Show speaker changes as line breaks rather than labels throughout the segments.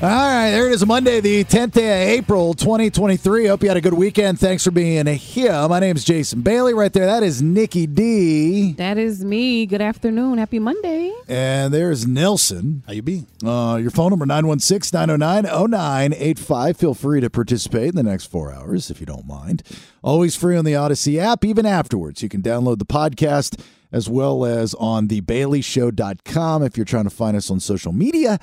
All right, there it is, Monday, the 10th day of April, 2023. Hope you had a good weekend. Thanks for being here. My name's Jason Bailey right there. That is Nikki D.
That is me. Good afternoon. Happy Monday.
And there's Nelson.
How you be?
Uh, your phone number, 916-909-0985. Feel free to participate in the next four hours if you don't mind. Always free on the Odyssey app, even afterwards. You can download the podcast as well as on thebaileyshow.com if you're trying to find us on social media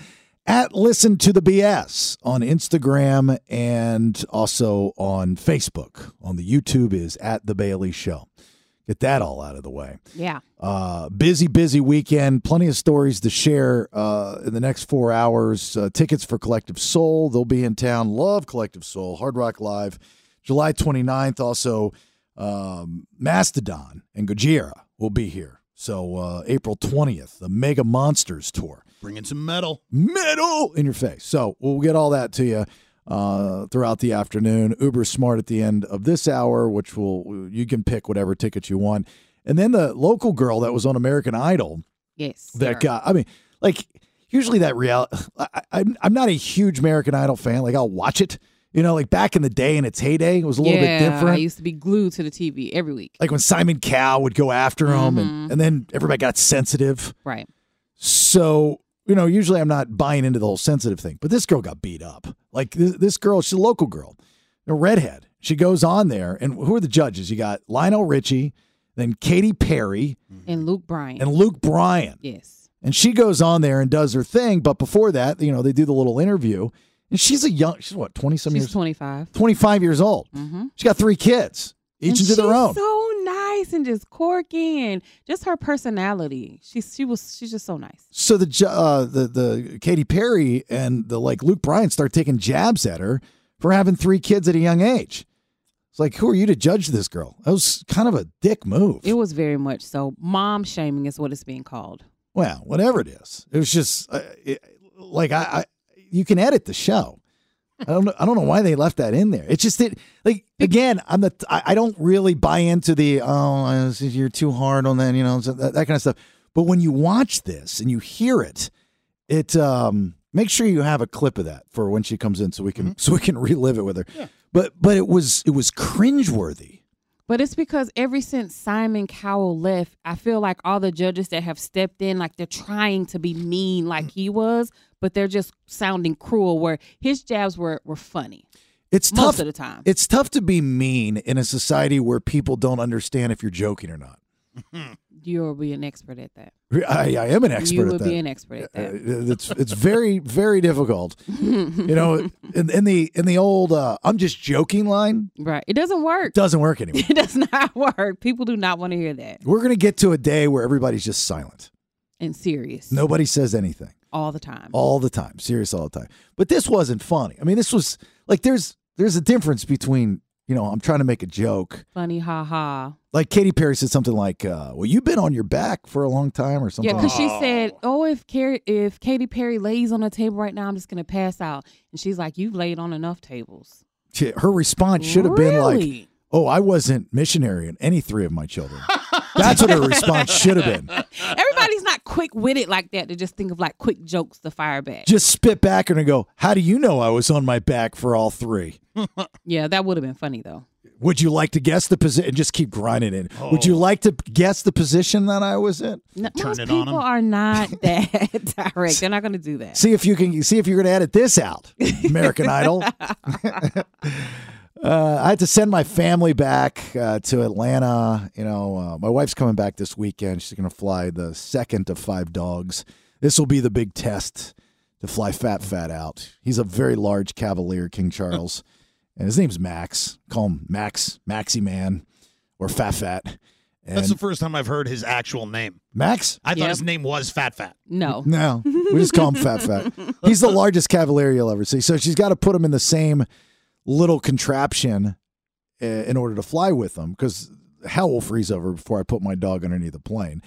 at Listen to the BS on Instagram and also on Facebook. On the YouTube is at The Bailey Show. Get that all out of the way.
Yeah.
Uh, busy, busy weekend. Plenty of stories to share uh, in the next four hours. Uh, tickets for Collective Soul. They'll be in town. Love Collective Soul. Hard Rock Live, July 29th. Also, um, Mastodon and Gojira will be here. So, uh, April 20th, the Mega Monsters Tour
Bringing some metal.
metal in your face. So we'll get all that to you uh, throughout the afternoon. Uber Smart at the end of this hour, which will you can pick whatever ticket you want. And then the local girl that was on American Idol
Yes.
that
sir.
guy. I mean, like usually that reality. I, I'm I'm not a huge American Idol fan. Like I'll watch it. You know, like back in the day in its heyday, it was a little
yeah,
bit
I
different.
used to be glued to the TV every week.
like when Simon Cowell would go after him,
Mm-hmm.
and, and then everybody got sensitive.
Right.
So, you know, usually I'm not buying into the whole sensitive thing, but this girl got beat up. Like this, this girl, she's a local girl, a redhead. She goes on there, and who are the judges? You got Lionel Richie, then Katy Perry,
And Luke Bryan.
mm-hmm. and Luke Bryan.
yes.
And she goes on there and does her thing. But before that, you know, they do the little interview, and she's a young, she's what, 20 some
She's
years,
25.
25 years old.
Mhm.
She's got three kids, each
and
into their
she's
own.
So nice and just quirky and just her personality. She's she was she's just so nice.
So the ju- uh, the the Katy Perry and the like Luke Bryan start taking jabs at her for having three kids at a young age. It's like, who are you to judge this girl? That was kind of a dick move.
It was very much so. Mom shaming is what it's being called.
well, whatever it is, it was just uh, it, like I, I you can edit the show. I don't know, I don't know why they left that in there. It's just that like again, I'm the I, I don't really buy into the oh you're too hard on that you know so that, that kind of stuff. But when you watch this and you hear it, it um make sure you have a clip of that for when she comes in so we can
Mm-hmm.
so we can relive it with her. But but it was it was cringeworthy.
But it's because ever since Simon Cowell left, I feel like all the judges that have stepped in, like they're trying to be mean like he was, but they're just sounding cruel where his jabs were, were funny
It's
most
tough.
of the time.
It's tough to be mean in a society where people don't understand if you're joking or not.
You'll be an expert at that.
I, I am an expert
you
at
would
that.
be an expert at that.
Uh, it's it's very very difficult. You know, in, in the in the old uh, "I'm just joking" line
right. It doesn't work.
doesn't work anymore.
It does not work. People do not want to hear that.
We're gonna get to a day where everybody's just silent.
And serious.
Nobody says anything
All the time.
all the time, serious all the time. But this wasn't funny. I mean, this was like there's there's a difference between you know I'm trying to make a joke.
Funny, ha ha.
Like Katy Perry said something like, uh, "Well, you've been on your back for a long time" or
Yeah,
something.
because she said, "Oh, if Car- if Katy Perry lays on the table right now, I'm just gonna pass out." And she's like, "You've laid on enough tables."
She- her response should have been like,
Really?
"Oh, I wasn't missionary in any three of my children." That's what her response should have been.
Everybody's not quick witted like that to just think of like quick jokes to fire back.
just spit back at her and go, How do you know I was on my back for all three?
yeah, that would have been funny though.
Would you like to guess the position? And just keep grinding it. Would you like to guess the position that I was in?
No,
Turn
most
it on
people
'em.
are not that direct. They're not gonna do that.
See if you can see if you're going to edit this out, American Idol. Uh, I had to send my family back uh, to Atlanta. You know, uh, my wife's coming back this weekend. She's going to fly the second of five dogs. This will be the big test to fly Fat Fat out. He's a very large Cavalier, King Charles, and his name's Max. Call him Max, Maxie Man, or Fat Fat. And
That's the first time I've heard his actual name.
Max?
I
Yep.
thought his name was Fat Fat.
No.
No, we just call him Fat Fat. He's the largest Cavalier you'll ever see. So she's got to put him in the same little contraption uh, in order to fly with him because hell will freeze over before I put my dog underneath the plane.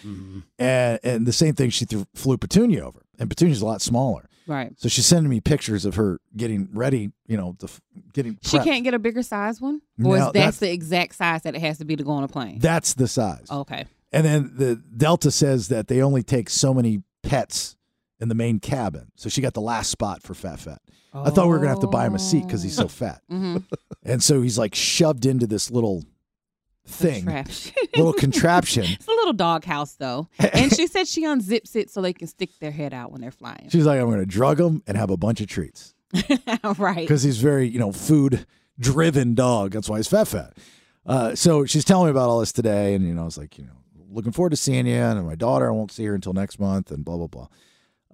And, and the same thing, she threw, flew Petunia over, and Petunia's a lot smaller.
Right.
So she's sending me pictures of her getting ready, you know, to f- getting
She
prepped.
can't get a bigger size one, or
No,
is
that's-
that's the exact size that it has to be to go on a plane?
That's
Oh.
the size.
okay.
And then the Delta says that they only take so many pets in the main cabin. So she got the last spot for Fat Fat. I thought we were gonna have to buy him a seat because he's so fat.
hmm
And so he's like shoved into this little thing,
Trash.
little contraption.
It's a little doghouse though, and she said she unzips it so they can stick their head out when they're flying.
She's like, I'm gonna drug him and have a bunch of treats.
right?
because he's very you know food driven dog. That's why he's fat fat. Uh, so she's telling me about all this today, and you know I was like, you know, looking forward to seeing you, and my daughter I won't see her until next month, and blah blah blah.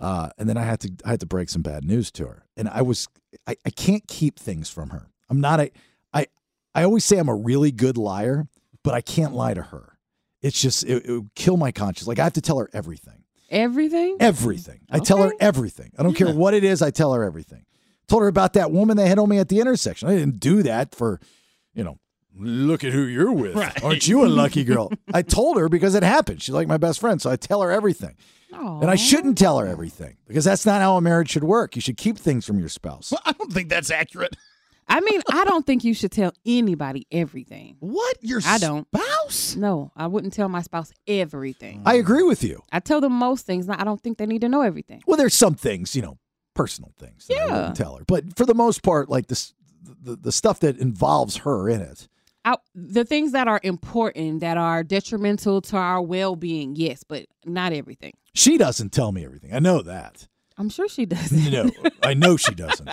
Uh, and then I had to I had to break some bad news to her, and I was I, I can't keep things from her. I'm not a I I always say I'm a really good liar, but I can't lie to her. It's just it, it would kill my conscience. Like I have to tell her everything.
Everything.
Everything. I tell her
Okay.
everything. I don't
Yeah.
care what it is. I tell her everything. Told her about that woman they hit on me at the intersection. I didn't do that for, you know, look at who you're with.
Right.
Aren't you a lucky girl? I told her because it happened. She's like my best friend. So I tell her everything. And
Aw.
I shouldn't tell her everything because that's not how a marriage should work. You should keep things from your spouse.
Well, I don't think that's accurate.
I mean, I don't think you should tell anybody everything.
What? Your
I don't.
spouse?
No, I wouldn't tell my spouse everything. I,
I agree with you.
tell them most things. Not, I don't think they need to know everything.
Well, there's some things, you know, personal things that I
Yeah.
wouldn't tell her. But for the most part, like this, the, the stuff that involves her in it.
I, the things that are important, that are detrimental to our well being, yes, but not everything.
She doesn't tell me everything. I know that.
I'm sure she doesn't.
No, I know she doesn't.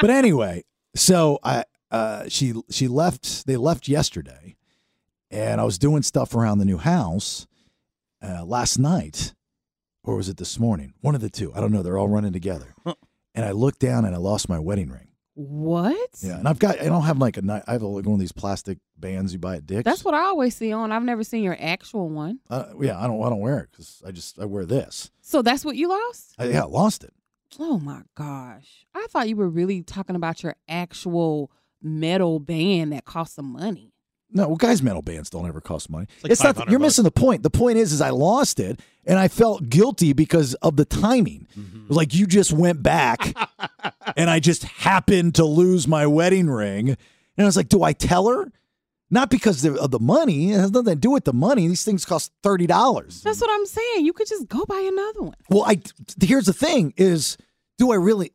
But anyway, so I uh, she she left. They left yesterday, and I was doing stuff around the new house uh, last night, or was it this morning? One of the two. I don't know. They're all running together, and I looked down and I lost my wedding ring.
What?
Yeah, and I've got. I don't have like a. ni- I have like one of these plastic bands you buy at Dick's.
That's what I always see on. I've never seen your actual one.
Uh, yeah, I don't. I don't wear it because I just I wear this.
So that's what you lost?
I, yeah, I lost it.
Oh my gosh. I thought you were really talking about your actual metal band that cost some money.
No, well, guys, metal bands don't ever cost money. It's,
like
not.
500
You're
bucks.
missing the point. The point is, is I lost it, and I felt guilty because of the timing. It was like you just went back, and I just happened to lose my wedding ring. And I was like, do I tell her? Not because of the money. It has nothing to do with the money. These things cost thirty dollars.
That's what I'm saying. You could just go buy another one.
Well, I here's the thing: is do I really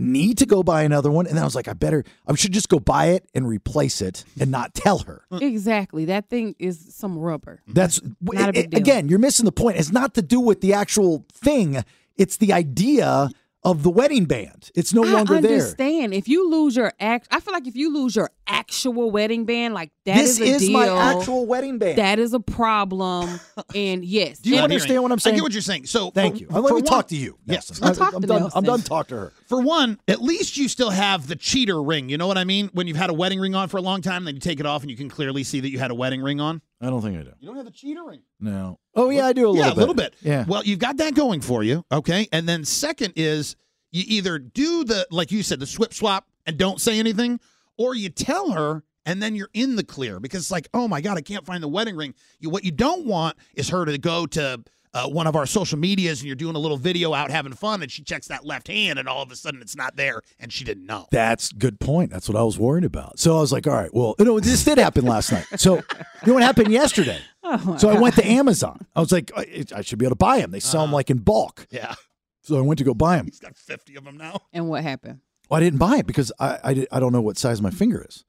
need to go buy another one? And then I was like, I better. I should just go buy it and replace it, and not tell her.
Exactly. That thing is some rubber.
That's
Not a big deal.
again, you're missing the point. It's not to do with the actual thing. It's the idea of the wedding band. It's no
I
longer there.
understand. If you lose your act, I feel like if you lose your actual wedding band, like that
This
is a
is
deal.
my actual wedding band.
that is a problem. and yes,
Do you
and-
I'm hearing.
understand what I'm saying?
I get what you're saying. So
Thank
for-
you. Uh, Let
for
me
one-
talk to you.
Yeah.
Nelson.
Let's
I-
talk
I'm
to
done.
Nelson.
I'm done. Talk to her.
For one, at least you still have the cheater ring. You know what I mean? When you've had a wedding ring on for a long time, then you take it off and you can clearly see that you had a wedding ring on.
I don't think I do.
You don't have a cheater ring.
No. Oh yeah, I do a little
yeah,
bit.
a little bit.
Yeah.
Well, you've got that going for you, okay? And then second is you either do the like you said the swip swap and don't say anything, or you tell her and then you're in the clear because it's like, oh my god, I can't find the wedding ring. You what you don't want is her to go to. Uh, one of our social medias, and you're doing a little video out having fun, and she checks that left hand, and all of a sudden it's not there, and she didn't know.
That's good point. That's what I was worried about. So I was like, all right, well, you know, this did happen last night. So you know what happened yesterday?
oh my
So I
God.
went to Amazon. I was like, I, I should be able to buy them. They sell them like in bulk.
Yeah,
So I went to go buy them.
he's got 50 of them now.
and what happened?
Well, I didn't buy it because I I, di- I don't know what size my finger is.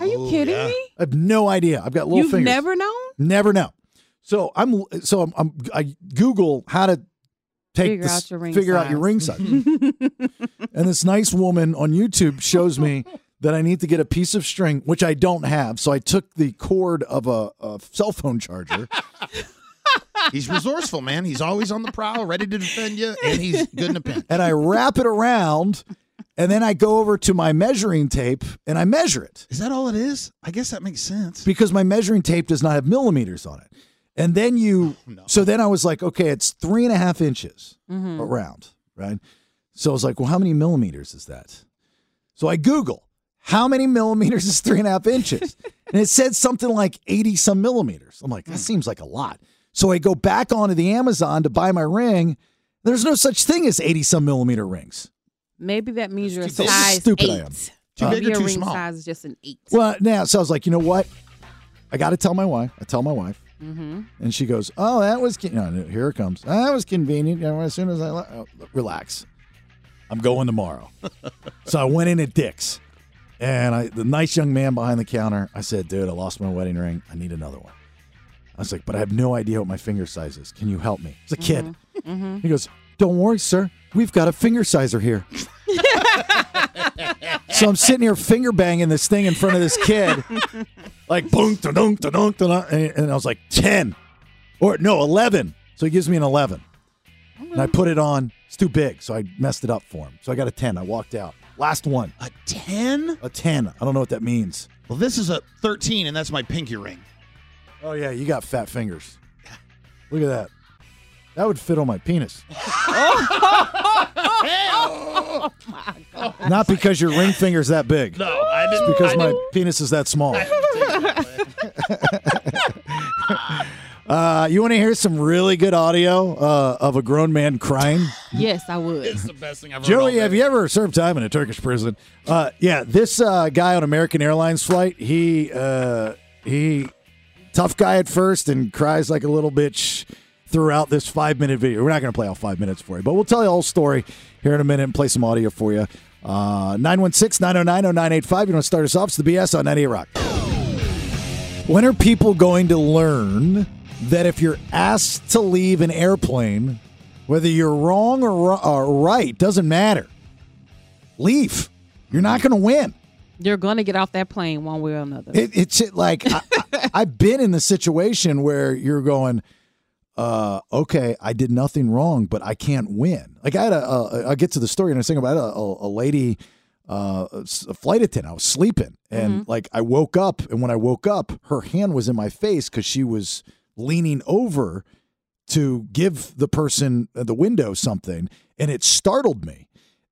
Are you
Oh,
kidding
yeah.
me?
I have no idea. I've got little
You've
fingers.
never known?
never know. So I'm so I'm, I'm I Google how to take
Figure
this,
out your ring
figure out your
size.
ring size. and this nice woman on YouTube shows me that I need to get a piece of string, which I don't have. So I took the cord of a, a cell phone charger.
He's resourceful, man. He's always on the prowl, ready to defend you, and he's good in a pinch.
and I wrap it around, and then I go over to my measuring tape and I measure it.
Is that all it is? I guess that makes sense.
because my measuring tape does not have millimeters on it. And then you, so then I was like, okay, it's three and a half inches around, right? So I was like, well, how many millimeters is that? So I Google, how many millimeters is three and a half inches? and it said something like 80 some millimeters. I'm like, that seems like a lot. So I go back onto the Amazon to buy my ring. There's no such thing as 80 some millimeter rings.
Maybe that means you're a
This is
size
stupid I
eight.
am.
Too big
Maybe
or
your
too
ring
Uh, small?
size is just an eight.
Well, now, so I was like, you know what? I got to tell my wife. I tell my wife.
Mm-hmm.
And she goes, "Oh, that was con- no, no, here it comes. Ah, That was convenient. You know, as soon as I le- oh, relax, I'm going tomorrow." so I went in at Dick's, and I the nice young man behind the counter. I said, "Dude, I lost my wedding ring. I need another one." I was like, "But I have no idea what my finger size is. Can you help me?" It's a kid. He goes, "Don't worry, sir. We've got a finger sizer here." so I'm sitting here finger banging this thing in front of this kid like boom, da dunk, da dunk, da and, and I was like ten, or no, eleven. So he gives me an eleven, and I put it on. It's too big, so I messed it up for him. So I got a ten. I walked out. Last one,
A 10?
a ten. I don't know what that means.
Well, this is a 13, and that's my pinky ring.
Oh yeah, you got fat fingers. Look at that. That would fit on my penis. Not because your ring finger's that big.
No, I didn't.
because my penis is that small. uh, you want to hear some really good audio uh, of a grown man crying?
Yes, I would.
It's the best thing I've heard. all
Joey,
day.
have you ever served time in a Turkish prison? Uh, yeah, this uh, guy on American Airlines flight, he uh, he tough guy at first and cries like a little bitch throughout this five minute video. We're not going to play all five minutes for you, but we'll tell you the whole story here in a minute and play some audio for you. Uh, 916 909 0985. You want to start us off? It's the BS on 98 Rock. When are people going to learn that if you're asked to leave an airplane, whether you're wrong or, ri- or right, doesn't matter. Leave. You're not going to win.
You're gonna get off that plane one way or another.
It, it's it, like I, I, I've been in the situation where you're going, uh, okay, I did nothing wrong, but I can't win. Like I had a, a I'll get to the story in a second, but I had a, a, a lady, uh, a s- a flight attendant. I was sleeping, and like I woke up, and when I woke up, her hand was in my face because she was leaning over to give the person at the window something, and it startled me.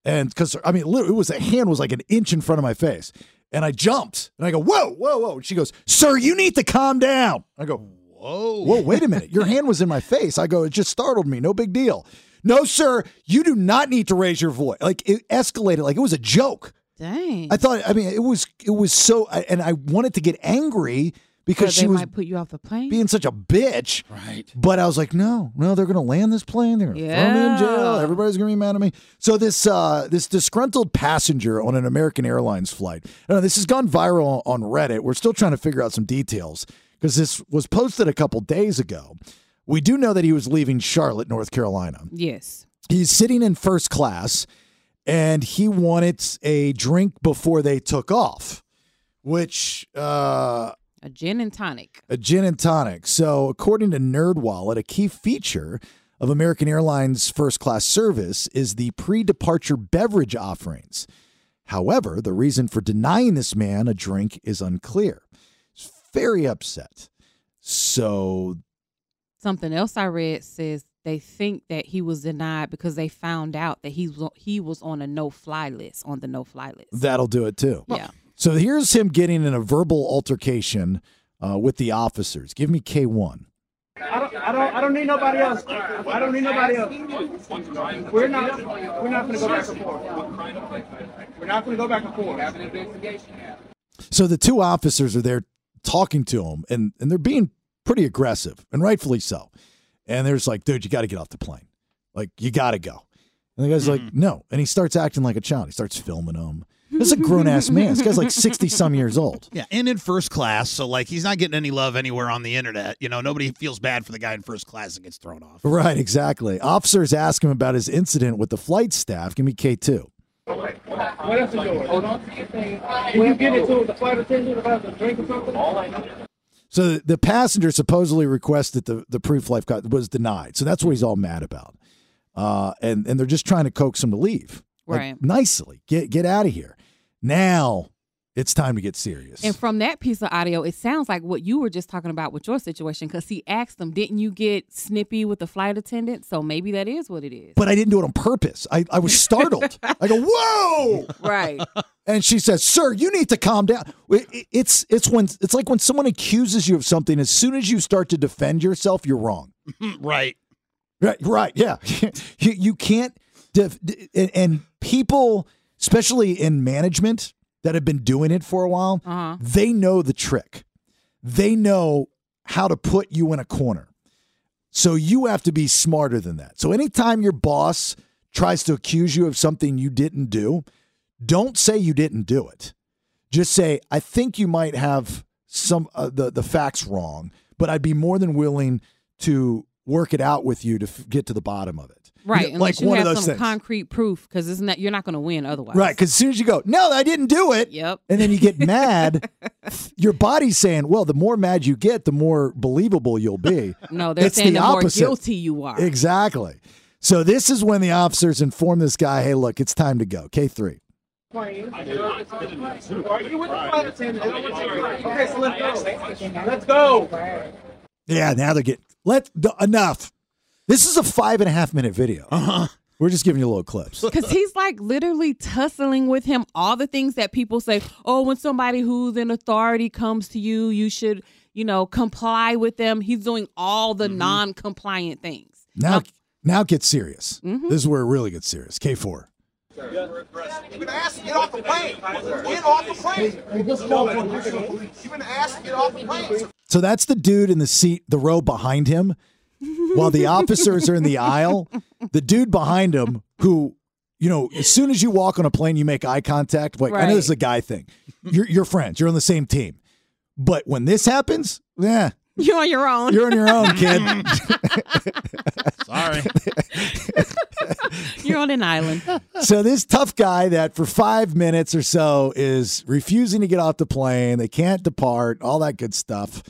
And because I mean, literally, it was a hand was like an inch in front of my face, and I jumped, and I go, "Whoa, whoa, whoa!" And she goes, "Sir, you need to calm down." I go,
Whoa.
"Whoa, wait a minute! Your hand was in my face." I go, "It just startled me. No big deal." No, sir, you do not need to raise your voice. Like it escalated, like it was a joke.
Dang.
I thought, I mean, it was, it was so, I- and I wanted to get angry
But
because
they
she was
might put you off the plane.
being such a bitch.
Right.
But I was like, no, no, they're gonna land this plane. They're gonna throw me in jail.
Yeah.
Everybody's gonna be mad at me. So this uh, this disgruntled passenger on an American Airlines flight. Now, this has gone viral on Reddit. We're still trying to figure out some details because this was posted a couple days ago. We do know that he was leaving Charlotte, North Carolina.
yes.
He's sitting in first class, and he wanted a drink before they took off, which. Uh,
A gin and tonic.
a gin and tonic. So, according to NerdWallet, a key feature of American Airlines first class service is the pre-departure beverage offerings. However, the reason for denying this man a drink is unclear. He's very upset. So,
Something else I read says they think that he was denied because they found out that he was he was on a no fly list on the no fly list.
that'll do it too.
yeah.
So, here's him getting in a verbal altercation uh, with the officers. Give me K1.
I don't, I don't, I don't need nobody else. I don't need nobody else. We're not, we're not gonna go back and forth. We're not gonna go back and forth.
So the two officers are there talking to him, and and they're being pretty aggressive, and rightfully so. And they're just like, dude, you got to get off the plane. Like, you got to go. And the guy's like, no. And he starts acting like a child. He starts filming him. This is a grown ass man. This guy's like 60 some years old.
Yeah, and in first class, so like he's not getting any love anywhere on the internet. You know, nobody feels bad for the guy in first class that gets thrown off.
Right, exactly. Officers ask him about his incident with the flight staff. Give me K2.
What else is yours? Hold on to your thing. Can you get it to the flight attendant about the drink or something?
So the, the passenger supposedly requested the, the pre-flight cut was denied. So that's what he's all mad about. Uh, and, and they're just trying to coax him to leave. Like,
Right.
nicely. Get get out of here. Now it's time to get serious.
And from that piece of audio, it sounds like what you were just talking about with your situation because he asked them, didn't you get snippy with the flight attendant? So maybe that is what it is.
but I didn't do it on purpose. I, I was startled. I go, whoa.
right.
And she says, sir, you need to calm down. It- it- it's it's when it's like when someone accuses you of something, as soon as you start to defend yourself, you're wrong.
right.
Right, right, yeah. you, you can't, def- d- and, and people, especially in management that have been doing it for a while,
Uh huh.
they know the trick. They know how to put you in a corner. So you have to be smarter than that. So anytime your boss tries to accuse you of something you didn't do, don't say you didn't do it. Just say, I think you might have some uh, the the facts wrong, but I'd be more than willing to work it out with you to f- get to the bottom of it. You
Right.
know,
Unless you have some concrete proof because it's not you're not gonna win otherwise.
Right, because as soon as you go, no, I didn't do it,
Yep.
and then you get mad, your body's saying, well, the more mad you get, the more believable you'll be.
No, they're
It's
saying
the
the, more
opposite.
guilty you are.
Exactly. So this is when the officers inform this guy, hey, look, it's time to go. K3.
plane. Are you with the flight attendant? Okay, so let's go. Let's go.
Yeah, now they're getting let the, enough. This is a five and a half minute video.
Uh-huh.
We're just giving you little clips.
Because he's like literally tussling with him all the things that people say, oh, when somebody who's in authority comes to you, you should, you know, comply with them. He's doing all the non compliant things.
Now,
Um,
now get serious. This is where it really gets serious. K4.
You've been asked to get off the plane. Get off the plane. You've been asked to get off the plane.
So that's the dude in the seat, the row behind him, while the officers are in the aisle. The dude behind him, who, you know, as soon as you walk on a plane, you make eye contact. Like, I know this is a
Right.
guy thing. You're, you're friends, you're on the same team. But when this happens, yeah,
You're on your own. You're,
you're on your own, kid.
Sorry.
on an island.
so this tough guy that for five minutes or so is refusing to get off the plane, they can't depart, all that good stuff.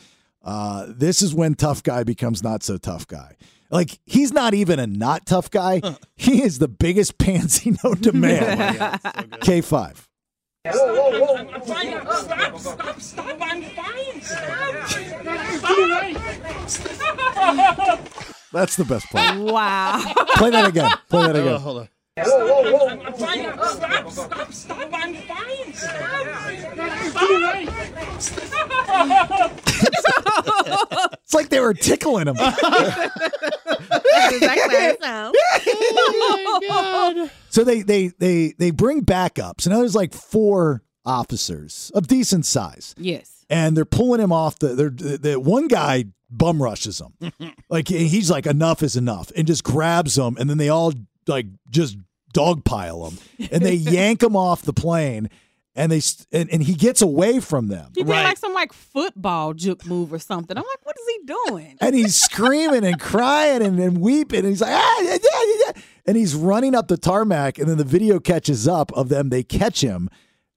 Uh, this is when tough guy becomes not so tough guy. Like he's not even a not tough guy. He is the biggest pansy known to man. K five.
Stop, stop, stop, I'm fine, stop. Stop.
That's the best part.
wow.
Play that again. Play that again.
hold on.
Stop, stop, stop, I'm fine, stop. Stop.
It's like they were tickling him.
That's exactly how it sounds.
So they they they they bring backup. So now there's like four officers of decent size.
Yes.
and they're pulling him off the they're the, the one guy bum rushes him like he's like enough is enough and just grabs him and then they all like just dogpile him and they yank him off the plane and they st- and, and he gets away from them
He
Right.
did like some like football juke move or something. I'm like, what is he doing?
and he's screaming and crying and, and weeping and he's like ah, yeah, yeah, yeah," and he's running up the tarmac and then the video catches up of them they catch him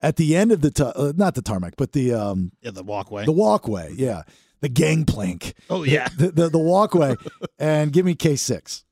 at the end of the ta- uh, not the tarmac but the um
Yeah, the walkway.
The walkway, yeah. The gangplank.
Oh, yeah.
The the, the walkway. and give me K six.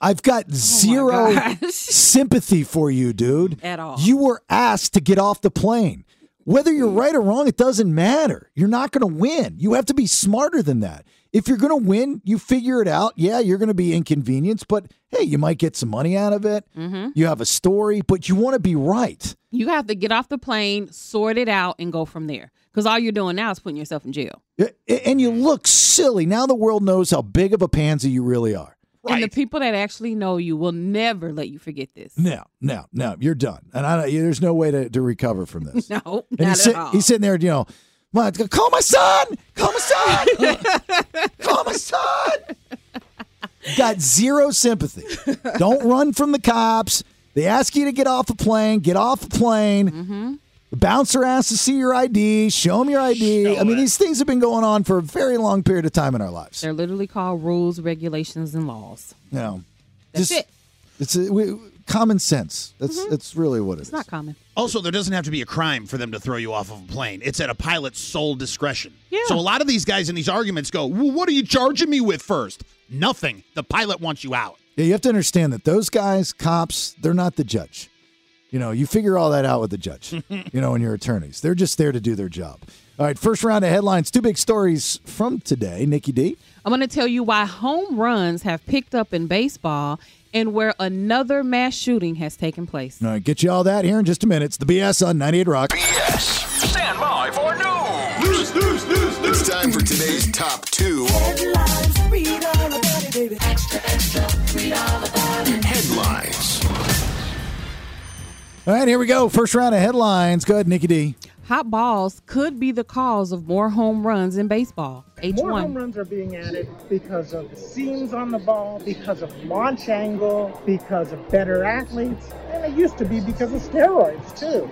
I've got zero
Oh gosh.
sympathy for you, dude.
At all.
You were asked to get off the plane. Whether you're right or wrong, it doesn't matter. You're not going to win. You have to be smarter than that. If you're going to win, you figure it out. Yeah, you're going to be inconvenienced, but hey, you might get some money out of it.
Mm-hmm.
You have a story, but you want to be right.
You have to get off the plane, sort it out, and go from there. Because all you're doing now is putting yourself in jail.
A- And you look silly. Now the world knows how big of a pansy you really are.
And the people that actually know you will never let you forget this.
No, no, no, you're done. And I, there's no way to, to recover from this.
No, not
And
at
he's, sit-
all.
he's sitting there, you know, "Ma, call my son, call my son, call my son. Got zero sympathy. Don't run from the cops. They ask you to get off a plane, get off a plane.
Mm-hmm.
The bouncer asks to see your ID, show him your ID. I mean, these things have been going on for a very long period of time in our lives.
They're literally called rules, regulations, and laws.
You know,
That's it. Mm-hmm.
It's a, we, common sense. That's that's really what
It's not common.
Also, there doesn't have to be a crime for them to throw you off of a plane. It's at a pilot's sole discretion.
Yeah.
So a lot of these guys in these arguments go, well, what are you charging me with first? Nothing. The pilot wants you out.
Yeah, you have to understand that those guys, cops, they're not the judge. You know, you figure all that out with the judge, you know, and your attorneys. They're just there to do their job. All right, first round of headlines. Two big stories from today. Nikki D.
I'm going to tell you why home runs have picked up in baseball and where another mass shooting has taken place.
All right, get you all that here in just a minute. It's the BS on 98 Rock.
Stand by for news. News, news, news, news. It's time time for today's top two headlines.
All right, here we go. First round of headlines. Go ahead, Nikki D.
Hot balls could be the cause of more home runs in baseball.
More home
H1.
runs are being added because of the seams on the ball, because of launch angle, because of better athletes, and it used to be because of steroids too.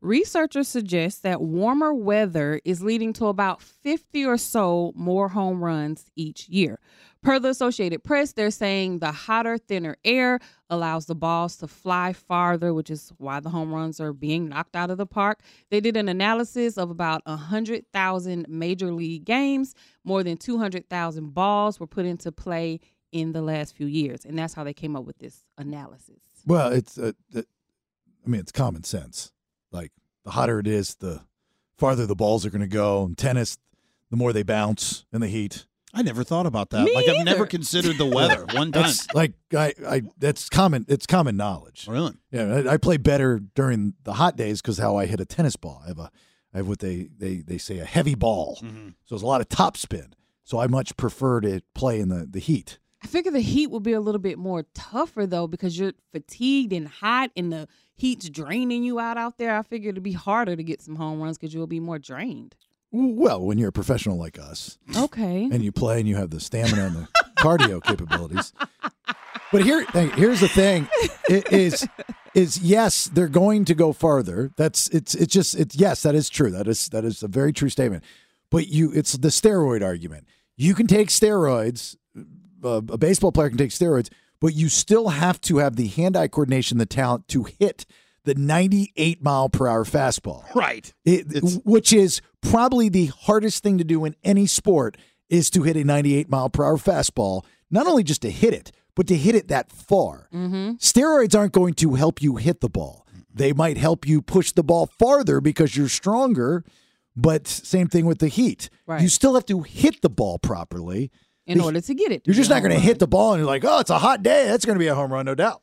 Researchers suggest that warmer weather is leading to about 50 or so more home runs each year. Per the Associated Press, they're saying the hotter, thinner air allows the balls to fly farther, which is why the home runs are being knocked out of the park. They did an analysis of about 100,000 major league games. More than 200,000 balls were put into play in the last few years. And that's how they came up with this analysis.
Well, it's uh, uh, I mean, it's common sense. Like the hotter it is, the farther the balls are going to go. And tennis, the more they bounce in the heat.
I never thought about that.
Me
like I've never
either.
considered the weather one time.
That's like I, I that's common. It's common knowledge.
Really?
Yeah, I, I play better during the hot days because how I hit a tennis ball. I have a, I have what they they they say a heavy ball. So there's a lot of top spin. So I much prefer to play in the the heat.
I figure the heat will be a little bit more tougher though because you're fatigued and hot and the heat's draining you out out there. I figure it'd be harder to get some home runs because you'll be more drained.
Well, when you're a professional like us
Okay.
and you play and you have the stamina and the cardio capabilities. But here hey, here's the thing it is is yes, they're going to go farther. That's it's it's just it's yes, that is true. That is that is a very true statement. But you it's the steroid argument. You can take steroids a, a baseball player can take steroids, but you still have to have the hand-eye coordination, the talent to hit the 98 mile per hour fastball.
Right.
It,
It's-
which is probably the hardest thing to do in any sport is to hit a 98 mile per hour fastball. Not only just to hit it, but to hit it that far. Steroids aren't going to help you hit the ball. They might help you push the ball farther because you're stronger. But same thing with the heat.
Right.
You still have to hit the ball properly.
In order to get it.
You're just
be a
not going to
home
hit
run.
the ball and you're like, oh, it's a hot day. That's going to be a home run, no doubt.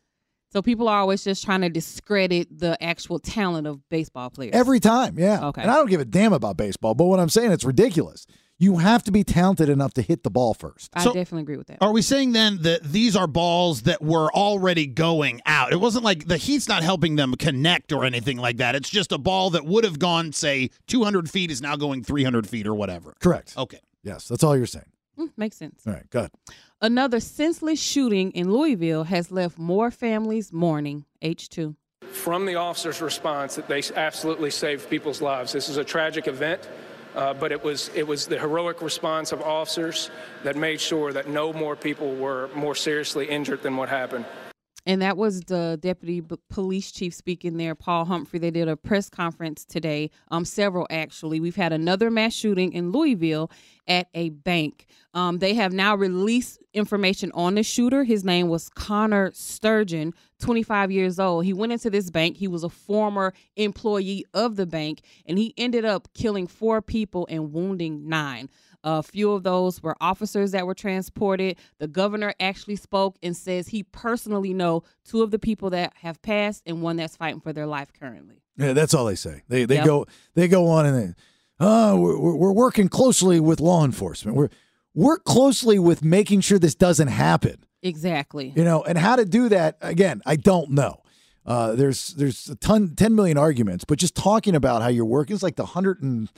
So people are always just trying to discredit the actual talent of baseball players.
Every time, yeah.
Okay.
And I don't give a damn about baseball, but what I'm saying, it's ridiculous. You have to be talented enough to hit the ball first.
I
So-
definitely agree with that.
Are we saying then that these are balls that were already going out? It wasn't like the heat's not helping them connect or anything like that. It's just a ball that would have gone, say, 200 feet is now going 300 feet or whatever.
Correct.
Okay.
Yes, that's all you're saying.
Mm, makes sense.
All right, good.
Another senseless shooting in Louisville has left more families mourning. H2.
from the officer's response that they absolutely saved people's lives. This is a tragic event, uh, but it was it was the heroic response of officers that made sure that no more people were more seriously injured than what happened.
And that was the deputy b- police chief speaking there, Paul Humphrey. They did a press conference today, um, several actually. We've had another mass shooting in Louisville at a bank. Um, they have now released information on the shooter. His name was Connor Sturgeon, 25 years old. He went into this bank. He was a former employee of the bank, and he ended up killing four people and wounding nine. A few of those were officers that were transported. The governor actually spoke and says he personally know two of the people that have passed and one that's fighting for their life currently.
Yeah, that's all they say. They they
Yep.
go they go on and they, oh, we're, we're- we're working closely with law enforcement. We're work closely with making sure this doesn't happen.
Exactly.
You know, and how to do that again, I don't know. Uh, there's there's a ton, 10 million arguments, but just talking about how you're working it's like the 150th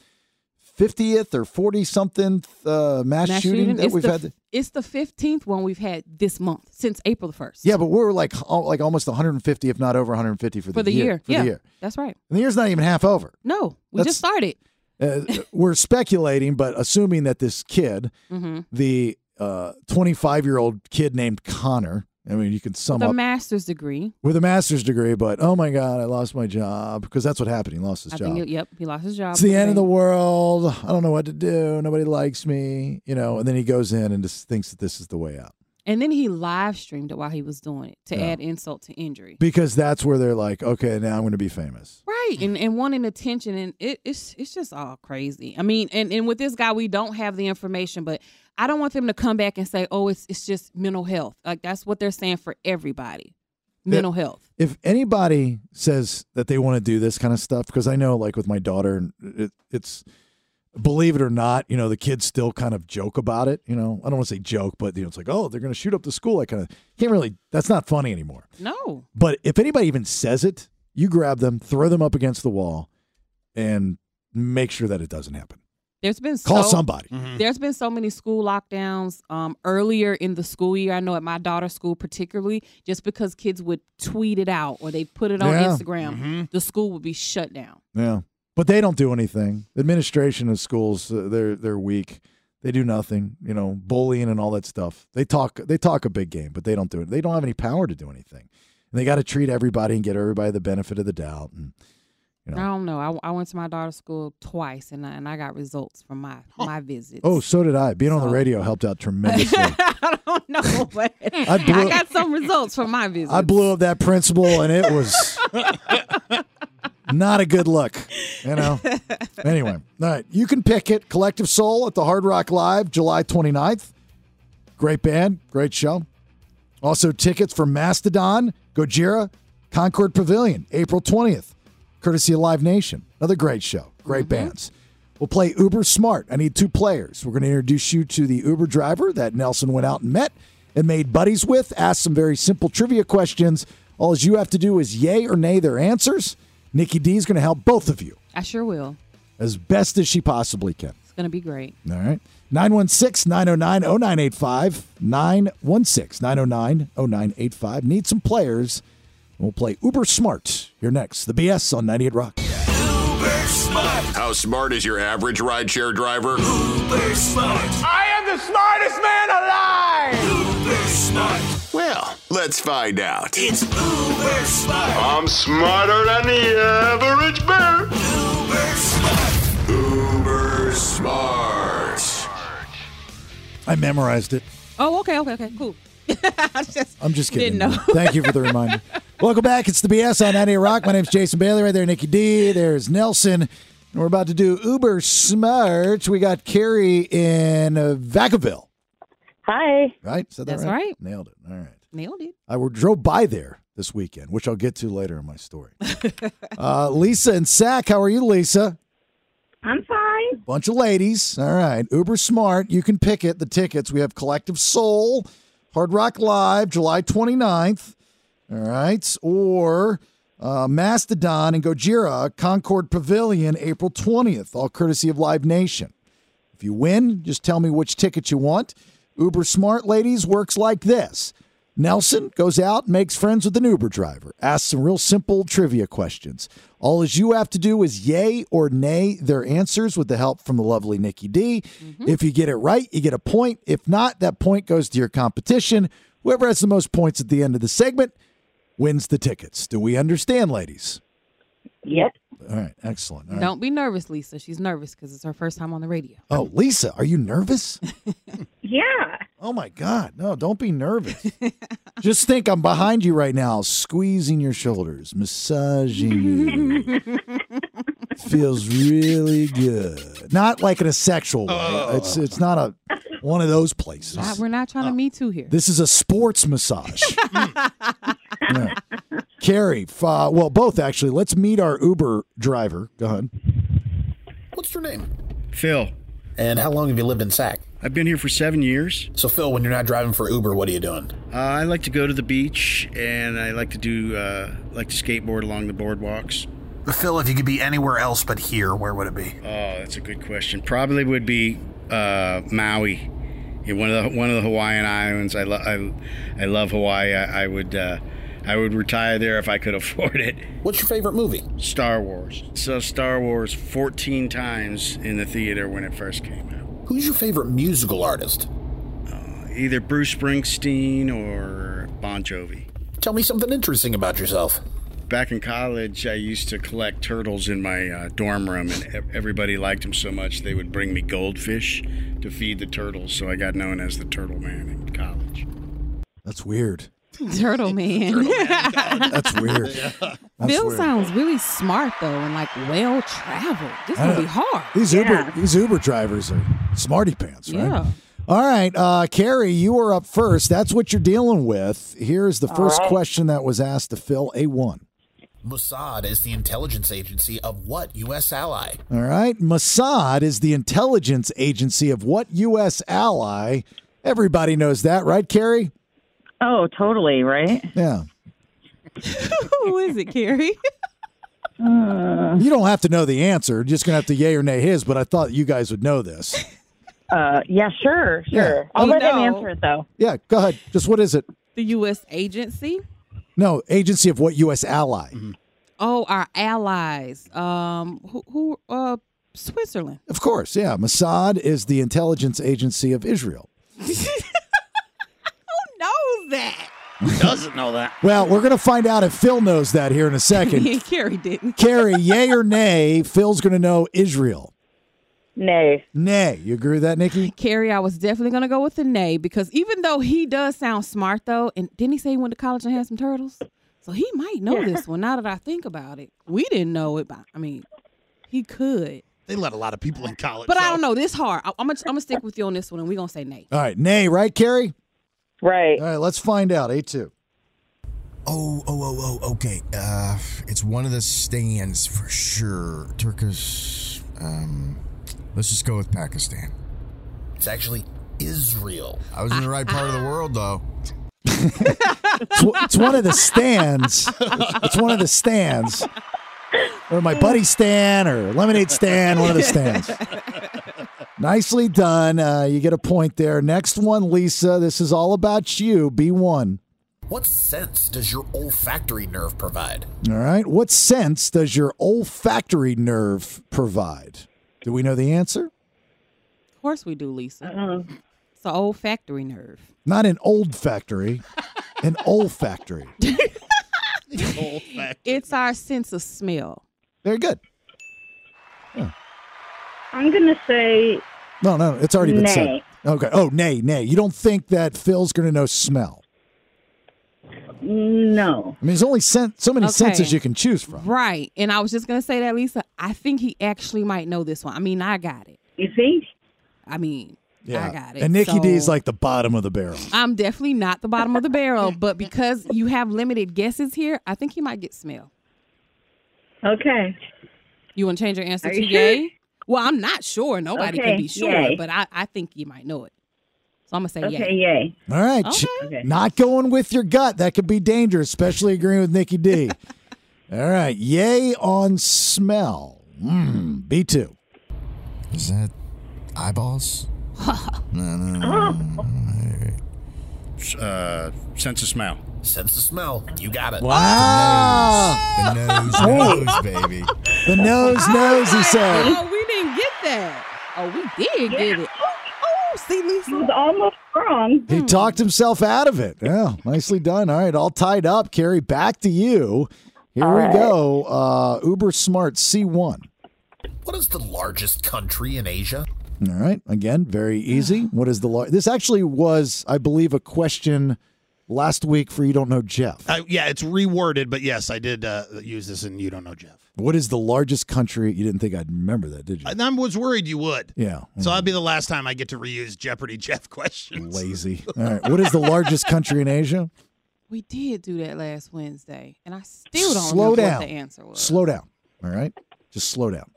or 40 something uh, mass,
Mass
shooting, that
it's
we've
the,
had.
It's the 15th one we've had this month since April the 1st.
yeah, but we're like al- like almost 150, if not over 150 for the,
For the year.
For
yeah.
the year,
That's right.
and the year's not even half over.
No, we
That's-
just started.
Uh, we're speculating, but assuming that this kid,
Mhm.
the 25 year old kid named Connor, I mean, you can sum
The
up
master's degree.
with a master's degree, but oh my god, I lost my job because that's what happened. He lost his
I
job.
think, it- yep, he lost his job.
it's the end of the world. I don't know what to do. Nobody likes me, you know. And then he goes in and just thinks that this is the way out
And then he live streamed it while he was doing it to
Yeah.
add insult to injury.
because that's where they're like, okay, now I'm going to be famous.
Right. And and wanting attention and it, it's it's just all crazy. I mean, and, and with this guy we don't have the information, but I don't want them to come back and say, Oh, it's it's just mental health. Like that's what they're saying for everybody. Mental health.
If anybody says that they want to do this kind of stuff, because I know, like with my daughter, and it, it's believe it or not, you know, the kids still kind of joke about it. You know, I don't want to say joke, but you know, it's like, oh, they're going to shoot up the school. I kind of can't really. That's not funny anymore.
No.
But if anybody even says it, you grab them, throw them up against the wall, and make sure that it doesn't happen.
There's been
Call
so, Mm-hmm.
somebody.
There's been so many school lockdowns um, earlier in the school year. I know at my daughter's school, particularly, just because kids would tweet it out or they put it on
Yeah.
Instagram, the school would be shut down.
Yeah, but they don't do anything. Administration of schools, uh, they're they're weak. They do nothing. You know, bullying and all that stuff. They talk they talk a big game, but they don't do it. They don't have any power to do anything. And they got to treat everybody and get everybody the benefit of the doubt. And Oh.
I don't know. I, I went to my daughter's school twice, and I, and I got results from my my visits.
oh, so did I. Being on the
So-
radio helped out tremendously.
I don't know, but I,
blew-
got some results from my visits.
I blew up that principal, and it was not a good look. You know. Anyway, all right. You can pick it. Collective Soul at the Hard Rock Live, July 29th. Great band, great show. Also, tickets for Mastodon, Gojira, Concord Pavilion, April 20th, courtesy of Live Nation. Another great show, great bands. We'll play Uber Smart. I need two players. We're going to introduce you to the Uber driver that Nelson went out and met and made buddies with, asked some very simple trivia questions. All you have to do is yay or nay their answers. Nikki D is going to help both of you
I sure will.
as best as she possibly can.
It's gonna be great.
All right. 916 909 0985. 916 909 0985. Need some players. We'll play Uber Smart here next. The BS on 98 Rock.
How smart is your average rideshare driver?
I am the smartest man alive!
Well, let's find out.
I'm smarter than the average bear.
Uh, Uber smart.
I memorized it.
Oh, okay, okay, okay, cool. I just
I'm just kidding.
Didn't know.
Thank you for the reminder. Welcome back. It's the BS on 98 Rock. My name's Jason Bailey. Right there, Nikki D. There's Nelson. And we're about to do Uber Smart. We got Carrie in uh, Vacaville.
Hi.
Right? Said that
That's right.
Nailed it. All right.
nailed it.
I were- drove by there this weekend, which I'll get to later in my story. uh, Lisa and Sack, how are you, Lisa?
I'm fine.
Bunch of ladies. All right. Uber Smart. You can pick it. The tickets. We have Collective Soul, Hard Rock Live, July 29th. All right. Or uh, Mastodon and Gojira, Concord Pavilion, April 20th, all courtesy of Live Nation. If you win, just tell me which ticket you want. Uber Smart Ladies works like this Nelson goes out, makes friends with an Uber driver, asks some real simple trivia questions. All as you have to do is yay or nay their answers with the help from the lovely Nikki D. If you get it right, you get a point. If not, that point goes to your competition. Whoever has the most points at the end of the segment wins the tickets. Do we understand, ladies?
Yep.
All right, excellent. All right.
Don't be nervous, Lisa. She's nervous because it's her first time on the radio.
Oh, Lisa, are you nervous?
Yeah.
Oh my God. No, don't be nervous. Just think I'm behind you right now, squeezing your shoulders, massaging you. Feels really good. Not like in a sexual way. It's it's not a one of those places.
I- Ah, we're not trying to me too here.
uh, This is a sports massage. Yeah. Carrie, uh, well, both actually. Let's meet our Uber driver. Go ahead.
What's your name?
Phil,
And how long have you lived in Sac?
I've been here for seven years.
So, Phil, when you're not driving for Uber, what are you doing?
Uh, I like to go to the beach and I like to do uh, like to skateboard along the boardwalks.
Phil, if you could be anywhere else but here, where would it be?
Oh, that's a good question. Probably would be uh, Maui, Yeah, one of the one of the Hawaiian islands. I love I, I love Hawaii. I, I would uh, I would retire there if I could afford it.
What's your favorite movie?
Star Wars. So Star Wars 14 times in the theater when it first came out.
Who's your favorite musical artist?
Either Bruce Springsteen or Bon Jovi.
Tell me something interesting about yourself.
Back in college, I used to collect turtles in my uh, dorm room, and ev- everybody liked them so much they would bring me goldfish to feed the turtles. So I got known as the Turtle Man in college.
That's weird.
Turtle man.
That's weird. That's
Bill
weird.
sounds really smart though, and like well traveled. This is
I
gonna
know.
be hard.
These Uber these Uber drivers are smarty pants, right?
Yeah.
All right, uh, Carrie, you are up first. That's what you're dealing with. Here's the first
right.
question that was asked to Phil A1.
Mossad is the intelligence agency of what U.S. ally?
All right. Mossad is the intelligence agency of what U.S. ally? Everybody knows that, right, Carrie?
Oh, totally, right?
Yeah.
Who is it, Carrie?
you don't have to know the answer. You're just going to have to yay or nay his, but I thought you guys would know this.
Uh, yeah, sure, sure. I'll
You
let him
know.
answer it though.
Yeah, go ahead. Just what is it?
the U.S. agency.
No, agency of what U.S. ally?
Oh, our allies. Um, who? who uh, Switzerland.
Of course, yeah. Mossad is the intelligence agency of Israel.
Knows that.
Doesn't know that.
Well, we're going to find out if Phil knows that here in a second.
Carrie didn't.
Carrie, yay or nay, Phil's going to know Israel.
Nay.
Nay. You agree with that, Nikki?
Carrie, I was definitely gonna go with the nay because even though he does sound smart though, and didn't he say he went to college and had some turtles? So he might know this one. Now that I think about it, we didn't know it. But I mean, he could.
They let a lot of people in college.
But I don't know. This hard. I, am gonna I'm gonna stick with you on this one, and we're gonna say nay.
All right, nay, right, Carrie?
Right.
All right, let's find out. A2.
Oh, oh, oh, oh, okay. Uh, it's one of the stands for sure. Turkish. Um, let's just go with Pakistan.
It's actually Israel. Ah.
I was in the right part of the world, though.
It's, w- it's one of the stands. It's one of the stands. Or my buddy Stan or Lemonade Stan, one of the stands. Nicely done. Uh, you get a point there. Next one, Lisa. This is all about you. B1.
What sense does your olfactory nerve provide?
All right. What sense does your olfactory nerve provide? Do we know the answer?
Of course we do, Lisa. It's an olfactory nerve.
Not an old factory, an olfactory.
It's our sense of smell.
Very good.
I'm gonna say
No, no, it's already been said.
Nay.
Okay. Oh, nay, nay. You don't think that Phil's going to know smell?
no.
I mean, there's only sen- so many
Okay.
senses you can choose from.
Right. And I was just gonna say that, Lisa. I think he actually might know this one. I mean, I got it.
You think?
I mean, I got it.
And Nikki D is
So-
like the bottom of the barrel.
I'm definitely not the bottom of the barrel, but because you have limited guesses here, I think he might get smell.
Okay.
You want to change your answer
Are
to
you sure?
yay? Well, I'm not sure. Nobody
Okay,
can be sure,
yay.
but I, I think you might know it. So I'm gonna say
Okay,
yay.
yay.
All right.
Okay.
Ch-
Okay.
Not going with your gut. That could be dangerous, especially agreeing with Nikki D. All right. Yay on smell. Mm, B2.
Is that eyeballs? no, no, no, no.
Uh, sense of smell.
Sense of smell. You got it.
Wow.
The nose, nose, baby.
Ah! Oh. The nose, nose, he said.
Oh, we didn't get that. Oh, we did get it. Oh, see, Lisa.
was almost wrong.
Hmm.
He talked himself out of it. Yeah, nicely done. All right, all tied up. Carrie, back to you. Here
All
we
right.
go. Uh, Uber Smart C1.
What is the largest country in Asia?
All right. Again, very easy. What is the law? This actually was, I believe, a question last week for You Don't Know Jeff.
Uh, yeah, it's reworded, but yes, I did uh, use this, and you don't know Jeff.
What is the largest country? You didn't think I'd remember that, did you?
And I was worried you would.
Yeah.
So that'd be the last time I get to reuse Jeopardy Jeff questions.
Lazy. All right. What is the largest country in Asia?
We did do that last Wednesday, and I still don't
slow
know
down.
what the answer was.
Slow down. All right. Just slow down.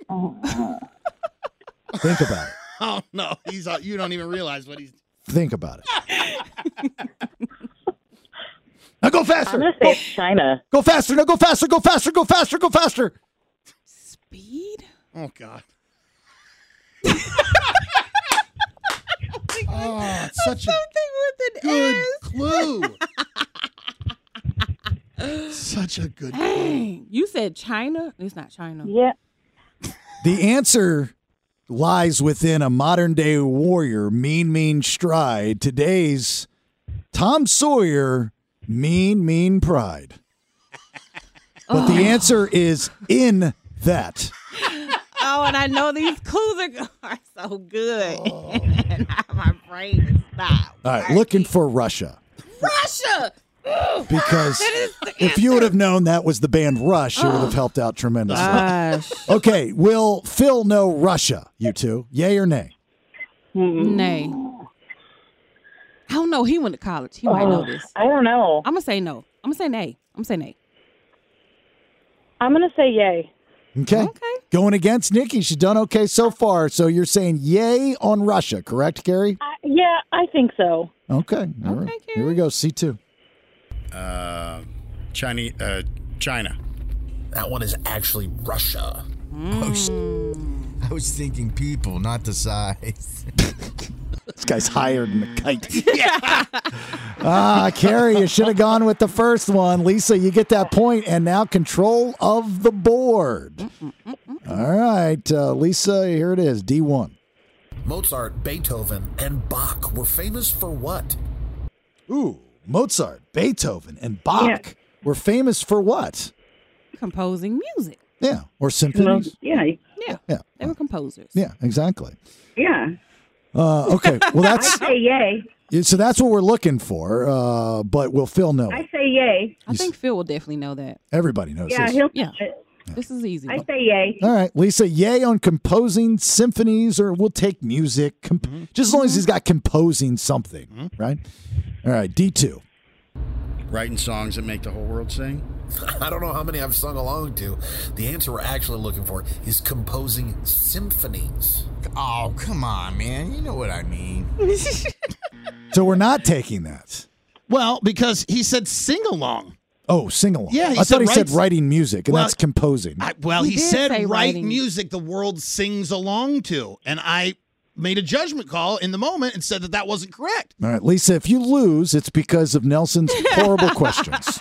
Think about it.
Oh no, he's uh, you don't even realize what he's.
Think about it. now go faster.
I'm gonna say China.
Go faster. No, go faster. Go faster. Go faster. Go faster.
Speed?
Oh god.
oh,
it's such a
something with an
good clue. Such a good.
S. Dang. You said China? It's not China.
Yeah.
The answer lies within a modern day warrior, mean, mean stride. Today's Tom Sawyer, mean, mean pride. But the answer is in that.
Oh, and I know these clues are, are so good.
Oh.
and my brain is not.
All right, looking for Russia.
Russia!
Because if you would have known that was the band Rush, it would have helped out tremendously.
Gosh.
Okay, will Phil know Russia, you two? Yay or nay?
Nay. I don't know. He went to college. He might know this.
I don't know.
I'm going to say no. I'm going to say nay. I'm going to say nay.
I'm gonna say yay.
Okay. Going against Nikki. She's done okay so far. So you're saying yay on Russia, correct, Gary?
Yeah, I think so.
Okay. All right. Here we go. C2.
Uh, Chinese, uh, China.
That one is actually Russia.
Oh, sh- I was thinking people, not the size.
This guy's higher than a kite. Ah, Carrie, you should have gone with the first one. Lisa, you get that point, and now control of the board. All right, uh, Lisa, here it is, D1.
Mozart, Beethoven, and Bach were famous for what?
Ooh, Mozart, Beethoven, and Bach were famous for what?
Composing music.
Yeah, or symphonies.
Yeah.
Yeah.
Yeah.
They were composers.
Yeah, exactly.
Yeah.
Uh, okay, well that's
I say yay.
so that's what we're looking for. Uh, but will Phil know?
I
it?
say yay.
I think Phil will definitely know that.
Everybody knows
Yeah,
this.
he'll.
Yeah. This is easy.
I say yay.
All right, Lisa, yay on composing symphonies, or we'll take music, comp-
Mm-hmm.
just as long as he's got composing something, right? All right, D2.
Writing songs that make the whole world sing.
I don't know how many I've sung along to. The answer we're actually looking for is composing symphonies.
Oh, come on, man. You know what I mean.
So we're not taking that.
Well, because he said sing along.
Oh, sing along.
Yeah, he
I
said
thought he said
writes-
writing music, and
Well,
that's composing.
I, well,
He
he,
did
said
say
write
writing.
music the world sings along to, and I made a judgment call in the moment and said that that wasn't correct.
All right, Lisa, if you lose, it's because of Nelson's horrible questions.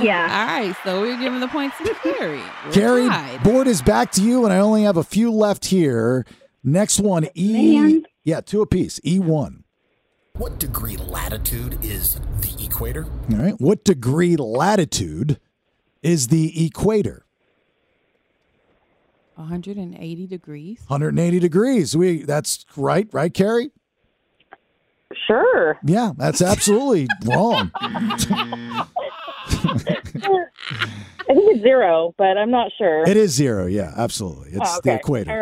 Yeah.
All right, so we're giving the points to Carrie. We're
Gary,
tied.
board is back to you, and I only have a few left here. Next one, E.
Man.
Yeah, two apiece. E E1.
What degree latitude is the equator?
All right. What degree latitude is the equator?
180 degrees.
180 degrees. We that's right, right, Carrie?
Sure.
Yeah, that's absolutely wrong.
I think it's zero, but I'm not sure.
It is zero. Yeah, absolutely. It's
Oh, okay.
the equator.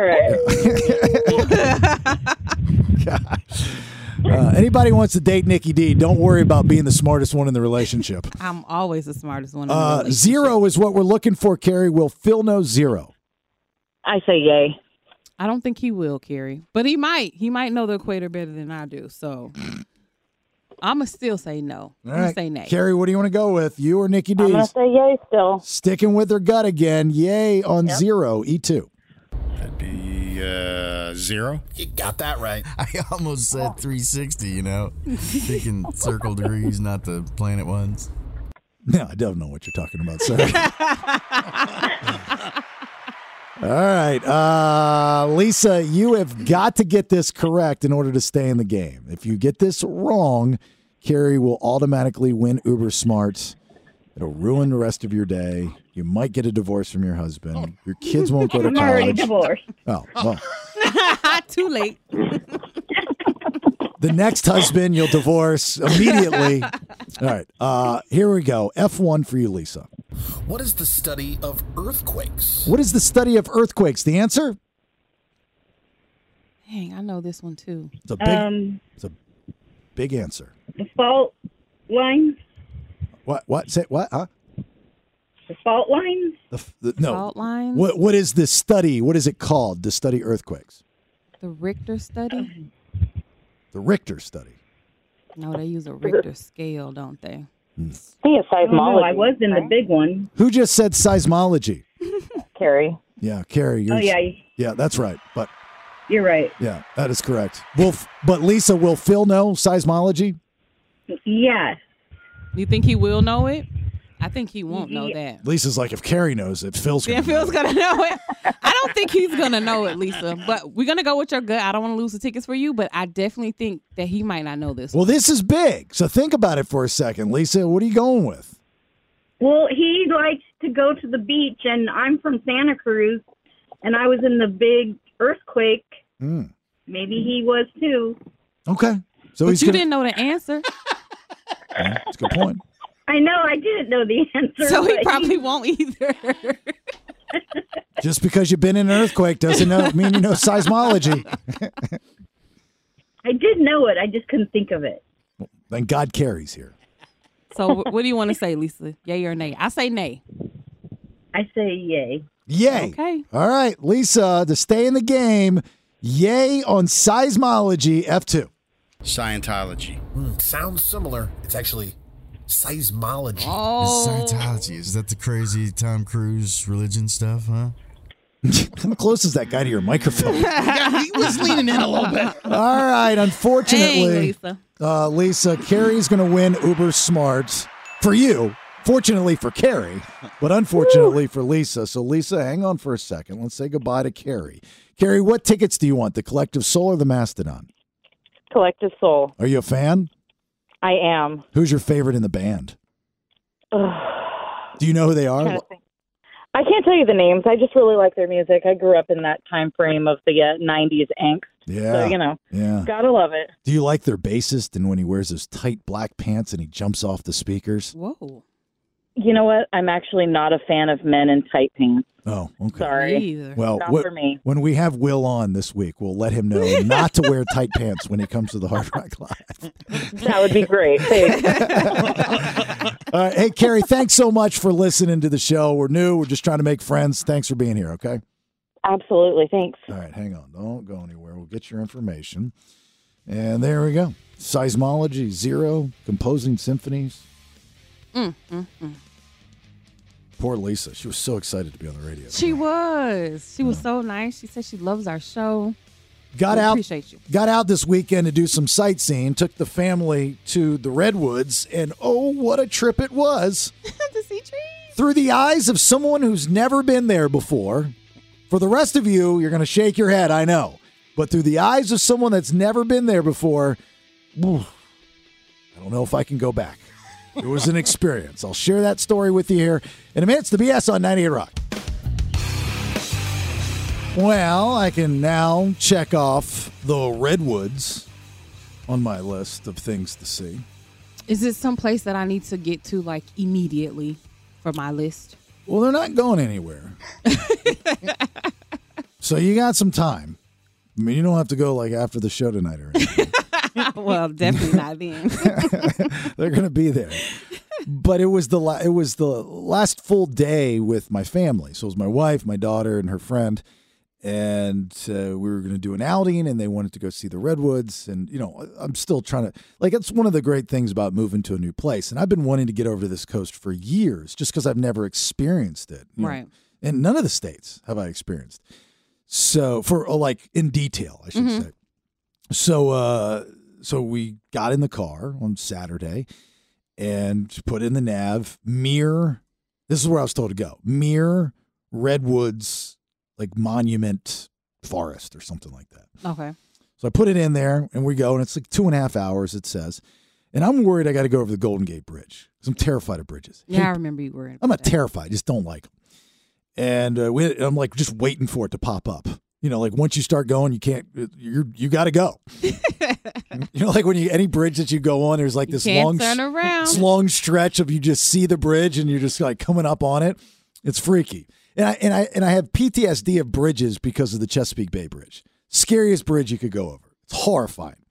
All right.
Uh, anybody wants to date Nikki D, don't worry about being the smartest one in the relationship.
I'm always the smartest one. in the
Uh,
relationship.
zero is what we're looking for, Carrie. Will Phil know zero?
I say yay.
I don't think he will, Carrie, but he might. He might know the equator better than I do. So I'm gonna still say no.
All
I'm gonna
right.
say nay.
Carrie, what do you want to go with? You or Nikki D?
I'm gonna say yay still.
Sticking with her gut again. Yay on zero. E E2.
That'd be uh, zero.
You got that right.
I almost said 360, you know, thinking circle degrees, not the planet ones.
No, I don't know what you're talking about, sir. All right. Uh, Lisa, you have got to get this correct in order to stay in the game. If you get this wrong, Carrie will automatically win Uber Smart. It'll ruin the rest of your day. You might get a divorce from your husband. Your kids won't go
Oh.
to
I'm already
college.
divorced.
Oh, well.
Too late.
The next husband you'll divorce immediately. All right. Uh, here we go. F1 for you, Lisa.
What is the study of earthquakes?
What is the study of earthquakes? The answer?
Dang, I know this one too.
It's a big,
Um,
it's a big answer.
the fault lines.
What? What? Say what? Huh?
The fault lines.
The, f- the, no.
Fault lines.
What? What is this study? What is it called? To study earthquakes?
The Richter study.
The Richter study.
No, they use a Richter scale, don't they?
I think it's seismology. Oh, I was in the big one,
Who just said seismology?
Carrie.
Yeah, Carrie. You're,
Oh yeah,
Yeah, that's right. But
you're right.
yeah, that is correct. Will, F- but Lisa, will Phil know seismology?
Yes.
You think he will know it? I think he won't know that.
Lisa's like, if Carrie knows it, Phil's
Dan
gonna. know
Phil's
it.
gonna know it. I don't think he's gonna know it, Lisa. But we're gonna go with your gut. I don't want to lose the tickets for you, but I definitely think that he might not know this.
Well, this is big. So think about it for a second, Lisa. What are you going with?
Well, he likes to go to the beach, and I'm from Santa Cruz, and I was in the big earthquake.
Hmm.
Maybe he was too.
Okay. So
but
he's
you
gonna.
didn't know the answer,
That's a good point.
I know I didn't know the answer.
so
but
he probably won't either.
Just because you've been in an earthquake doesn't know, mean you know seismology.
I did know it. I just couldn't think of it.
Thank God Carrie's here.
so wh- what do you want to say, Lisa? Yay or nay? I say nay.
I say yay.
Yay.
Okay.
All right, Lisa, to stay in the game, yay on seismology F2.
Scientology.
Mm, sounds similar. It's actually seismology.
Is Scientology. Is that the crazy Tom Cruise religion stuff, huh?
How close is that guy to your microphone?
Yeah, he was leaning in a little bit.
All right, unfortunately,
Dang, Lisa.
Uh, Lisa, Carrie's going to win Uber Smart for you. Fortunately for Carrie, but unfortunately for Lisa. So, Lisa, hang on for a second. Let's say goodbye to Carrie. Carrie, what tickets do you want? The Collective Soul or the Mastodon?
Collective Soul.
Are you a fan?
I am.
Who's your favorite in the band?
Ugh,
Do you know who they are?
Kinda think- I can't tell you the names. I just really like their music. I grew up in that time frame of the uh, 90s angst. So,
Yeah.
you know,
Yeah.
gotta love it.
Do you like their bassist and when he wears those tight black pants and he jumps off the speakers?
Whoa.
You know what? I'm actually not a fan of men in tight pants.
Oh, okay.
Sorry.
Well,
not
wh-
for me.
when we have Will on this week, we'll let him know not to wear tight pants when he comes to the Hard Rock Live.
That would be great.
All right. Hey, Carrie, thanks so much for listening to the show. We're new. We're just trying to make friends. Thanks for being here, okay?
Absolutely. Thanks.
All right, hang on. Don't go anywhere. We'll get your information. And there we go. Seismology, zero, composing symphonies.
Mm, mm, mm.
Poor Lisa. She was so excited to be on the radio.
She was. She was so nice. She said she loves our show.
got
We
out
Appreciate you.
got out this weekend to do some sightseeing took the family to the redwoods and oh what a trip it was
the sea tree.
through the eyes of someone who's never been there before for the rest of you you're going to shake your head i know but through the eyes of someone that's never been there before whew, i don't know if i can go back it was an experience i'll share that story with you here in a minute it's the bs on 98 rock well, I can now check off the redwoods on my list of things to see.
Is it someplace that I need to get to like immediately for my list?
Well, they're not going anywhere. so you got some time. I mean, you don't have to go like after the show tonight or anything.
Oh, well, definitely not then.
they're going to be there. But it was the la- it was the last full day with my family. So it was my wife, my daughter, and her friend, and uh, we were going to do an outing, and they wanted to go see the redwoods. And you know, I- I'm still trying to like that's one of the great things about moving to a new place. And I've been wanting to get over to this coast for years, just because I've never experienced it. you know.
Right.
And none of the states have I experienced. So for uh, like in detail, I should
Mhm.
say. So uh so we got in the car on Saturday and put in the nav mere this is where I was told to go. Mere redwoods like monument forest or something like that.
Okay.
So I put it in there and we go, and it's like two and a half hours, it says. And I'm worried I got to go over the Golden Gate Bridge 'cause I'm terrified of bridges.
Yeah, I
Hate-
remember you were in.
I'm not terrified, just don't like them. And uh, we, I'm like just waiting for it to pop up. You know, like once you start going, you can't. uh, You're you got to go. you know, like when you any bridge that you go on, there's like
You
this
can't
long,
turn around.
this long stretch of you just see the bridge and you're just like coming up on it. It's freaky. And I and I and I have PTSD of bridges because of the Chesapeake Bay Bridge, scariest bridge you could go over. It's horrifying,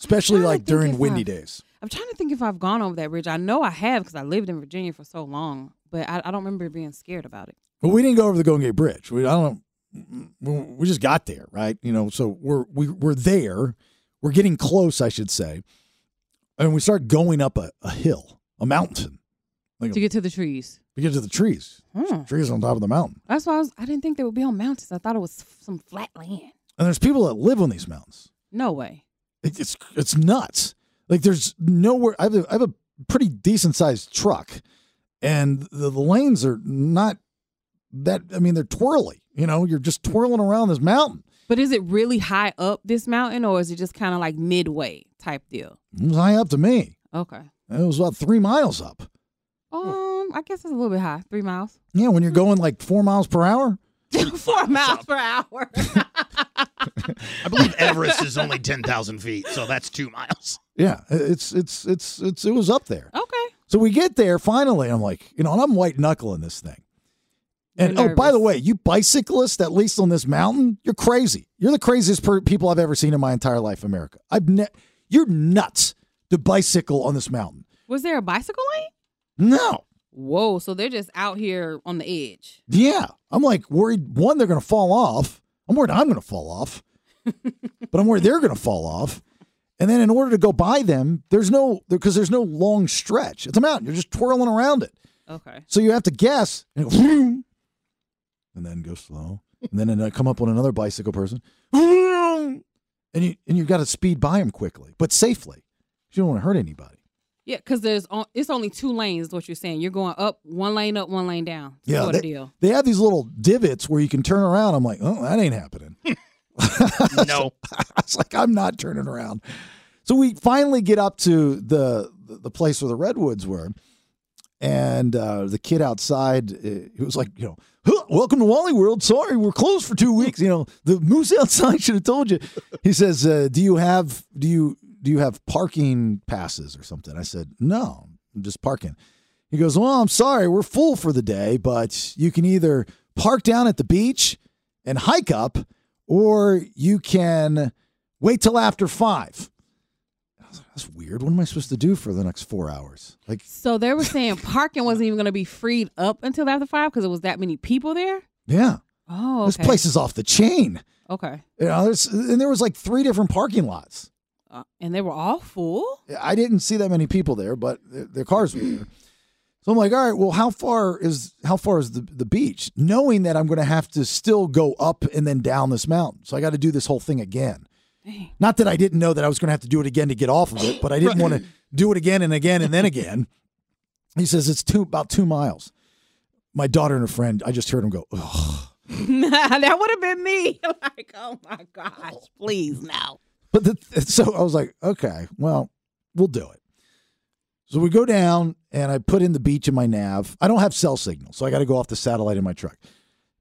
especially like during
if uh,
windy
I've-
days.
I'm trying to think if I've gone over that bridge. I know I have because I lived in Virginia for so long, but I, I don't remember being scared about it.
But we didn't go over the Golden Gate Bridge. We I don't. We we just got there, right? You know, so we're we, we're there. We're getting close, I should say. And we start going up a, a hill, a mountain. Like
To get Hmm. to the trees.
we get to the trees. Trees on top of the mountain.
That's why I, was, I didn't think they would be on mountains. I thought it was f- some flat land.
And there's people that live on these mountains.
No way.
It, it's it's nuts. Like there's nowhere. I have a, I have a pretty decent sized truck, and the, the lanes are not that. I mean, they're twirly. You know, you're just twirling around this mountain.
But is it really high up this mountain or is it just kind of like midway type deal?
It was high up to me.
Okay.
It was about three miles up.
Um, I guess it's a little bit high. Three miles.
Yeah, when you're going like four miles per hour.
Four miles per hour.
I believe Everest is only 10,000 feet, so that's two miles.
Yeah, it's it's it's it's it was up there.
Okay.
So we get there finally. I'm like, you know, and I'm white knuckling this thing. And
You're
oh, by the way, you bicyclists, at least on this mountain, you're crazy. You're the craziest per- people I've ever seen in my entire life, America. I've ne- you're nuts to bicycle on this mountain.
Was there a bicycle lane?
No,
Whoa. So they're just out here on the edge.
Yeah. I'm like worried one, they're gonna fall off. I'm worried I'm gonna fall off. but I'm worried they're gonna fall off. And then in order to go by them, there's no because there's no long stretch. It's a mountain. You're just twirling around it.
Okay.
So you have to guess and, it goes, vroom, and then go slow. And then I come up on another bicycle person. vroom, And you and you've got to speed by them quickly, but safely. 'cause You don't want to hurt anybody.
Yeah, because there's on, it's only two lanes. Is what you're saying? You're going up one lane up, one lane down.
Yeah,
Sort
they,
of deal.
they have these little divots where you can turn around. I'm like, oh, that ain't happening. no, I was like, I'm not turning around. So we finally get up to the the place where the redwoods were, and uh, the kid outside, uh, he was like, you know, "Huh, welcome to Wally World. Sorry, we're closed for two weeks. You know, the moose outside should have told you. He says, uh, do you have do you do you have parking passes or something? I said, no, I'm just parking. He goes, Well, I'm sorry, we're full for the day, but you can either park down at the beach and hike up, or you can wait till after five. I was like, That's weird. What am I supposed to do for the next four hours? Like,
So they were saying parking wasn't even going to be freed up until after five because it was that many people there.
yeah,
Oh,
this
okay.
place is off the chain.
Okay.
You know, there's, and there was like three different parking lots.
Uh, and they were all full.
I didn't see that many people there, but their, their cars were there. So I'm like, all right, well, how far is how far is the, the beach? Knowing that I'm going to have to still go up and then down this mountain, so I got to do this whole thing again. Not that I didn't know that I was going to have to do it again to get off of it, but I didn't want to do it again and again and then again. He says it's two about two miles. My daughter and her friend, I just heard him go, ugh.
that would have been me. like, oh my gosh, please no.
But the, so I was like, okay, well, we'll do it. So we go down and I put in the beach in my nav. I don't have cell signal, so I got to go off the satellite in my truck.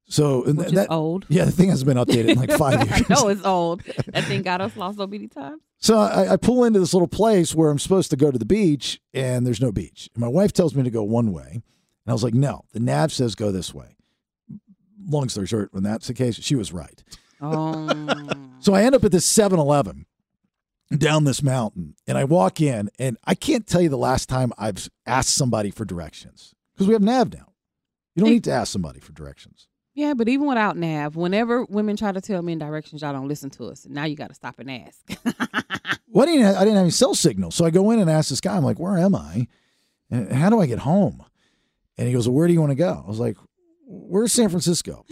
So and
Which
that,
is old.
Yeah, the thing hasn't been updated in like five years.
I know it's old. That thing got us lost so many times.
So I, I pull into this little place where I'm supposed to go to the beach, and there's no beach. And my wife tells me to go one way, and I was like, no, the nav says go this way. Long story short, when that's the case, she was right. so I end up at this 7 Eleven down this mountain, and I walk in, and I can't tell you the last time I've asked somebody for directions because we have nav now. You don't need to ask somebody for directions.
Yeah, but even without Nav, whenever women try to tell me in directions, y'all don't listen to us. Now you got to stop and ask.
Well, I didn't, have, I didn't have any cell signal. So I go in and ask this guy, I'm like, where am I? And how do I get home? And he goes, well, where do you want to go? I was like, where's San Francisco?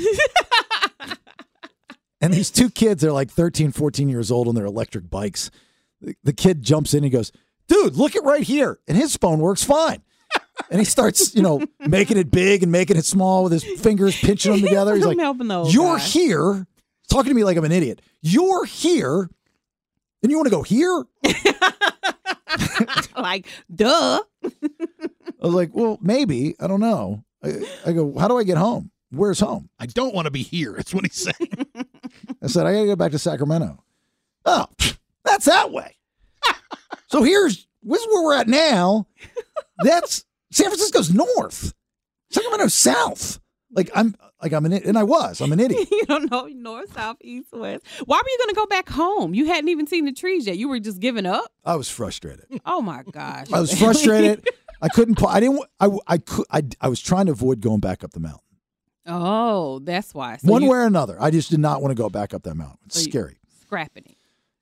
and these two kids, they're like 13, 14 years old on their electric bikes. The, the kid jumps in and goes, dude, look at right here. And his phone works fine. And he starts, you know, making it big and making it small with his fingers pinching them together. He's
I'm
like,
helping the old
you're
guy."
here. Talking to me like I'm an idiot. You're here. And you want to go here?
like, duh.
I was like, well, maybe. I don't know. I, I go, how do I get home? Where's home?
I don't want to be here. That's what he said.
I said, I got to go back to Sacramento. Oh, that's that way. so here's this is where we're at now. That's San Francisco's north, Sacramento's south. Like I'm, like I'm an, i- and I was, I'm an idiot.
you don't know north, south, east, west. Why were you going to go back home? You hadn't even seen the trees yet. You were just giving up.
I was frustrated.
Oh my gosh.
I was frustrated. I couldn't. pa- I didn't. wa- I w- I could. I I was trying to avoid going back up the mountain,
oh, that's why. So
one
you
way or another. I just did not want to go back up that mountain. It's
So you-
scary.
scrapping it.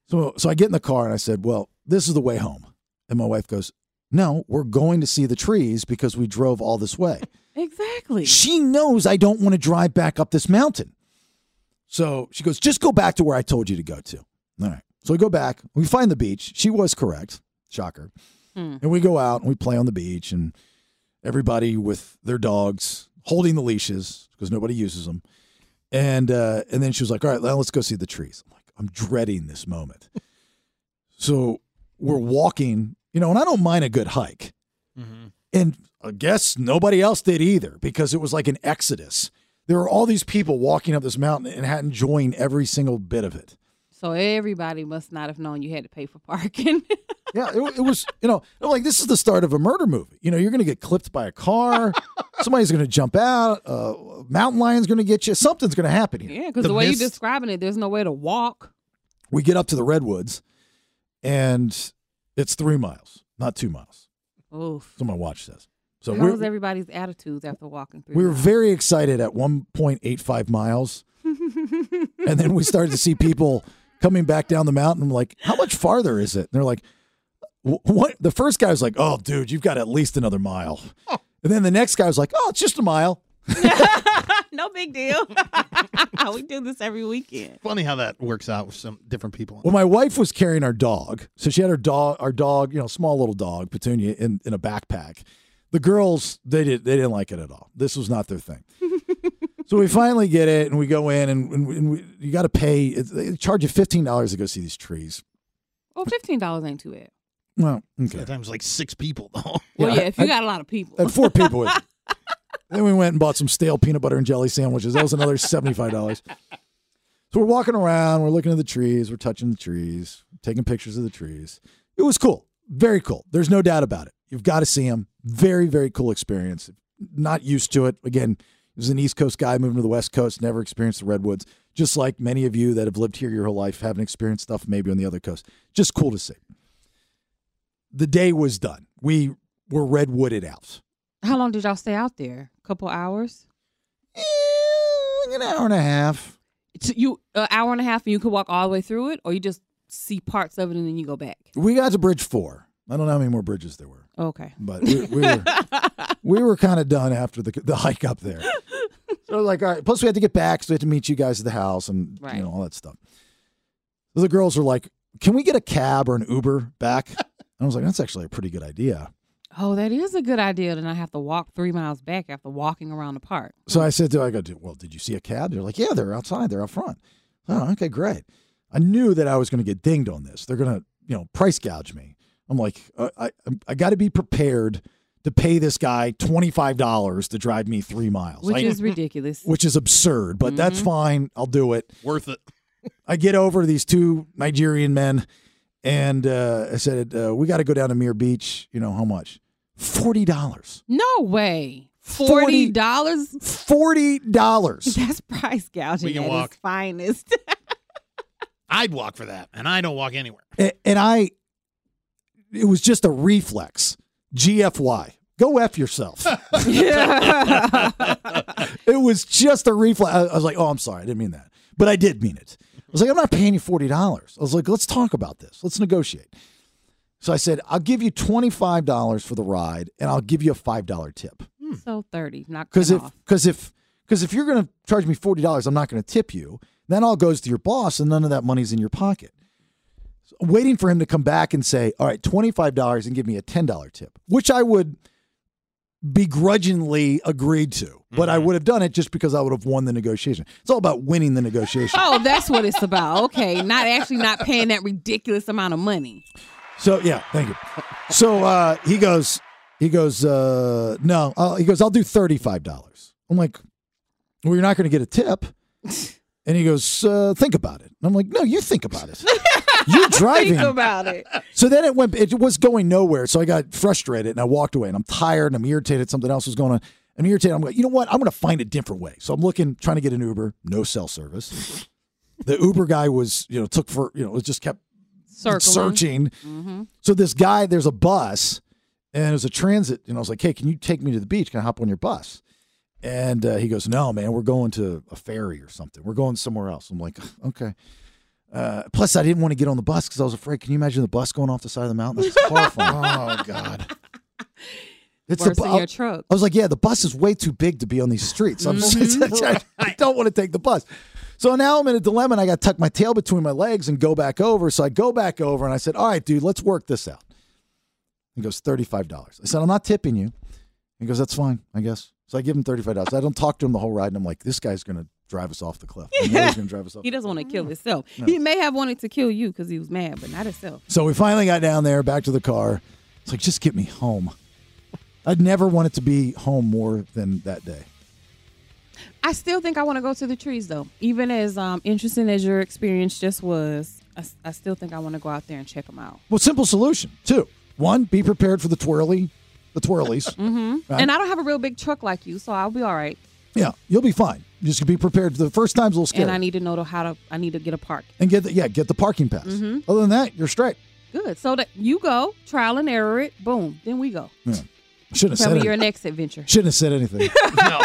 So so I get in the car and I said, "Well, this is the way home." And my wife goes, "No, we're going to see the trees because we drove all this way."
Exactly.
She knows I don't want to drive back up this mountain. So she goes, "Just go back to where I told you to go to." All right. So we go back. We find the beach. She was correct. Shocker.
Hmm.
And we go out and we play on the beach and everybody with their dogs holding the leashes because nobody uses them. And uh, and then she was like, "All right, now let's go see the trees." I'm like, "I'm dreading this moment." so we're walking, you know, and I don't mind a good hike. And I guess nobody else did either because it was like an exodus. There were all these people walking up this mountain and had enjoying every single bit of it.
So everybody must not have known you had to pay for parking.
Yeah, it, it was, you know, I'm like, this is the start of a murder movie. You know, you're going to get clipped by a car, somebody's going to jump out, uh, a mountain lion's going to get you, something's going to happen here.
yeah, because the, way you're describing it, there's no way to walk.
we get up to the redwoods and it's three miles, not two miles.
Oof.
That's what my watch says. So
How
we're,
was everybody's attitudes after walking through?
we were very excited at 1.85 miles. and then we started to see people coming back down the mountain. I'm like, how much farther is it? And they're like, "Wh- what? The first guy was like, oh, dude, you've got at least another mile. And then the next guy was like, oh, it's just a mile.
no big deal. we do this every weekend.
Funny how that works out with some different people.
Well, my wife was carrying our dog, so she had her dog, our dog, you know, small little dog, Petunia, in, in a backpack. The girls, they did, they didn't like it at all. This was not their thing. so we finally get it, and we go in, and, and, we- and we, you got to pay. it's- They charge you fifteen dollars to go see these trees.
Well, fifteen dollars ain't too bad.
Well, okay.
Sometimes like six people though.
Well,
Yeah,
yeah, if you
I-
got a lot of people.
At four people. with it. then we went and bought some stale peanut butter and jelly sandwiches. That was another seventy-five dollars. So we're walking around, we're looking at the trees, we're touching the trees, taking pictures of the trees. It was cool, very cool. There's no doubt about it. You've got to see them. Very, very cool experience. Not used to it. Again, it was an East Coast guy moving to the West Coast, never experienced the redwoods. Just like many of you that have lived here your whole life, haven't experienced stuff maybe on the other coast. Just cool to see. The day was done. We were redwooded out.
How long did y'all stay out there? A couple hours?
Eh, An hour and a half.
It's- you an hour and a half, and you could walk all the way through it, or you just see parts of it and then you go back.
We got to Bridge Four. I don't know how many more bridges there were,
Okay.
but we, we were we were kind of done after the the hike up there. So like, all right. Plus, we had to get back, so we had to meet you guys at the house and you
Right.
know all that stuff. So the girls were like, "Can we get a cab or an Uber back?" And I was like, "That's actually a pretty good idea."
Oh, that is a good idea to not have to walk three miles back after walking around the park.
So I said to her, I go, "Did- well, did you see a cab? They're like, yeah, they're outside, they're out front. Oh, okay, great. I knew that I was going to get dinged on this. They're going to, you know, price gouge me. I'm like, uh, I, I'm- I got to be prepared to pay this guy $25 to drive me three miles.
Which
Like-
is ridiculous.
Which is absurd, but that's
Mhm.
fine. I'll do it.
Worth it.
I get over to these two Nigerian men and uh, I said, uh, we got to go down to Mir Beach. You know, how much? $40.
No way. Forty dollars?
$40.
That's price gouging
We can
at its
walk.
finest.
I'd walk for that, and I don't walk anywhere.
A- and I, it was just a reflex. GFY, go f yourself. it was just a reflex. I I was like, oh, I'm sorry, I didn't mean that, but I did mean it. I was like, I'm not paying you forty dollars. I was like, let's talk about this. Let's negotiate. So I said, I'll give you twenty five dollars for the ride, and I'll give you a five dollar tip.
Hmm.
so thirty. Not
Because
cut
if
off.
because if because if you're going to charge me forty dollars, I'm not going to tip you. That all goes to your boss, and none of that money's in your pocket. So I'm waiting for him to come back and say, "All right, twenty five dollars, and give me a ten dollar tip," which I would begrudgingly agreed to, but I would have done it just because I would have won the negotiation. It's all about winning the negotiation.
Oh, that's what it's about. Okay. Not actually not paying that ridiculous amount of money.
So yeah, thank you. So uh, he goes, he goes, uh, no, I'll, he goes, I'll do thirty five dollars. I'm like, well, you're not going to get a tip. And he goes, uh, think about it. And I'm like, no, you think about it. You're driving.
Think about it.
So then it went. It was going nowhere. So I got frustrated and I walked away. And I'm tired and I'm irritated. Something else was going on. I'm irritated. I'm like, you know what? I'm going to find a different way. So I'm looking, trying to get an Uber. No cell service. the Uber guy was, you know, took for, you know, it just kept
Circling.
searching.
Mm-hmm.
So this guy, there's a bus, and it was a transit, and I was like, "Hey, can you take me to the beach? Can I hop on your bus?" And uh, he goes, "No, man, we're going to a ferry or something. We're going somewhere else." I'm like, "Okay." Uh, plus, I didn't want to get on the bus because I was afraid. Can you imagine the bus going off the side of the mountain? That's horrifying. oh God. It's
Worse
bu-
than your truck.
I was like, yeah, the bus is way too big to be on these streets. I'm
Mhm.
I don't want to take the bus. So now I'm in a dilemma and I got to tuck my tail between my legs and go back over. So I go back over and I said, all right, dude, let's work this out. He goes, $35. I said, I'm not tipping you. He goes, that's fine, I guess. So I give him $35. I don't talk to him the whole ride. And I'm like, this guy's going to drive us off the cliff. I know he's going to drive us off.
He doesn't want to kill himself.
No.
He may have wanted to kill you because he was mad, but not himself.
So we finally got down there, back to the car. It's like, just get me home. I'd never wanted to be home more than that day.
I still think I want to go to the trees though. Even as um, interesting as your experience just was, I, s- I still think I want to go out there and check them out.
Well, simple solution. Two. One, be prepared for the twirly, the twirlies.
hmm
Right.
And I don't have a real big truck like you, so I'll be all right.
Yeah, you'll be fine. Just be prepared. The first time's a little scary.
And I need to know the- how to. I need to get a park.
And get the, yeah, get the parking pass.
Mhm.
Other than that, you're straight.
Good. So that you go trial and error it. Boom. Then we go.
Yeah. Shouldn't have
Tell
said
me your
anything.
next adventure.
Shouldn't have said anything. no.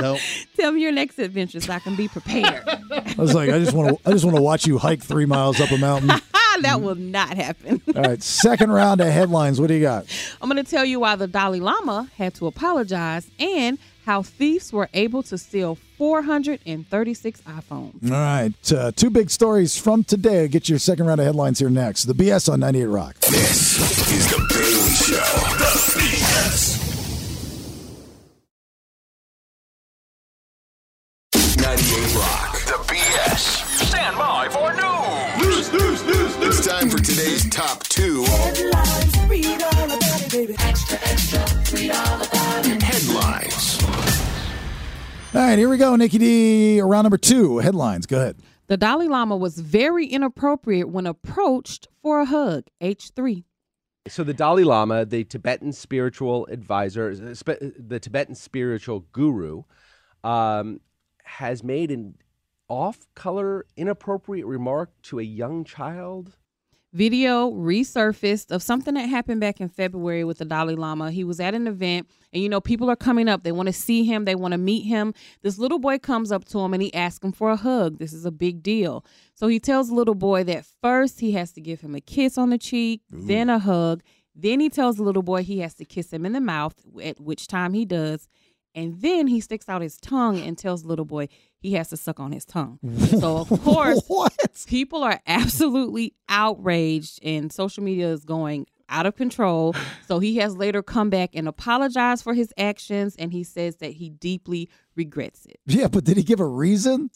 No.
Tell me your next adventure so I can be prepared.
I was like, I just want to. I just want to watch you hike three miles up a mountain.
Ah, that will not happen.
All right, second round of headlines. What do you got?
I'm going to tell you why the Dalai Lama had to apologize and how thieves were able to steal 436 iPhones.
All right, uh, two big stories from today. Get your second round of headlines here next. The BS on 98 Rock.
This is the Bailey Show. The BS. 98 Rock. The BS. Stand by for news. News, news, news, news. It's time for today's top two. Headlines. Read all about it, baby. Extra, extra. Read all about it. Headlines.
All right, here we go, Nikki D. Round number two, headlines. Go ahead.
The Dalai Lama was very inappropriate when approached for a hug, H3.
So the Dalai Lama, the Tibetan spiritual advisor, sp- the Tibetan spiritual guru, um, has made an off-color, inappropriate remark to a young child.
video resurfaced of something that happened back in February with the Dalai Lama. He was at an event, and you know, people are coming up. They want to see him, they want to meet him. This little boy comes up to him and he asks him for a hug. This is a big deal. So he tells the little boy that first he has to give him a kiss on the cheek, then a hug. Then he tells the little boy he has to kiss him in the mouth, at which time he does. And then he sticks out his tongue and tells the little boy he has to suck on his tongue. So of course, people are absolutely outraged, and social media is going out of control. So he has later come back and apologized for his actions, and he says that he deeply regrets it.
Yeah, but did he give a reason?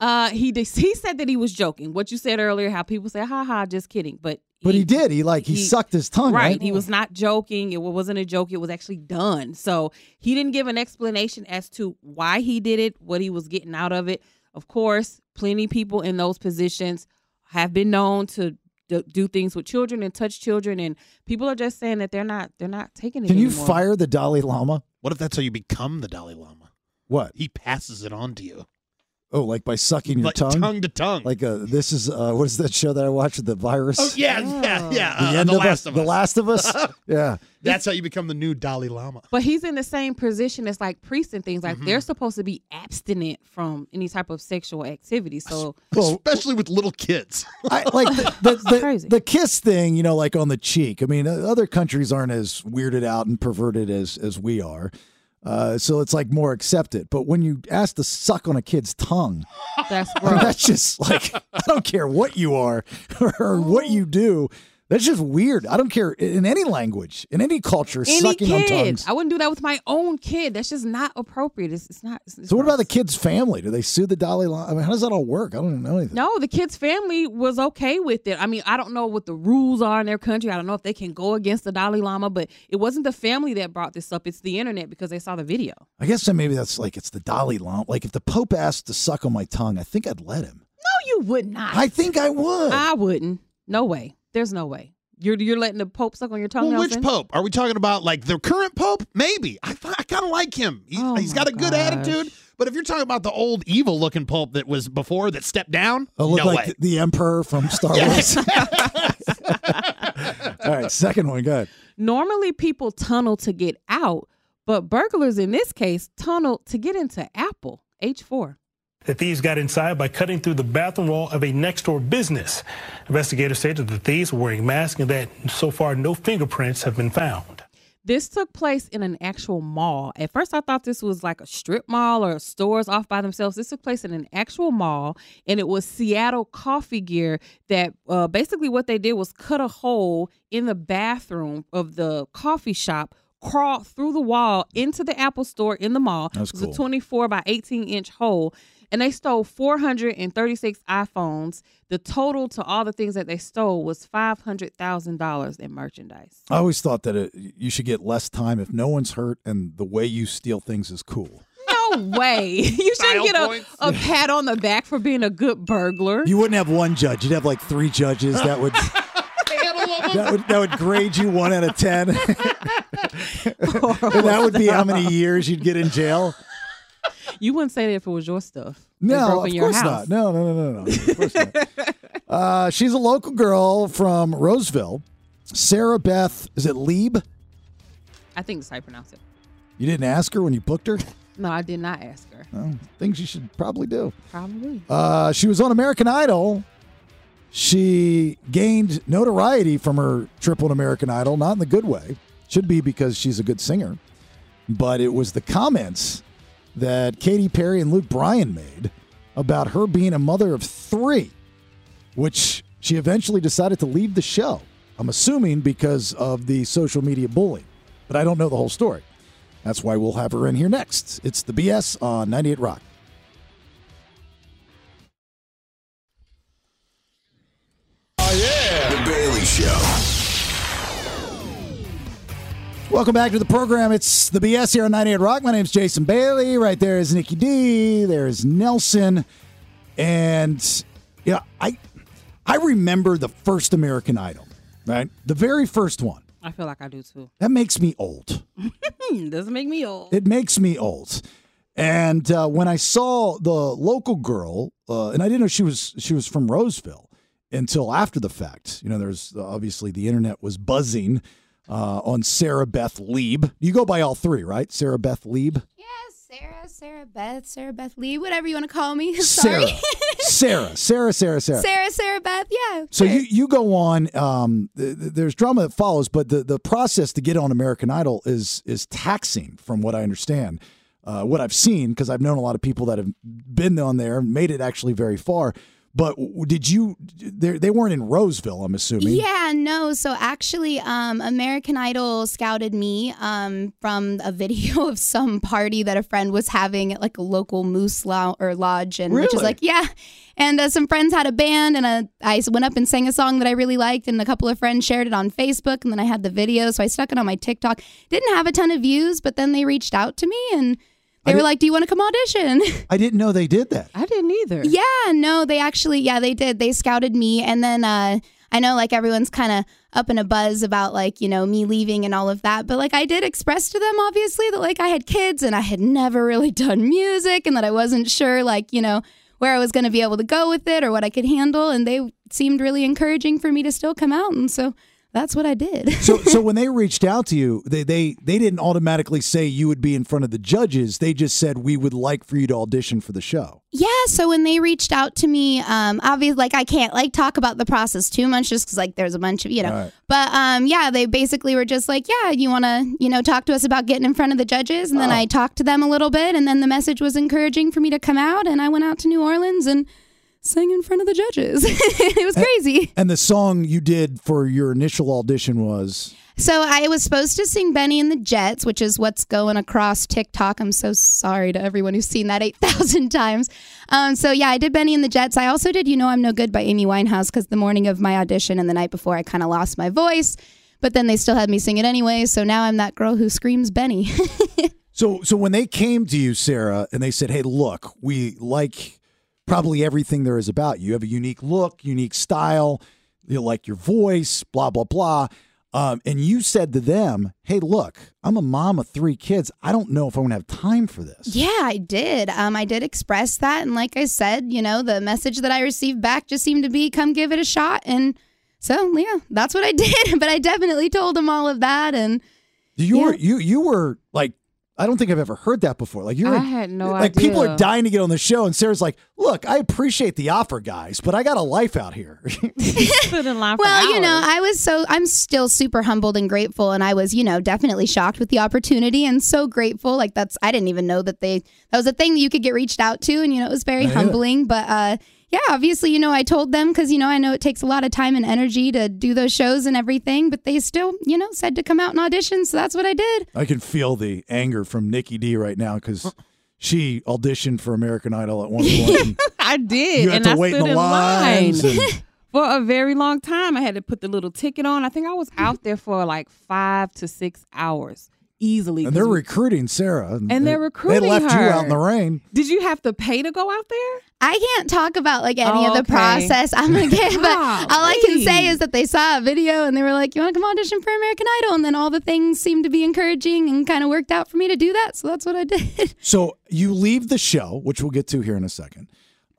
Uh, he he said that he was joking. What you said earlier, how people say "ha ha," just kidding, but
But he, did. He like he,
he-
sucked his tongue. Right.
He was not joking. It wasn't a joke. It was actually done. So he didn't give an explanation as to why he did it, what he was getting out of it. Of course, plenty people in those positions have been known to d- do things with children and touch children, and people are just saying that they're not they're not taking it.
Can you
anymore.
fire the Dalai Lama?
What if that's how you become the Dalai Lama?
What?
He passes it on to you.
Oh, like by sucking your
Like
tongue,
tongue to tongue.
Like uh, this is uh, what is that show that I watched? The virus.
Oh yeah, yeah, yeah.
The
uh,
end
the
of
Last
Us-
of
The
Us.
Last of Us? yeah.
That's how you become the new Dalai Lama.
But he's in the same position as like priests and things like
Mm-hmm.
they're supposed to be abstinent from any type of sexual activity. So
especially with little kids.
I, like the, the, the, the kiss thing, you know, like on the cheek. I mean, uh, other countries aren't as weirded out and perverted as as we are. Uh, so it's like more accepted. But when you ask to suck on a kid's tongue,
that's
I mean,
gross.
that's just like I don't care what you are or what you do. That's just weird. I don't care in any language, in any culture,
any
sucking on
kid.
tongues.
I wouldn't do that with my own kid. That's just not appropriate. It's, it's not. it's- it's
So what
gross.
about the kid's family? Do they sue the Dalai Lama? I mean, how does that all work? I don't even know anything.
No, the kid's family was okay with it. I mean, I don't know what the rules are in their country. I don't know if they can go against the Dalai Lama, but it wasn't the family that brought this up. It's the internet because they saw the video.
I guess then maybe that's like it's the Dalai Lama. Like if the Pope asked to suck on my tongue, I think I'd let him.
No, you would not.
I think I would.
I wouldn't. No way. There's no way. You're you're letting the Pope suck on your tongue.
Well, which
Nelson?
pope? Are we talking about like the current pope? Maybe. I, I kind of like him. He,
Oh
has got a good attitude. But if you're talking about the old evil looking pope that was before that stepped down,
I Oh, look
no
like
way.
th- the Emperor from Star Wars. all right, second one. Go ahead.
Normally, people tunnel to get out, but burglars in this case tunnel to get into Apple H4.
The thieves got inside by cutting through the bathroom wall of a next door business. Investigators say that the thieves were wearing masks and that so far no fingerprints have been found.
This took place in an actual mall. At first, I thought this was like a strip mall or stores off by themselves. This took place in an actual mall, and it was Seattle Coffee Gear that uh, basically what they did was cut a hole in the bathroom of the coffee shop, crawl through the wall into the Apple store in the mall.
That's
it was
cool.
a 24 by 18 inch hole, and they stole 436 iPhones. The total to all the things that they stole was $500,000 in merchandise.
I always thought that it, you should get less time if no one's hurt and the way you steal things is cool.
No way. You shouldn't get a, a pat on the back for being a good burglar.
You wouldn't have one judge; you'd have like three judges that would that would that would grade you one out of ten. and that would be how many years you'd get in jail.
You wouldn't say that if it was your stuff. They
No,
broke
of
in your
course not.
house.
No, no, no, no, no. Of course not. Uh, she's a local girl from Roseville. Sarah Beth, is it Lieb?
I think that's how you pronounce it.
You didn't ask her when you booked her?
No, I did not ask her.
Well, things you should probably do.
Probably.
Uh, she was on American Idol. She gained notoriety from her trip on American Idol, not in the good way. Should be because she's a good singer. But it was the comments that Katy Perry and Luke Bryan made about her being a mother of three, which she eventually decided to leave the show. I'm assuming because of the social media bullying, but I don't know the whole story. That's why we'll have her in here next. It's the BS on 98 Rock.
The Bailey Show.
Welcome back to the program. It's the BS here on 98 Rock. My name's Jason Bailey. Right there is Nikki D. There's Nelson. And yeah, I I remember the first American Idol, right? The very first one.
I feel like I do too.
That makes me old.
Hmm, Doesn't make me old.
It makes me old. And uh, when I saw the local girl, uh, and I didn't know she was she was from Roseville until after the fact. You know, there's uh, obviously the internet was buzzing uh, on Sarah Beth Lieb. You go by all three, right? Sarah Beth Lieb,
Sarah, Sarah Beth, Sarah Beth Lee, whatever you want to call me.
Sarah,
Sorry.
Sarah, Sarah, Sarah, Sarah.
Sarah, Sarah Beth, yeah.
So
sure.
you, you go on. Um, th- th- there's drama that follows, but the, the process to get on American Idol is is taxing, from what I understand, uh, what I've seen, because I've known a lot of people that have been on there, and made it actually very far. But w- did you? They they weren't in Roseville, I'm assuming.
Yeah, no. So actually, um, American Idol scouted me um, from a video of some party that a friend was having at like a local moose lo- or lodge, and which is
Really?
like, yeah. And uh, some friends had a band, and uh, I went up and sang a song that I really liked, and a couple of friends shared it on Facebook, and then I had the video, so I stuck it on my TikTok. Didn't have a ton of views, but then they reached out to me and.
I
They were
did-
like, "Do you want to come audition?"
I didn't know they did that.
I didn't either.
Yeah, no, they actually, yeah, they did. They scouted me, and then uh, I know like everyone's kind of up in a buzz about like you know me leaving and all of that, but like I did express to them obviously that like I had kids and I had never really done music and that I wasn't sure like you know where I was going to be able to go with it or what I could handle, and they seemed really encouraging for me to still come out, and so that's what I did.
so so when they reached out to you, they they they didn't automatically say you would be in front of the judges. They just said we would like for you to audition for the show.
Yeah, so when they reached out to me, um, obviously, like I can't like talk about the process too much, just because like there's a bunch of you know.
Right.
But um, yeah, they basically were just like, yeah, you want to you know talk to us about getting in front of the judges, and then
Oh.
I talked to them a little bit, and then the message was encouraging for me to come out, and I went out to New Orleans and sang in front of the judges. it
Eh,
was crazy.
And the song you did for your initial audition was
So I was supposed to sing Benny and the Jets, which is what's going across TikTok. I'm so sorry to everyone who's seen that 8,000 times. Um, so yeah, I did Benny and the Jets. I also did You Know I'm No Good by Amy Winehouse because the morning of my audition and the night before, I kind of lost my voice, but then they still had me sing it anyway. So now I'm that girl who screams Benny.
So so when they came to you, Sarah, and they said, "Hey, look, we like probably everything there is about you. You have a unique look, unique style. You like your voice, blah blah blah." Um, and you said to them, "Hey, look, I'm a mom of three kids. I don't know if I'm gonna have time for this."
Yeah, I did. Um, I did express that, and like I said, you know, the message that I received back just seemed to be, "Come give it a shot." And so, yeah, that's what I did. But I definitely told him all of that, and
You were you you were like I don't think I've ever heard that before. Like you were
I had no
like people are
idea.
dying to get on the show, and Sarah's like, "Look, I appreciate the offer, guys, but I got a life out here."
Stood in line for
well, you know,
hours.
I was so I'm still super humbled and grateful, and I was, you know, definitely shocked with the opportunity, and so grateful. Like that's I didn't even know that they that was a thing that you could get reached out to, and you know, it was very
Yeah.
humbling. But uh, yeah, obviously, you know, I told them because you know I know it takes a lot of time and energy to do those shows and everything, but they still, you know, said to come out and audition, so that's what I did.
I can feel the anger from Nikki D right now because she auditioned for American Idol at one point. and
I did.
You had
and
to
I
wait in
stood
the
in line
lines and-
for a very long time. I had to put the little ticket on. I think I was
Mm-hmm.
out there for like five to six hours easily.
and they're
'cause we-
recruiting Sarah.
And they're
They
recruiting
left you
her.
out in the rain.
Did you have to pay to go out there?
I can't talk about like any
Oh,
of the
okay.
process. I'm gonna get, but
Wow,
all I can say
please.
is that they saw a video and they were like, "You want to come audition for American Idol?" And then all the things seemed to be encouraging and kind of worked out for me to do that. So that's what I did.
So you leave the show, which we'll get to here in a second,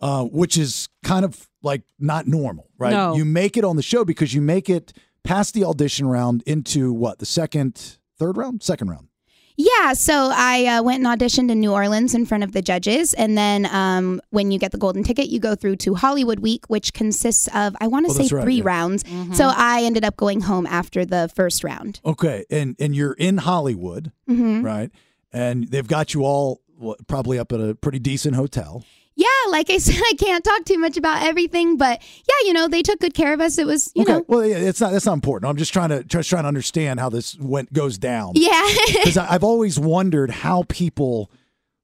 uh, which is kind of like not normal, right?
No.
You make it on the show because you make it past the audition round into what the second third round, second round.
Yeah, so I uh, went and auditioned in New Orleans in front of the judges, and then um, when you get the golden ticket, you go through to Hollywood Week, which consists of I want to
Oh,
say
that's right,
three
yeah.
rounds.
Mm-hmm.
So I ended up going home after the first round.
Okay, and and you're in Hollywood,
Mhm.
right? And they've got you all what, probably up at a pretty decent hotel.
Yeah, like I said, I can't talk too much about everything, but yeah, you know, they took good care of us. It was, you
okay.
know,
Well, yeah, it's not that's not important. I'm just trying to just trying to understand how this went goes down.
Yeah.
because I've always wondered how people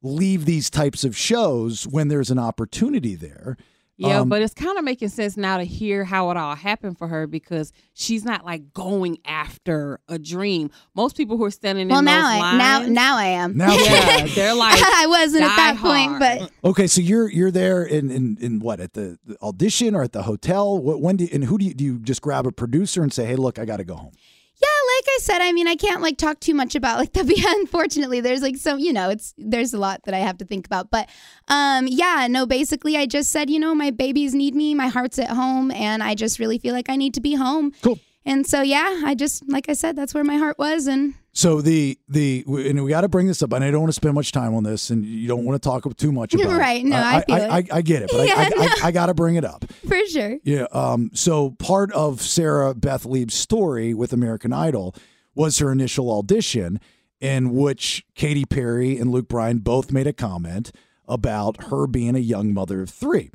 leave these types of shows when there's an opportunity there.
Yeah,
Um,
but it's kind of making sense now to hear how it all happened for her because she's not like going after a dream. Most people who are standing
well
in
now
those
I now
lines, Oh,
now I am.
Now-
yeah, they're like
I wasn't
die
at that point,
hard.
but
okay, so you're you're there in in, in what at the, the audition or at the hotel? What when do you, and who do you do you just grab a producer and say, hey, look, I got to go home.
yeah, like I said, I mean, I can't like talk too much about like the yeah, unfortunately there's like so, you know, it's there's a lot that I have to think about, but um yeah, no, basically I just said, you know, my babies need me, my heart's at home and I just really feel like I need to be home.
Cool.
And so yeah, I just like I said, that's where my heart was and
So the the and we got to bring this up, and I don't want to spend much time on this, and you don't want to talk too much about it.
Right, no, I feel
I, I,
it.
I get it, but I,
Yeah,
I, I, I got to bring it up.
for sure.
Yeah. Um, so part of Sarah Beth Lieb's story with American Idol was her initial audition, in which Katy Perry and Luke Bryan both made a comment about her being a young mother of three.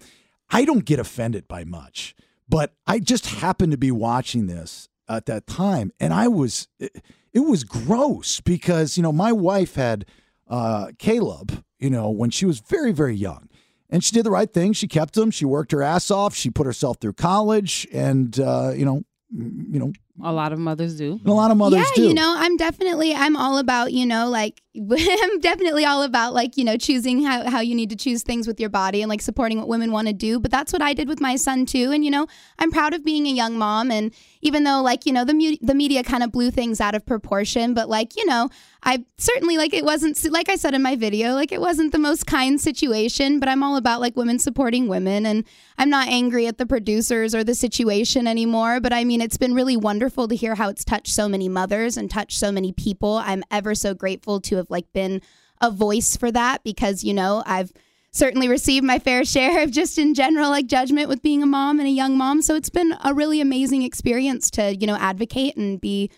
I don't get offended by much, but I just happened to be watching this at that time, and I was it, it was gross because you know my wife had uh, Caleb, you know, when she was very very young. And she did the right thing. She kept him. She worked her ass off. She put herself through college, and uh, you know, mm, you know,
a lot of mothers do.
a lot of mothers
yeah,
do.
you know, I'm definitely, I'm all about, you know, like, I'm definitely all about, like, you know, choosing how, how you need to choose things with your body and, like, supporting what women want to do. But that's what I did with my son, too. And, you know, I'm proud of being a young mom. And even though, like, you know, the, mu- the media kind of blew things out of proportion, but, like, you know, I certainly, like, it wasn't, like I said in my video, like, it wasn't the most kind situation, but I'm all about, like, women supporting women. And I'm not angry at the producers or the situation anymore. But I mean, it's been really wonderful to hear how it's touched so many mothers and touched so many people. I'm ever so grateful to have, like, been a voice for that because, you know, I've certainly received my fair share of just in general, like, judgment with being a mom and a young mom. So it's been a really amazing experience to, you know, advocate and be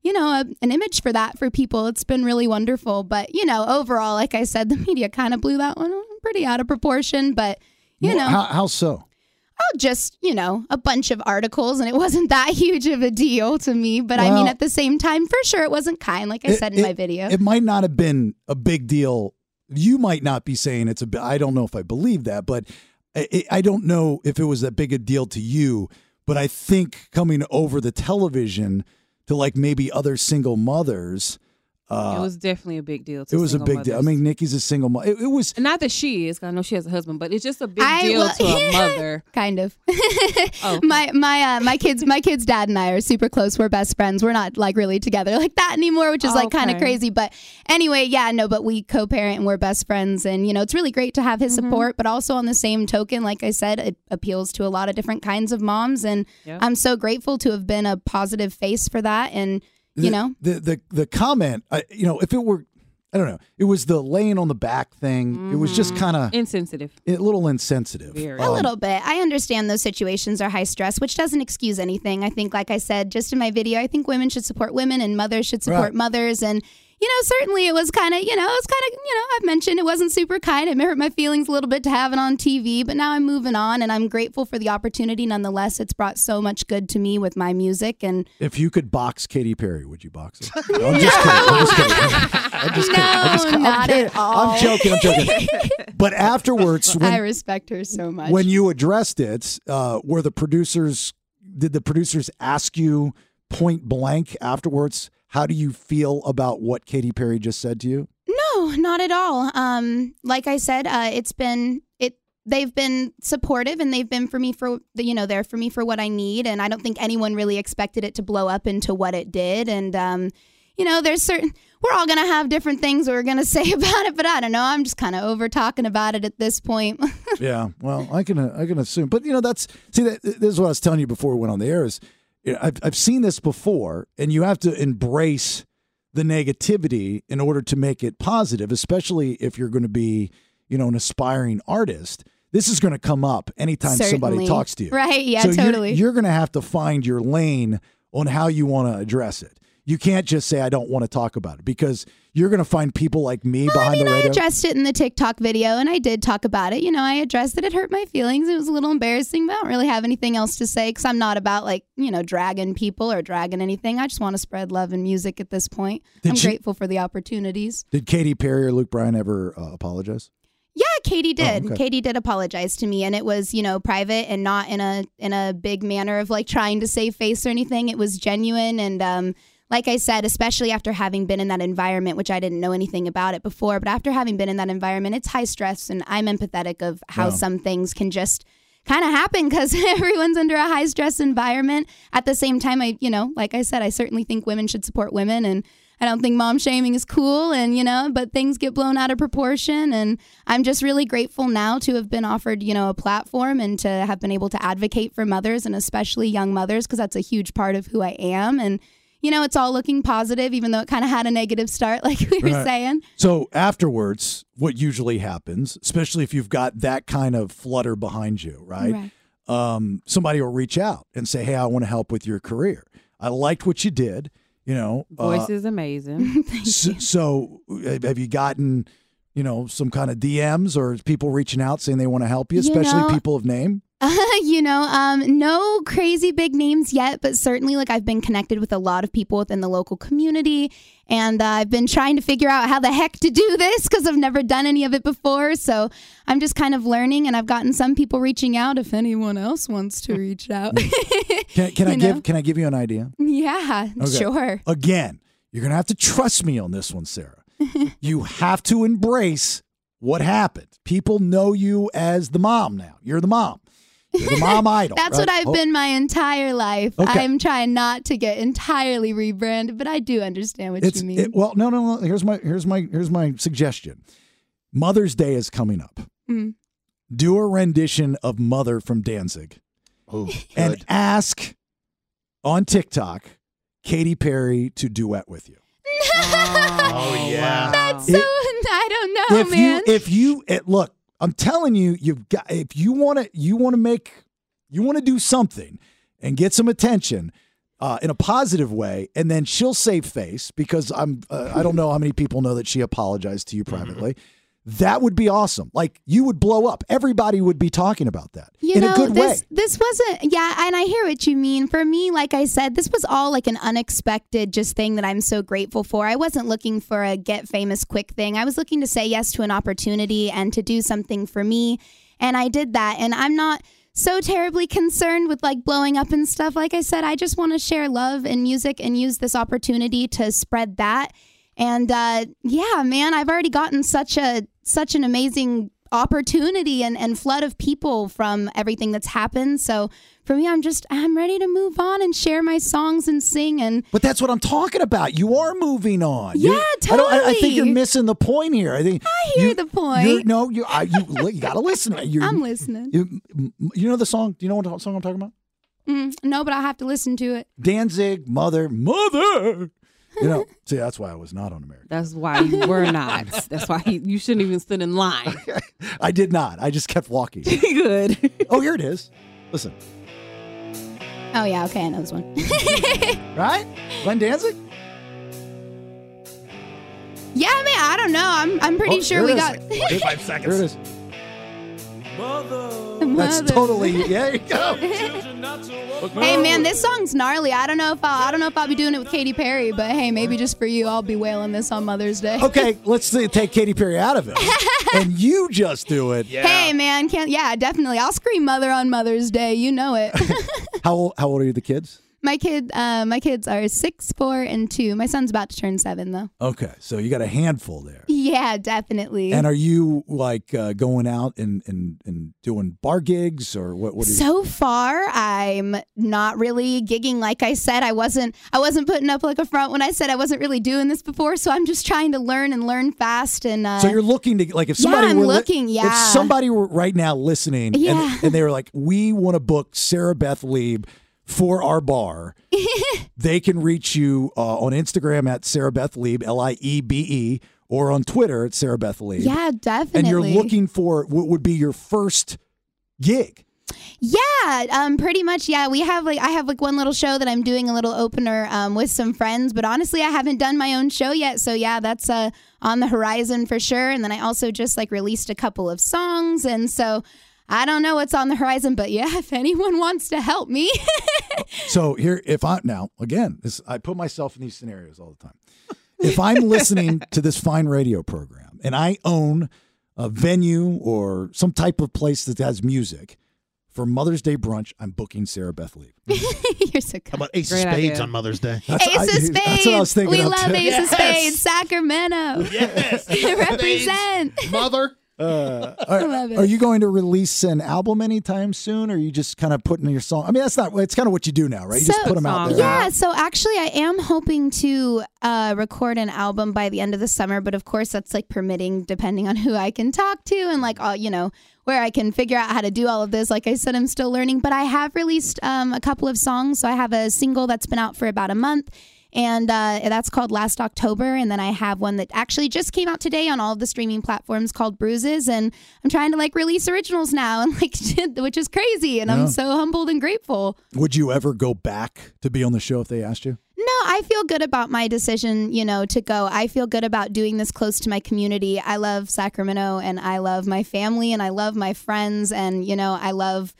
you know, a, an image for that for people. It's been really wonderful. But, you know, overall, like I said, the media kind of blew that one pretty out of proportion. But, you know,
how, how so?
oh, just, you know, a bunch of articles. And it wasn't that huge of a deal to me. But I mean,
Well-
at the same time, for sure, it wasn't kind, like I
It-
said in
it-
my video.
It might not have been a big deal. You might not be saying it's a. bi- I don't know if I believe that, but I, I- I don't know if it was that big a deal to you. But I think coming over the television to like maybe other single mothers, uh,
it was definitely a big deal. To
it was a
single
big
mothers.
deal. I mean, Nikki's a single mom. It, it was
And not that she is. 'cause I know she has a husband, but it's just a big
I
deal
will-
to a mother.
kind of. my my uh, my kids my kids dad and I are super close. We're best friends. We're not like really together like that anymore, which is like kind of
Okay.
crazy. But anyway, yeah, no, but we co-parent and we're best friends, and you know it's really great to have his support. But also on the same token, like I said, it appeals to a lot of different kinds of moms, and
Yeah.
I'm so grateful to have been a positive face for that. And you
the-
know,
the the the comment. I, you know, if it were, I don't know. It was the laying on the back thing. It was just
Mm-hmm.
kind of
insensitive,
a little insensitive.
A
Um,
little bit. I understand those situations are high stress, which doesn't excuse anything. I think, like I said just in my video, I think women should support women and mothers should support
Right.
mothers. And, you know, certainly it was kind of, you know, it was kind of, you know, I've mentioned it wasn't super kind. It hurt my feelings a little bit to have it on TV, but now I'm moving on and I'm grateful for the opportunity. Nonetheless, it's brought so much good to me with my music. And
If you could box Katy Perry, would you box her? No, I'm just kidding. I'm just kidding. I'm just kidding. I'm just kidding. I'm
not
kidding.
at all.
I'm joking. I'm joking. But afterwards,
I
when,
respect her so much.
when you addressed it, uh, were the producers, did the producers ask you point blank afterwards, how do you feel about what Katy Perry just said to you?
No, not at all. Um, like I said, uh, it's been it. They've been supportive and they've been for me for you know there for me for what I need. And I don't think anyone really expected it to blow up into what it did. And um, you know, there's certain we're all gonna have different things we're gonna say about it. But I don't know. I'm just kind of over talking about it at this point.
yeah. Well, I can I can assume, but you know that's see that this is what I was telling you before we went on the air is you know, I've I've seen this before, and you have to embrace the negativity in order to make it positive, especially if you're going to be, you know, an aspiring artist. This is going to come up anytime somebody
Certainly.
talks to you.
Right, yeah,
So you're-
totally.
You're, going to have to find your lane on how you want to address it. You can't just say, I don't want to talk about it because you're going to find people like me behind the
I
radio.
addressed it in the TikTok video and I did talk about it. You know, I addressed that it hurt my feelings. It was a little embarrassing, but I don't really have anything else to say because I'm not about like, you know, dragging people or dragging anything. I just want to spread love and music at this point.
Did
I'm
she-
grateful for the opportunities.
Did Katy Perry or Luke Bryan ever uh, apologize?
Yeah, Katie did.
okay.
Katie did apologize to me and it was, you know, private and not in a in a big manner of like trying to save face or anything. It was genuine and um like I said, especially after having been in that environment, which I didn't know anything about it before, but after having been in that environment, it's high stress and I'm empathetic of how
Yeah.
some things can just kind of happen because everyone's under a high stress environment. At the same time, I, you know, like I said, I certainly think women should support women and I don't think mom shaming is cool and, you know, but things get blown out of proportion. And I'm just really grateful now to have been offered, you know, a platform and to have been able to advocate for mothers and especially young mothers because that's a huge part of who I am. And, you know, it's all looking positive, even though it kind of had a negative start, like we were
Right.
saying.
So afterwards, what usually happens, especially if you've got that kind of flutter behind you, right?
Right.
Um, somebody will reach out and say, "Hey, I want to help with your career. I liked what you did. You know, uh,
Voice is amazing.
so, so uh, have you gotten, you know, some kind of DMs or people reaching out saying they want to help you,
You
especially
know-
people of name?
you know, um, no crazy big names yet, but certainly, like, I've been connected with a lot of people within the local community, and uh, I've been trying to figure out how the heck to do this because I've never done any of it before. So I'm just kind of learning, and I've gotten some people reaching out if anyone else wants to reach out.
Hmm. Can, can I
You know.
give? Can I give you an idea?
yeah,
Okay.
sure.
Again, you're going to have to trust me on this one, Sarah. you have to embrace what happened. People know you as the mom now. You're the mom. You're the mom idol.
That's what
right?
I've
Oh,
been my entire life.
Okay.
I'm trying not to get entirely rebranded, but I do understand what
It's
you mean.
it, well, no, no, no. Here's my here's my here's my suggestion. Mother's Day is coming up.
Mm.
Do a rendition of Mother from Danzig. and ask on TikTok Katy Perry to duet with you.
Oh,
yeah.
That's
It-
so. I don't know,
if
man.
you if you it, look, I'm telling you, you've got if you want to you want to make you want to do something and get some attention uh, in a positive way, and then she'll save face because I'm uh, I don't know how many people know that she apologized to you privately. That would be awesome. Like you would blow up. Everybody would be talking about that
you
in
know,
a good
this
way.
this wasn't yeah, and I hear what you mean. For me, like I said, this was all like an unexpected just thing that I'm so grateful for. I wasn't looking for a get famous quick thing. I was looking to say yes to an opportunity and to do something for me, and I did that. And I'm not so terribly concerned with like blowing up and stuff. Like I said, I just want to share love and music and use this opportunity to spread that. And uh, yeah, man, I've already gotten such a such an amazing opportunity and, and flood of people from everything that's happened. So for me, I'm just I'm ready to move on and share my songs and sing and
But that's what I'm talking about. You are moving on.
Yeah,
You- I, don't- I- I think you're
totally.
missing the point here. I think I
hear the point.
No, you I, you, you got to listen. You're,
I'm listening.
You, m- you know the song? Do you know what song I'm talking about?
Mm, no, but I'll have to listen to it.
Danzig, Mother, Mother. You know, see, that's why I was not on America.
That's why you were not. That's why you you shouldn't even stood in line.
I did not. I just kept walking.
Good.
oh, here it is. Listen,
Oh yeah, okay, I know this one.
right? Glenn Danzig?
yeah, man, I don't know. I'm I'm pretty
Oh,
sure we
here
got
it is. Here- Here it is.
Mother.
That's totally, yeah, there you go.
Hey man, this
Oh.
song's gnarly. I don't know if I'll, I don't know if I'll be doing it with Katy Perry, but hey, maybe just for you, I'll be wailing this on Mother's Day.
Okay, let's uh, take Katy Perry out of it. and you just do it.
Hey man, can't yeah, definitely. I'll scream mother on Mother's Day. You know it.
How, old, how old are you, the kids?
my kid, uh, my kids are six, four, and two. My son's about to turn seven though.
Okay, so you got a handful there.
Yeah, definitely.
And are you like uh, going out and, and, and doing bar gigs or what? what are you-
so far i'm not really gigging like i said i wasn't i wasn't putting up like a front when i said i wasn't really doing this before so i'm just trying to learn and learn fast and uh,
So you're looking to like if
yeah,
somebody
I'm
were li-
looking,
if
yeah.
somebody were right now listening
Yeah.
and, and they were like we want to book Sarah Beth Lieb for our bar, they can reach you uh, on Instagram at Sarah Beth Lieb, L I E B E, or on Twitter at Sarah Beth Lieb.
Yeah, definitely.
And you're looking for what would be your first gig.
Yeah, um, pretty much. Yeah, we have like I have like one little show that I'm doing a little opener um, with some friends, but honestly, I haven't done my own show yet. So yeah, that's uh, on the horizon for sure. And then I also just like released a couple of songs, and so I don't know what's on the horizon, but yeah, if anyone wants to help me,
So here, if I now again, this, I put myself in these scenarios all the time. If I'm listening to this fine radio program and I own a venue or some type of place that has music for Mother's Day brunch, I'm booking Sarah Beth Lee.
you're so kind.
How about Ace
Great
of Spades
idea.
on Mother's Day?
Ace of Spades.
that's what I was thinking
we
of,
love
too.
Ace
Yes.
of Spades, Sacramento. Yes. Represent.
Mother.
Uh,
I
are,
love it.
are you going to release an album anytime soon, or are you just kind of putting your song? I mean, that's not. It's kind of what you do now, right? You just put them out there.
Yeah, so actually, I am hoping to uh, record an album by the end of the summer, but of course, that's like permitting depending on who I can talk to and like all you know where I can figure out how to do all of this. Like I said, I'm still learning, but I have released um, a couple of songs. So I have a single that's been out for about a month. And uh, that's called Last October. And then I have one that actually just came out today on all of the streaming platforms called Bruises. And I'm trying to like release originals now, and like, which is crazy. And
Yeah.
I'm so humbled and grateful.
Would you ever go back to be on the show if they asked you?
No, I feel good about my decision, you know, to go. I feel good about doing this close to my community. I love Sacramento and I love my family and I love my friends and you know, I love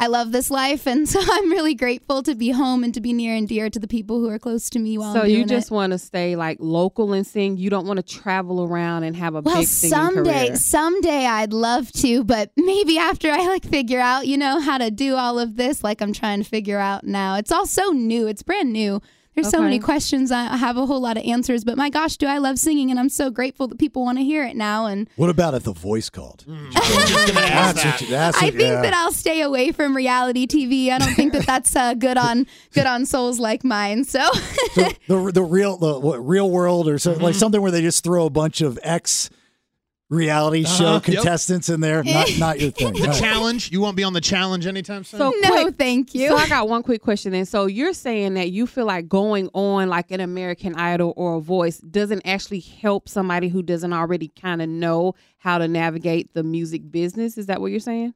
I love this life and so I'm really grateful to be home and to be near and dear to the people who are close to me while
so
I'm
you
doing
just
it.
want to stay like local and sing. You don't want to travel around and have a
Well,
big singing
someday,
career.
someday I'd love to, but maybe after I like figure out, you know, how to do all of this, like I'm trying to figure out now. It's all so new. It's brand new. There's so many
Okay.
questions. I I have a whole lot of answers, but my gosh, do I love singing? And I'm so grateful that people want to hear it now. And
What about if the voice called? that's what you, that's
I
what-
think
yeah.
that I'll stay away from reality TV. E I don't think that that's uh, good on good on souls like mine. So
the the real the what, real world or so, like something where they just throw a bunch of ex reality
Uh-huh,
show
yep.
contestants in there. Not not your thing.
The
All right.
challenge. You won't be on the challenge anytime soon.
So quick-
thank you.
So I got one quick question then. So you're saying that you feel like going on like an American Idol or a Voice doesn't actually help somebody who doesn't already kind of know how to navigate the music business. Is that what you're saying?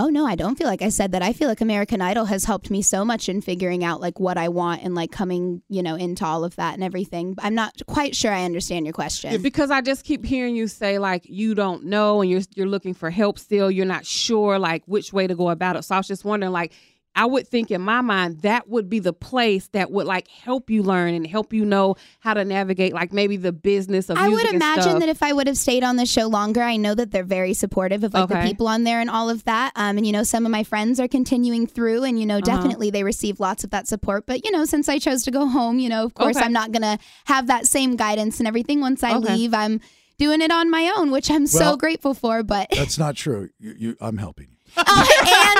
Oh no, I don't feel like I said that. I feel like American Idol has helped me so much in figuring out like what I want and like coming, you know, into all of that and everything. I'm not quite sure I understand your question.
Because I just keep hearing you say like you don't know and you're you're looking for help still. You're not sure like which way to go about it. So I was just wondering like I would think in my mind that would be the place that would like help you learn and help you know how to navigate like maybe the business of
I
music
would
and
imagine
stuff.
that if I would have stayed on the show longer, I know that they're very supportive of like the
Okay.
people on there and all of that. Um, and you know, some of my friends are continuing through, and you know,
Uh-huh.
definitely they receive lots of that support. But you know, since I chose to go home, you know, of course
Okay.
I'm not gonna have that same guidance and everything. Once I
Okay.
leave, I'm doing it on my own, which I'm so
Well-
grateful for. But
That's not true. You, you, I'm helping.
Uh, and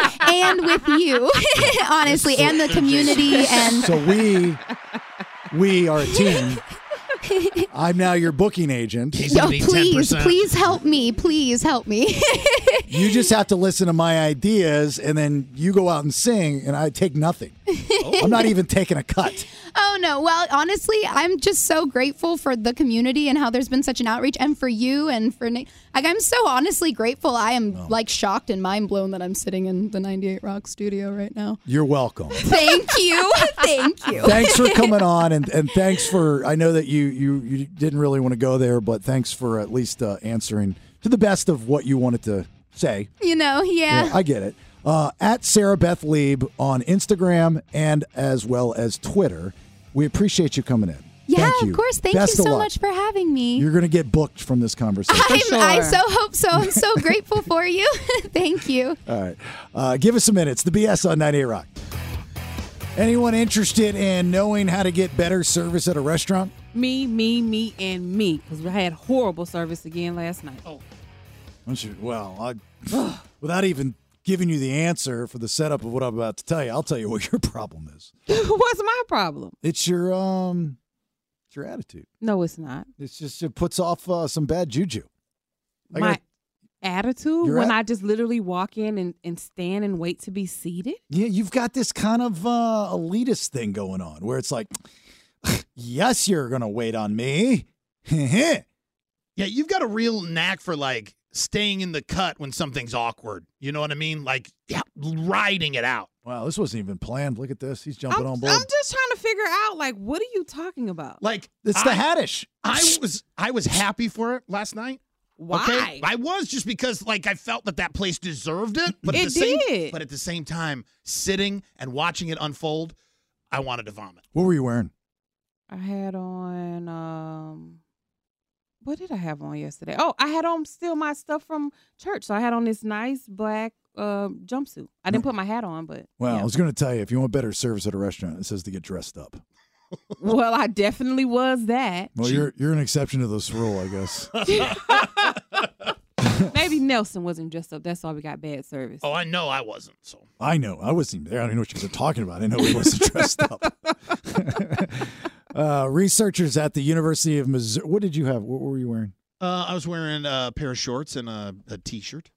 and with you, honestly, and the community, and
so we we are a team. I'm now your booking agent.
Yo, Oh, please, please help me, please help me.
You just have to listen to my ideas, and then you go out and sing, and I take nothing. I'm not even taking a cut.
oh no, well, honestly, I'm just so grateful for the community and how there's been such an outreach, and for you and for Nick. Like, I'm so honestly grateful. I am like shocked and mind blown that I'm sitting in the 98 Rock studio right now.
You're welcome.
Thank you, thank you.
thanks for coming on, and, and thanks for. I know that you you you didn't really want to go there, but thanks for at least uh, answering to the best of what you wanted to say.
You know, yeah.
I get it. Uh, at Sarah Beth Lieb on Instagram and as well as Twitter. We appreciate you coming in.
yeah,
Thank you.
of course. Thank
Best
you
of
so
luck.
much for having me.
You're going to get booked from this conversation.
I'm, I so hope so. I'm so grateful for you. Thank you.
All right. Uh, give us a minute. It's the BS on 98 Rock. Anyone interested in knowing how to get better service at a restaurant?
Me, me, me, and me. Because we had horrible service again last night. Oh.
Why don't you- Well, I, without even giving you the answer for the setup of what I'm about to tell you, I'll tell you what your problem is.
What's my problem?
It's your um, it's your attitude.
No, it's not.
It's just it puts off uh, some bad juju. I
my
gotta-
attitude
You're
when
at-
I just literally walk in and, and stand and wait to be seated?
Yeah, you've got this kind of uh, elitist thing going on where it's like, yes, you're going to wait on me. yeah,
you've got a real knack for like staying in the cut when something's awkward. You know what I mean? Like yeah, riding it out.
Wow, this wasn't even planned. Look at this. He's
I'm,
jumping on
I'm
board.
just trying to figure out like what are you talking about?
Like
it's the
I-
Haddish.
I was I was happy for it last night.
Why?
I was just because like I felt that that place deserved it, but at
It
the same,
did.
But at the same time, sitting and watching it unfold, I wanted to vomit.
What were you wearing?
I had on um what did I have on yesterday? Oh, I had on still my stuff from church. So I had on this nice black uh, jumpsuit. I didn't put my hat on, but
Well, I was going to tell you if you want better service at a restaurant, it says to get dressed up.
well, I definitely was that.
Well, you're you're an exception to this rule, I guess.
Maybe Nelson wasn't dressed up. That's why we got bad service.
Oh, I know I wasn't. So
I know. I wasn't even there. I don't even know what you guys are talking about. I know he wasn't dressed up. uh, researchers at the University of Missouri. What did you have? What were you wearing?
Uh, I was wearing a pair of shorts and a, a t-shirt.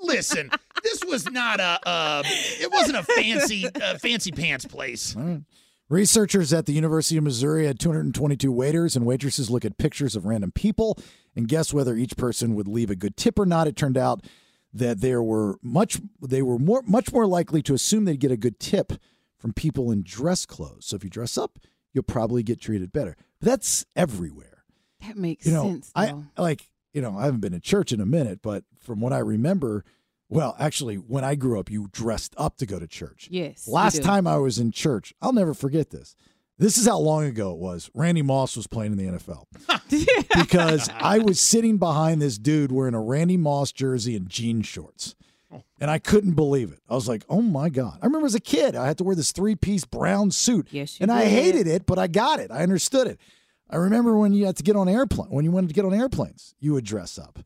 Listen, this was not a. Uh, it wasn't a fancy uh, fancy pants place.
All right. Researchers at the University of Missouri had 222 waiters and waitresses look at pictures of random people and guess whether each person would leave a good tip or not. It turned out that there were much they were more much more likely to assume they'd get a good tip from people in dress clothes. So if you dress up, you'll probably get treated better. But that's everywhere.
That makes
you know,
sense.
I
though.
like you know I haven't been in church in a minute, but from what I remember, well, actually, when I grew up, you dressed up to go to church.
Yes, you do.
Last time I was in church, I'll never forget this. This is how long ago it was. Randy Moss was playing in the NFL because I was sitting behind this dude wearing a Randy Moss jersey and jean shorts. And I couldn't believe it. I was like, oh my God. I remember as a kid, I had to wear this three piece brown suit. Yes,
you
and I
did.
hated it, but I got it. I understood it. I remember when you had to get on airplane, when you wanted to get on airplanes, you would dress up.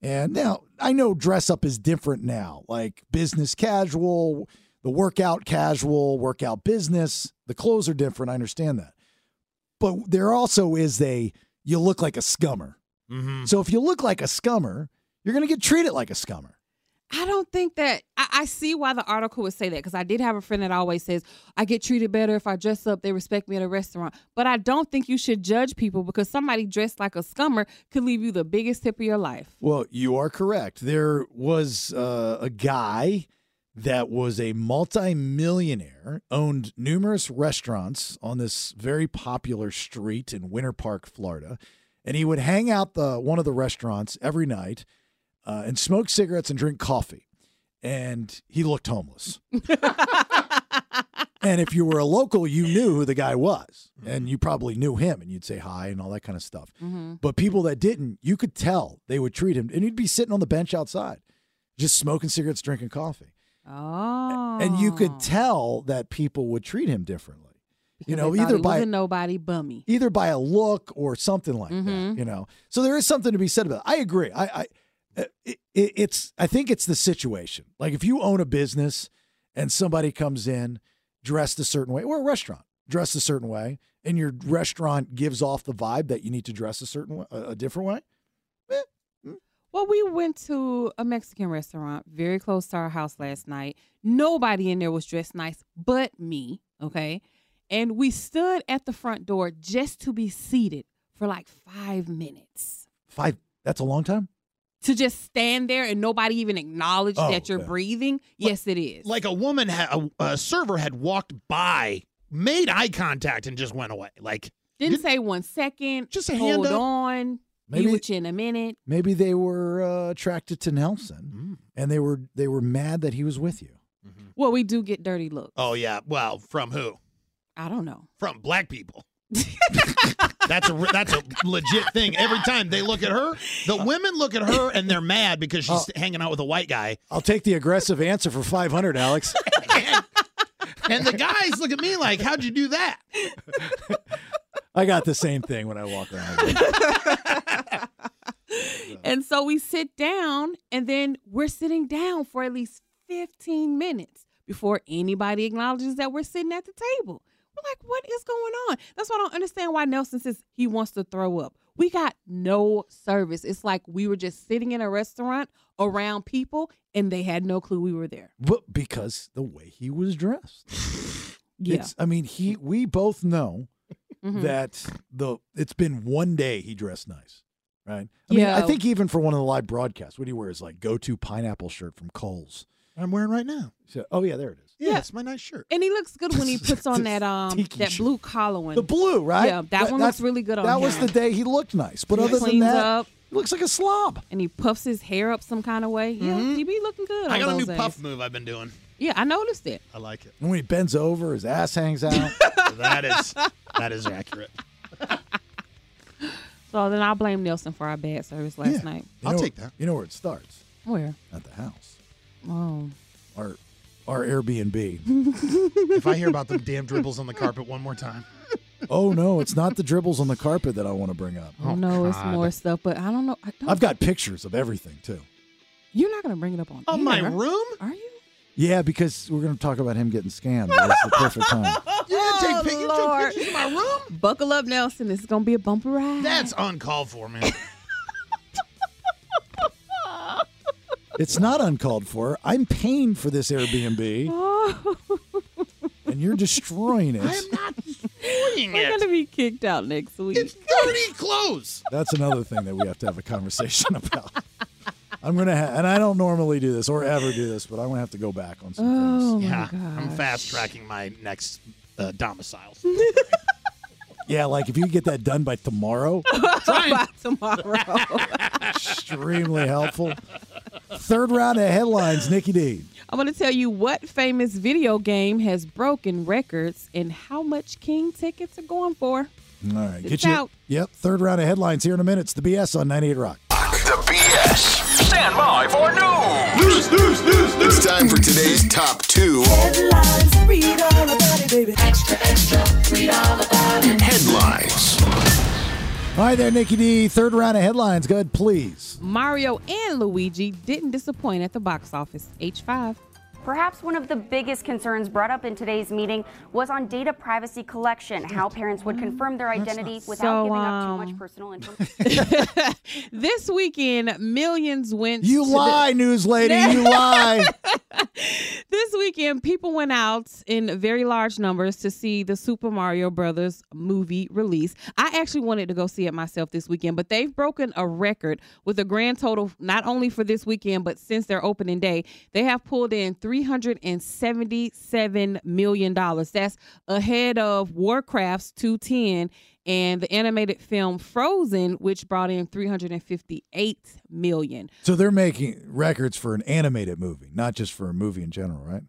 And now I know dress up is different now, like business casual, the workout casual, workout business. The clothes are different. I understand that. But there also is a you look like a scummer. So if you look like a scummer, you're going to get treated like a scummer.
I don't think that I, I see why the article would say that because I did have a friend that always says I get treated better if I dress up. They respect me at a restaurant, but I don't think you should judge people because somebody dressed like a scummer could leave you the biggest tip of your life.
Well, you are correct. There was uh, a guy that was a multimillionaire, owned numerous restaurants on this very popular street in Winter Park, Florida, and he would hang out the one of the restaurants every night uh, and smoke cigarettes and drink coffee. And he looked homeless. and if you were a local, you knew who the guy was, and you probably knew him, and you'd say hi and all that kind of stuff.
Mm-hmm.
But people that didn't, you could tell they would treat him, and he'd be sitting on the bench outside, just smoking cigarettes, drinking coffee,
Oh,
and you could tell that people would treat him differently. you know,
They thought
either
he
by
was a nobody bummy.
either by a look or something like
Mhm.
that. You know, so there is something to be said about. It. I agree. I, I uh, it, it- it's I think it's the situation. Like if you own a business and somebody comes in dressed a certain way, or a restaurant dressed a certain way, and your restaurant gives off the vibe that you need to dress a certain way, a, a different way.
Well, we went to a Mexican restaurant very close to our house last night. Nobody in there was dressed nice but me, okay? And we stood at the front door just to be seated for like five minutes
Five. That's a long time.
to just stand there and nobody even acknowledge
Oh,
that you're
yeah.
breathing. Yes, it is.
Like a woman, ha- a, a server had walked by, made eye contact, and just went away. Like
Didn't say one second. Just
a hand
hold
up.
on.
Maybe-
Be with you in a minute.
Maybe they were uh, attracted to Nelson, and they were they were mad that he was with you.
Well, we do get dirty looks.
Mm. Oh yeah. Well, from who?
I don't know.
From black people. that's a re- that's a legit thing. Every time they look at her, the women look at her and they're mad because she's hanging out with a white guy.
I'll take the aggressive answer for five hundred, Alex.
And the guys look at me like, "How'd you do that?"
I got the same thing when I walk around.
And so we sit down, and then we're sitting down for at least 15 minutes before anybody acknowledges that we're sitting at the table. We're like, what is going on? That's why I don't understand why Nelson says he wants to throw up. We got no service. It's like we were just sitting in a restaurant around people and they had no clue we were there.
But because the way he was dressed.
Yeah. Mm-hmm.
It's, I mean, he we both know
Mhm.
that the it's been one day he dressed nice. Right? I mean, I
Yeah.
think even for one of the live broadcasts, what he wears like go to pineapple shirt from Cole's.
I'm wearing right now.
So, oh yeah, there it is.
Yeah, it's my nice shirt.
And he looks good when he puts on that um
Tiki
that
shirt.
blue collar one.
The blue, right?
Yeah, that, one
that's-
looks really good on
That
him.
was the day he looked nice. But
He
other than
cleans
that,
up.
he looks like a slob.
And he puffs his hair up some kind of way.
Mm-hmm.
Yeah, he be looking good.
I
on
got a
those
new
days.
puff move I've been doing.
Yeah, I noticed it.
I like it.
And when he bends over, his ass hangs out.
That is that is accurate.
So then I blame Nelson for our bad service last night.
You know- You know where it starts?
Where?
At the house.
Oh.
Our our Airbnb.
if I hear about them damn dribbles on the carpet one more time.
oh no, it's not the dribbles on the carpet that I want to bring up.
Oh, no, it's more stuff, but I don't know. I don't,
I've got pictures of everything too.
You're not gonna bring it up on.
On Oh, my
air.
room?
Are you?
Yeah, because we're going to talk about him getting scammed. That's the perfect time.
You didn't take pic- you took
pictures in my room. Buckle up, Nelson. This is gonna be a bumper ride.
That's uncalled for, man.
It's not uncalled for. I'm paying for this Airbnb,
Oh,
and you're destroying it.
we're gonna Oh be kicked out next week.
Dirty clothes.
That's another thing that we have to have a conversation about. I'm gonna, ha- and I don't normally do this or ever do this, but I'm gonna have to go back on some.
Oh
yeah,
my
I'm
gosh.
fast tracking my next uh, domicile.
Yeah, like if you get that done by tomorrow,
By tomorrow.
extremely helpful. Third round of headlines, Nikki D.
I'm going to tell you what famous video game has broken records and how much King tickets are going for.
All right,
It's
get you.
out.
Yep, third round of headlines here in a minute. It's the BS on 98 Rock.
The BS. Stand by for news. News, news, news, news. It's time for today's top two. Headlines. Read all about it, baby. Extra, extra. Read all about it. Headlines.
All right, there, Nikki D. Third round of headlines. Go ahead, please.
Mario and Luigi didn't disappoint at the box office. H5.
Perhaps one of the biggest concerns brought up in today's meeting was on data privacy collection, how parents would confirm their identity without
So,
giving up too
um,
much personal information.
This weekend, millions went.
You
to the-
lie, news lady. You lie.
This weekend, people went out in very large numbers to see the Super Mario Brothers movie release. I actually wanted to go see it myself this weekend, but they've broken a record with a grand total not only for this weekend but since their opening day. They have pulled in 377 million dollars. That's ahead of Warcraft's 210 and the animated film Frozen, which brought in 358 million.
So they're making records for an animated movie, not just for a movie in general, right?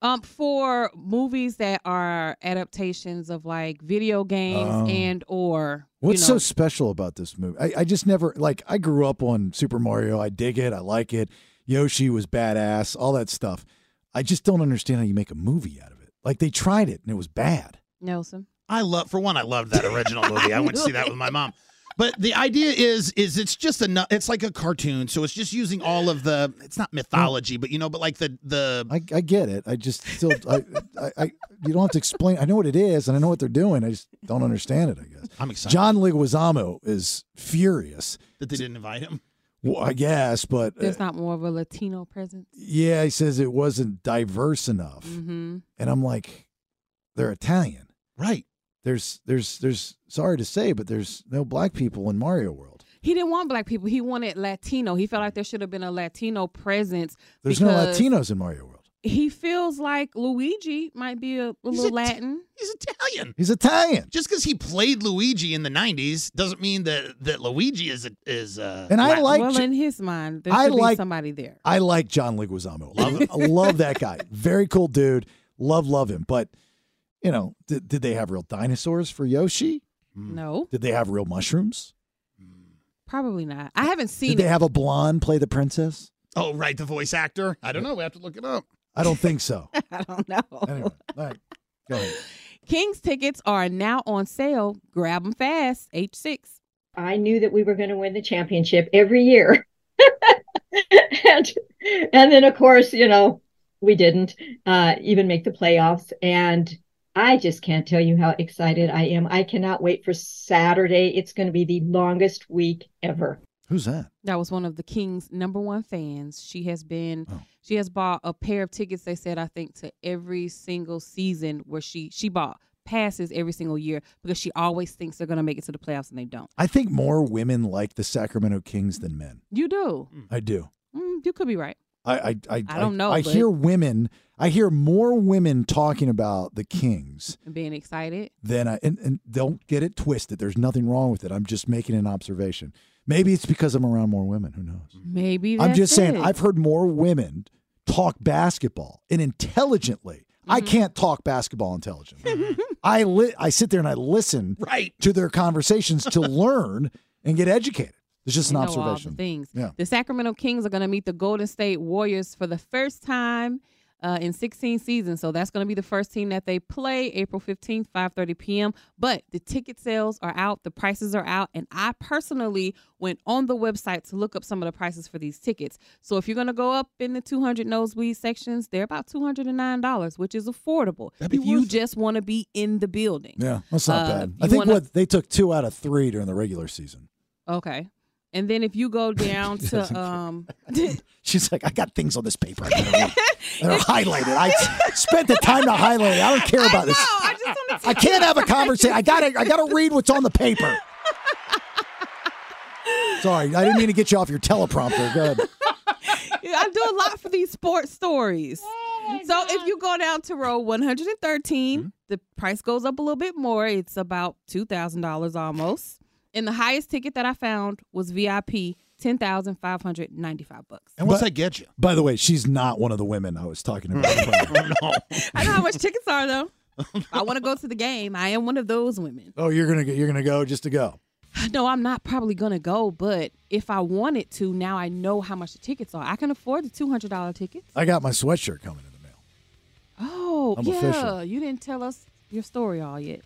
Um, for movies that are adaptations of like video games
Oh.
and or you
What's
know,
so special about this movie? I, I just never like. I grew up on Super Mario. I dig it. I like it. Yoshi was badass. All that stuff. I just don't understand how you make a movie out of it. Like they tried it and it was bad.
Nelson.
I love for one, I loved that original movie. I went to see that with my mom. But the idea is is it's just a nu- it's like a cartoon, so it's just using all of the it's not mythology, but you know, but like the the
I, I get it. I just still. I, I, I. You don't have to explain. I know what it is and I know what they're doing. I just don't understand it. I guess.
I'm excited
John Leguizamo is furious.
that they didn't invite him.
Well, I guess, but uh,
There's not more of a Latino presence.
yeah, he says it wasn't diverse enough.
Mm-hmm.
and I'm like, they're Italian,
right?
There's, there's, there's. Sorry to say, but there's no black people in Mario World.
He didn't want black people. He wanted Latino. He felt like there should have been a Latino presence.
There's
because
no Latinos in Mario World.
He feels like Luigi might be a, a little Latin.
He's Italian.
He's Italian,
Just because he played Luigi in the '90s doesn't mean that that Luigi is is. Uh,
and I
Latin.
like.
well, in his mind, there
I
should
like-
be somebody there.
I like John Leguizamo. Love him. I love that guy. Very cool dude. Love, love him. But you know, did, did they have real dinosaurs for Yoshi?
No,
Did they have real mushrooms?
probably not. I haven't seen
Did they
it.
have a blonde play the princess?
Oh, right, the voice actor. I don't know. We have to look it up.
I don't think so.
I don't know.
Anyway, all right, go ahead.
King's tickets are now on sale. Grab them fast. H6.
I knew that we were going to win the championship every year. and, and then, of course, you know, we didn't uh, even make the playoffs. And I just can't tell you how excited I am. I cannot wait for Saturday. It's going to be the longest week ever.
Who's that?
That was one of the King's number one fans. She has been,
Oh.
she has bought a pair of tickets. They said I think to every single season where she she bought passes every single year because she always thinks they're gonna make it to the playoffs and they don't.
I think more women like the Sacramento Kings than men.
You do.
I do.
Mm, you could be right.
I I I,
I don't know,
I,
but-
hear women. I hear more women talking about the Kings
And being excited.
than I. And, and don't get it twisted. There's nothing wrong with it. I'm just making an observation. Maybe it's because I'm around more women. Who knows?
Maybe
I'm
that's
just saying.
it.
I've heard more women talk basketball and intelligently. I
Mm-hmm.
can't talk basketball intelligently. I li- I sit there and I listen
right.
to their conversations to learn and get educated. It's just
They
an
know all the
observation.
things.
Yeah.
The Sacramento Kings are going to meet the Golden State Warriors for the first time uh, in 16 seasons. So that's going to be the first team that they play April 15th, 5:30 p.m. But the ticket sales are out, the prices are out, and I personally went on the website to look up some of the prices for these tickets. So if you're going to go up in the 200 nosebleed sections, they're about $209, which is affordable if you just want to be in the building.
Yeah, that's not
Uh,
bad.
you
I think
wanna-
what they took two out of three during the regular season.
Okay. And then if you go down to um
She's like, I got things on this paper. I gotta read. They're highlighted. I spent the time to highlight it. I don't care about this. I,
just
can't have a conversation. I gotta I gotta read what's on the paper. Sorry, I didn't mean to get you off your teleprompter. Go ahead.
Yeah, I do a lot for these sports stories. so if you go down to row 113, the price goes up a little bit more. It's about $2,000 almost. And the highest ticket that I found was VIP, 10,595 bucks.
And
what's that get you?
By the way, she's not one of the women I was talking about.
I know how much tickets are though. I want to go to the game. I am one of those women.
oh, you're gonna go- you're gonna go just to go.
No, I'm not probably going to go, but if I wanted to, now I know how much the tickets are. I can afford the $200 tickets.
I got my sweatshirt coming in.
Oh,
I'm
yeah.
official.
You didn't tell us your story all yet.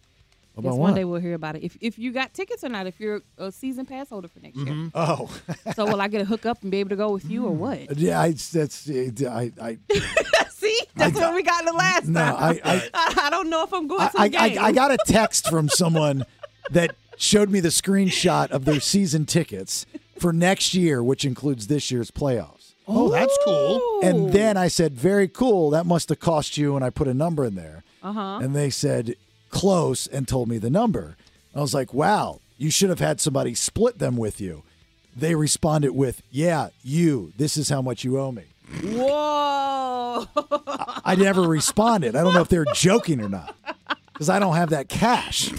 About
Guess
what?
one day we'll hear about it. If if you got tickets or not, if you're a season pass holder for next year.
Oh.
So will I get a hook up and be able to go with you or what?
Yeah, Mm. I, that's I, I
See, that's what we got in the last
No,
time.
I-
I don't know if I'm going
I,
to the
I,
game.
I, I got a text from someone that showed me the screenshot of their season tickets for next year, which includes this year's playoffs.
Oh, that's cool.
And then I said, "Very cool. That must have cost you." And I put a number in there,
Uh huh.
and they said, "Close," and told me the number. I was like, "Wow, you should have had somebody split them with you." They responded with, "Yeah, you. This is how much you owe me."
Whoa.
I never responded. I don't know if they're joking or not because I don't have that cash.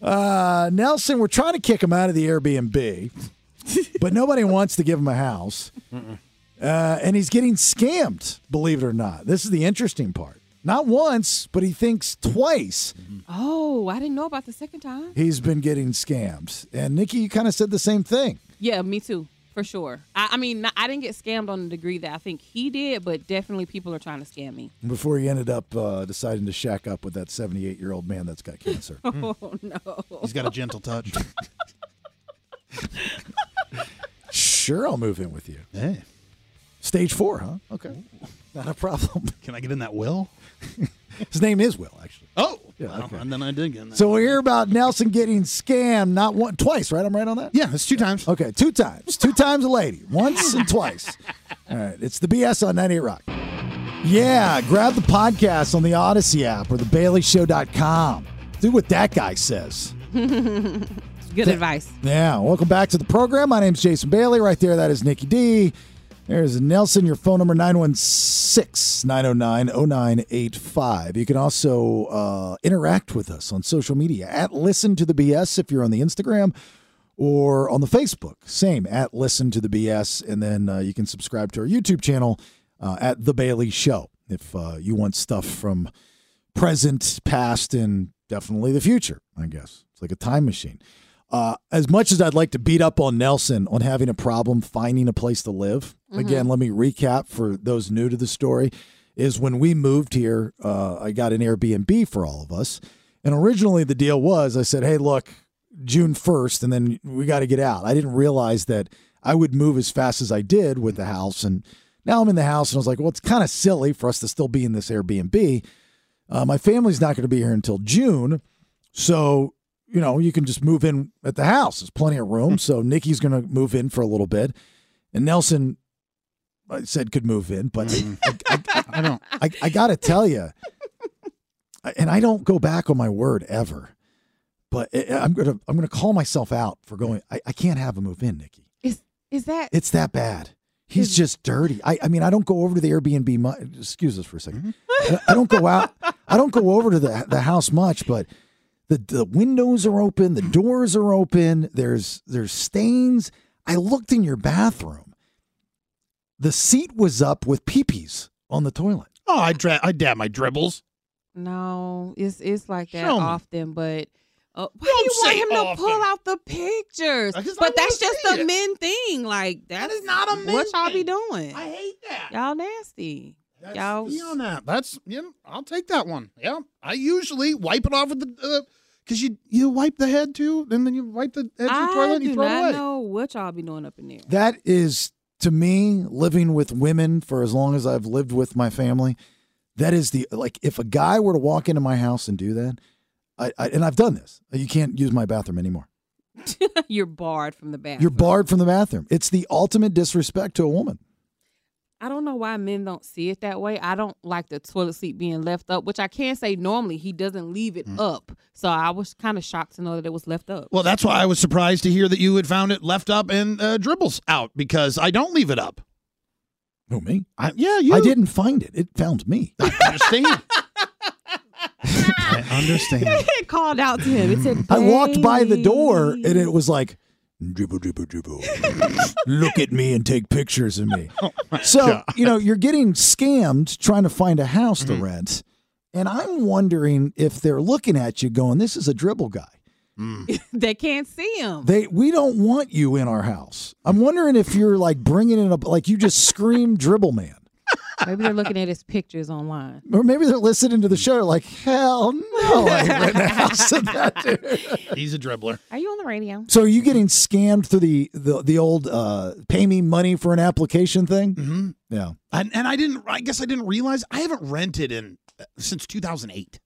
Uh, Nelson, we're trying to kick him out of the Airbnb, but nobody wants to give him a house. Uh, and he's getting scammed, believe it or not. This is the interesting part. Not once, but he thinks twice
Oh, I didn't know about the second time.
he's been getting scammed. And Nikki, you kind of said the same thing.
Yeah, me too, for sure. I, I mean, not- I didn't get scammed on the degree that I think he did, but definitely people are trying to scam me.
Before he ended up uh, deciding to shack up with that 78 year old man that's got cancer.
Oh no.
He's got a gentle touch.
Sure, I'll move in with you.
Hey.
Stage four, huh? Okay. Not a problem.
Can I get in that will?
His name is Will, actually.
Oh, well, and then I did get in that.
So we hear about Nelson getting scammed not one twice, right? I'm right on that?
Yeah, it's two times.
Okay, two times. two times a lady. Once and twice. All right. It's the BS on 98 Rock. Yeah, grab the podcast on the Odyssey app or the thebaileyshow.com. Do what that guy says.
Good advice.
Yeah, welcome back to the program. My name's Jason Bailey. Right there, that is Nikki D. There's Nelson. Your phone number, 916-909-0985. You can also uh, interact with us on social media at Listen to the BS if you're on the Instagram or on the Facebook. Same, at Listen to the BS. And then uh, you can subscribe to our YouTube channel uh, at The Bailey Show if uh, you want stuff from present, past, and definitely the future, I guess. It's like a time machine. Uh, as much as I'd like to beat up on Nelson on having a problem finding a place to live, again, let me recap for those new to the story is when we moved here, uh, I got an Airbnb for all of us. And originally the deal was I said, hey, look, June 1st, and then we got to get out. I didn't realize that I would move as fast as I did with the house and Now I'm in the house and I was like, well, it's kind of silly for us to still be in this Airbnb. Uh, my family's not going to be here until June. So, you know, you can just move in at the house. There's plenty of room. so Nikki's going to move in for a little bit. And Nelson I said could move in, but I, I, I, Hmm. I don't. I, I got to tell you, and I don't go back on my word ever. But I- I'm gonna I'm gonna call myself out for going. I, I can't have him move in, Nikki.
Is is that
It's that bad. He's just dirty. I, I mean, I don't go over to the Airbnb. Mu- excuse us for a 2nd I, I don't go out. I don't go over to the the house much, but the the windows are open, the doors are open. There's there's stains. I looked in your bathroom. The seat was up with peepees on the toilet.
Oh, I dra- I dab my dribbles.
No, it's it's like that
Show me.
often, but uh, why do you want
say
him to
often.
pull out the pictures? But that's just a men thing. Like that is not a
men
what y'all be
thing.
doing. I
hate that.
Y'all nasty.
That's
y'all
beyond that. That's yeah. I'll take that one. Yeah, I usually wipe it off with the because you you wipe the head too, and then you wipe the head to the
I
toilet and
do
you throw it
not
away.
know what y'all be doing up in there.
That is to me living with women for as long as I've lived with my family. That is the like if a guy were to walk into my house and do that, I, I and I've done this. You can't use my bathroom anymore.
You're barred from the bathroom.
You're barred from the bathroom. It's the ultimate disrespect to a woman.
I don't know why men don't see it that way. I don't like the toilet seat being left up, which I can say normally he doesn't leave it up. So I was kind of shocked to know that it was left up.
Well, that's why I was surprised to hear that you had found it left up and uh, dribbles out because I don't leave it up.
Who me?
I, yeah, you.
I didn't find it. It found me.
understand. I understand.
it called out to him. It said,
I walked by the door and it was like dribble dribble dribble. Look at me and take pictures of me. so you know you're getting scammed trying to find a house to rent, and I'm wondering if they're looking at you going, "This is a dribble guy."
they can't see him.
They we don't want you in our house. I'm wondering if you're like bringing in a like you just scream dribble man,
Maybe they're looking at his pictures online.
or maybe they're listening to the show like, "Hell no, I ain't renting a house to that dude."
He's a dribbler.
Are you on the radio?
So are you getting scammed through the the, the old uh, pay me money for an application thing?
Mm-hmm.
Yeah.
And, and I didn't. I guess I didn't realize I haven't rented in uh, since 2008.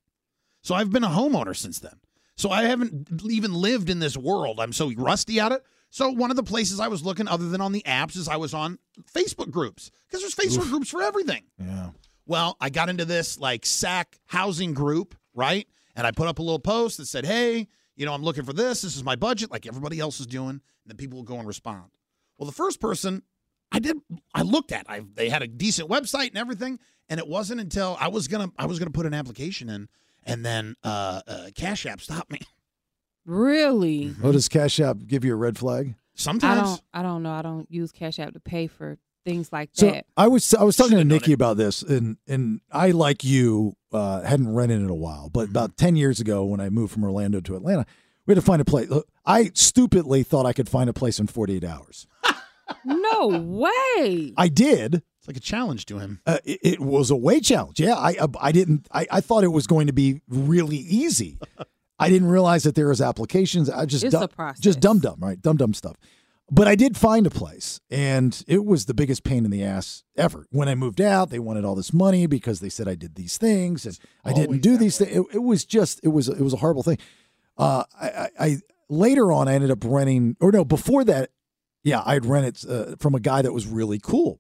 So I've been a homeowner since then. So I haven't even lived in this world. I'm so rusty at it. So one of the places I was looking, other than on the apps, is I was on Facebook groups because there's Facebook
Oof.
groups for everything.
Yeah.
Well, I got into this like SAC housing group, right? And I put up a little post that said, "Hey, you know, I'm looking for this. This is my budget, like everybody else is doing." And then people will go and respond. Well, the first person I did, I looked at. I they had a decent website and everything, and it wasn't until I was gonna I was gonna put an application in, and then uh, uh, Cash App stopped me.
Really?
Oh, does Cash App give you a red flag?
I
Sometimes
don't. I don't know. I don't use Cash App to pay for things like
So
that.
I was I was talking to Nikki about this, and and I like you uh, hadn't rented in a while, but about ten years ago when I moved from Orlando to Atlanta, we had to find a place. Look, I stupidly thought I could find a place in forty eight hours.
No way.
I did.
it's like a challenge to him.
Uh, it, it was a way challenge. Yeah, I uh, I- I didn't. I, I thought it was going to be really easy. I didn't realize that there was applications. I just
It's
dum-
a process.
just dumb dumb right dumb dumb stuff. But I did find a place, and it was the biggest pain in the ass ever. When I moved out, they wanted all this money because they said I did these things, and I didn't do these things. It, it was just it was it was a horrible thing. Uh, I, I, I later on I ended up renting, or no, before that, yeah, I had rented uh, from a guy that was really cool,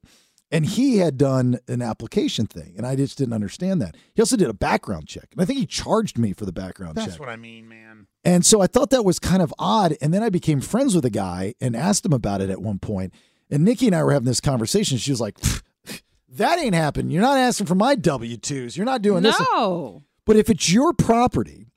and he had done an application thing, and I just didn't understand that. He also did a background check, and I think he charged me for the background
That's
check.
what I mean, man.
And so I thought that was kind of odd. And then I became friends with a guy and asked him about it at one point. And Nikki and I were having this conversation. She was like, "Pfft, That ain't happened. You're not asking for my W 2s. You're not doing this.
No.
But if it's your property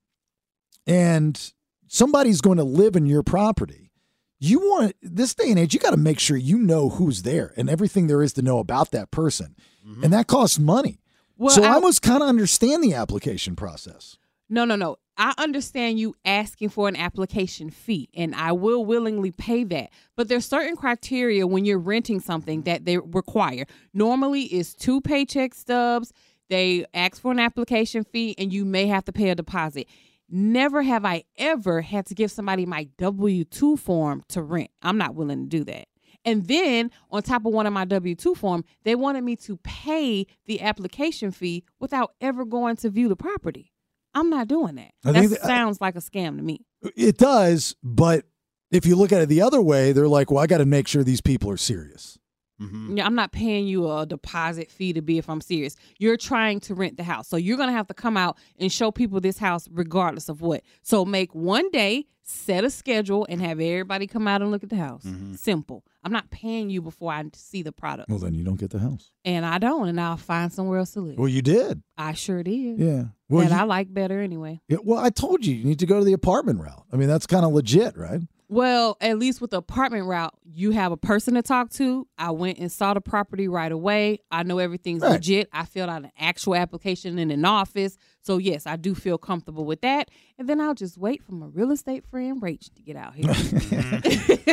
and somebody's going to live in your property, you want this day and age, you got to make sure you know who's there and everything there is to know about that person. And that costs money.
Well,
so I
I-
almost kind of understand the application process.
No, no, no. I understand you asking for an application fee, and I will willingly pay that. But there's certain criteria when you're renting something that they require. Normally, it's two paycheck stubs. They ask for an application fee, and you may have to pay a deposit. Never have I ever had to give somebody my W 2 form to rent. I'm not willing to do that. And then on top of one of my W 2 form, they wanted me to pay the application fee without ever going to view the property. I'm not doing that.
I
that
think that- uh,
sounds like a scam to me.
It does, but if you look at it the other way, they're like, well, I got to make sure these people are serious.
Mm-hmm.
Mm.
Yeah, I'm not paying you a deposit fee to be if I'm serious. You're trying to rent the house. So you're going to have to come out and show people this house regardless of what. So make one day, set a schedule, and have everybody come out and look at the house. Simple. I'm not paying you before I see the product.
Mm-hmm. Well, then you don't get the house.
And I don't, and I'll find somewhere else to live.
Well, you did.
I sure did.
Yeah. Well,
that
you-
I like better anyway.
Yeah, well, I told you, you need to go to the apartment route. I mean, that's kind of legit, right?
Well, at least with the apartment route, you have a person to talk to. I went and saw the property right away. I know everything's
Right.
legit. I filled out an actual application in an office. So, yes, I do feel comfortable with that. And then I'll just wait for my real estate friend, Rach, to get out here.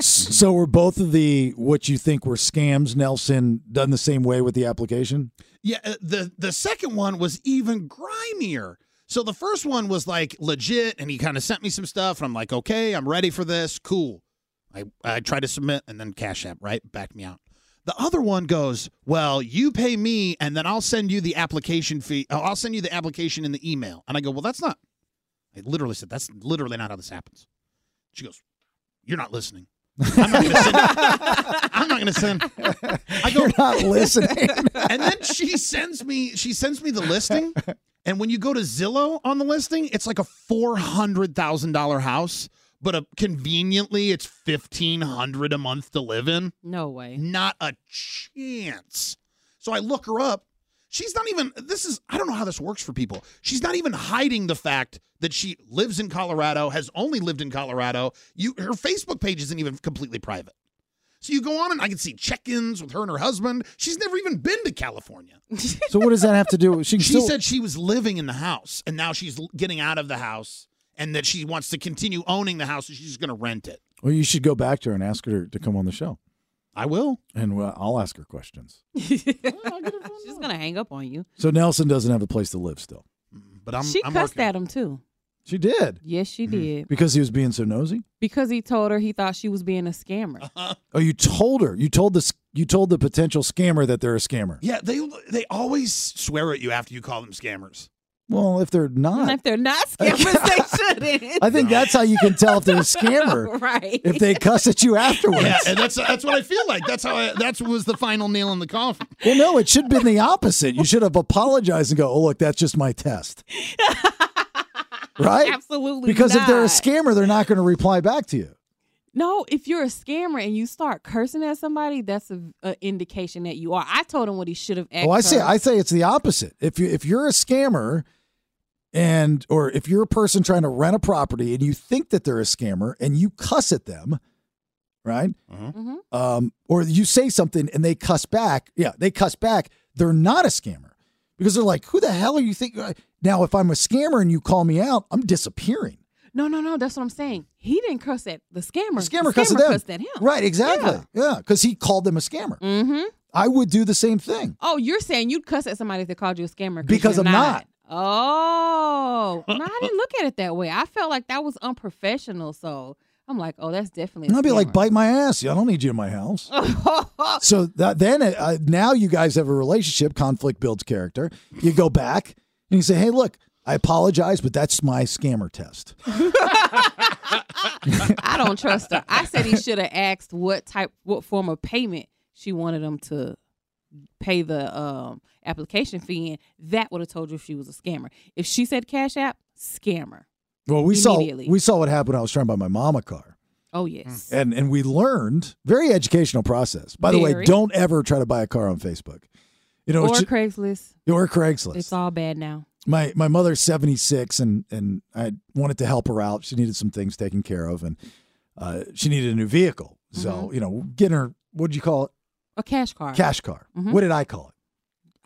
so were both of the what you think were scams, Nelson, done the same way with the application?
Yeah, uh, the the second one was even grimier. So the first one was like legit, and he kind of sent me some stuff, and I'm like, okay, I'm ready for this, cool. I I try to submit, and then Cash App right backed me out. The other one goes, well, you pay me, and then I'll send you the application fee. oh, I'll send you the application in the email, and I go, well, that's not. I literally said that's literally not how this happens. She goes, you're not listening. I'm not going to send. I'm not going to send. I go,
You're not listening.
and then she sends me she sends me the listing and when you go to zillow on the listing it's like a $400000 house but a, conveniently it's 1500 a month to live in
no way
not a chance so i look her up she's not even this is i don't know how this works for people she's not even hiding the fact that she lives in colorado has only lived in colorado you her facebook page isn't even completely private so you go on and I can see check-ins with her and her husband. She's never even been to California.
So what does that have to do? with- She,
She
still-
said she was living in the house and now she's l- getting out of the house and that she wants to continue owning the house so she's going to rent it.
Well, you should go back to her and ask her to come on the show.
I will,
and uh, I'll ask her questions.
She's going to hang up on you.
So Nelson doesn't have a place to live still.
But
she cussed at him, too.
She did
Yes, she
Mm-hmm.
did.
because he was being so nosy.
Because he told her he thought she was being a scammer.
Oh, you told her. You told this. You told the potential scammer that they're a scammer.
Yeah, they they always swear at you after you call them scammers.
Well, if they're
And
not,
if they're not scammers, they shouldn't.
I think that's how you can tell if they're a scammer.
Right.
If they cuss at you afterwards.
Yeah, and that's that's what I feel like. That's how I, that's what was the final nail in the coffin.
Well, no, it should have been the opposite. You should have apologized and go, oh, look, that's just my test. right?
Absolutely.
Because if they're a
not.
scammer, they're not going to reply back to you.
No, if you're a scammer and you start cursing at somebody, that's a, a indication that you are. I told him what he should have asked.
Oh, I say,
her.
I say it's the opposite. If you if you're a scammer, and or if you're a person trying to rent a property and you think that they're a scammer and you cuss at them, right? Um, or you say something and they cuss back. Yeah, they cuss back. They're not a scammer because they're like, who the hell are you think? Now, if I'm a scammer and you call me out, I'm disappearing.
no, no, no. That's what I'm saying. He didn't curse at the scammer. The
Scammer, cussed at them.
cussed at him.
Right, exactly. Yeah, because he called them a scammer.
Mm-hmm.
I would do the same thing.
Oh, you're saying you'd cuss at somebody if they called you a scammer
Because
you're
I'm not.
Oh, no, I didn't look at it that way. I felt like that was unprofessional. So I'm like, oh, that's definitely.
And
a
I'd be
scammer.
like, bite my ass. I don't need you in my house. so that, then it, uh, now you guys have a relationship. Conflict builds character. You go back and you say, hey, look, I apologize, but that's my scammer test.
I don't trust her. I said he should have asked what type, what form of payment she wanted him to pay the um, application fee in. That would have told you if she was a scammer. If she said Cash App, scammer.
Well, we saw
Immediately.
we saw what happened. when I was trying to buy my mom a car,
Oh yes.
Mm. and and we learned very educational process. By the way,
Very.
don't ever try to buy a car on Facebook. You know,
or
it's ju-
Craigslist.
or Craigslist.
It's all bad now.
my my mother's 76 and and I wanted to help her out. She needed some things taken care of and uh, she needed a new vehicle. So,
Mm-hmm.
you know, getting her what would you call it?
A cash card.
Cash car.
Mhm.
What did I call it?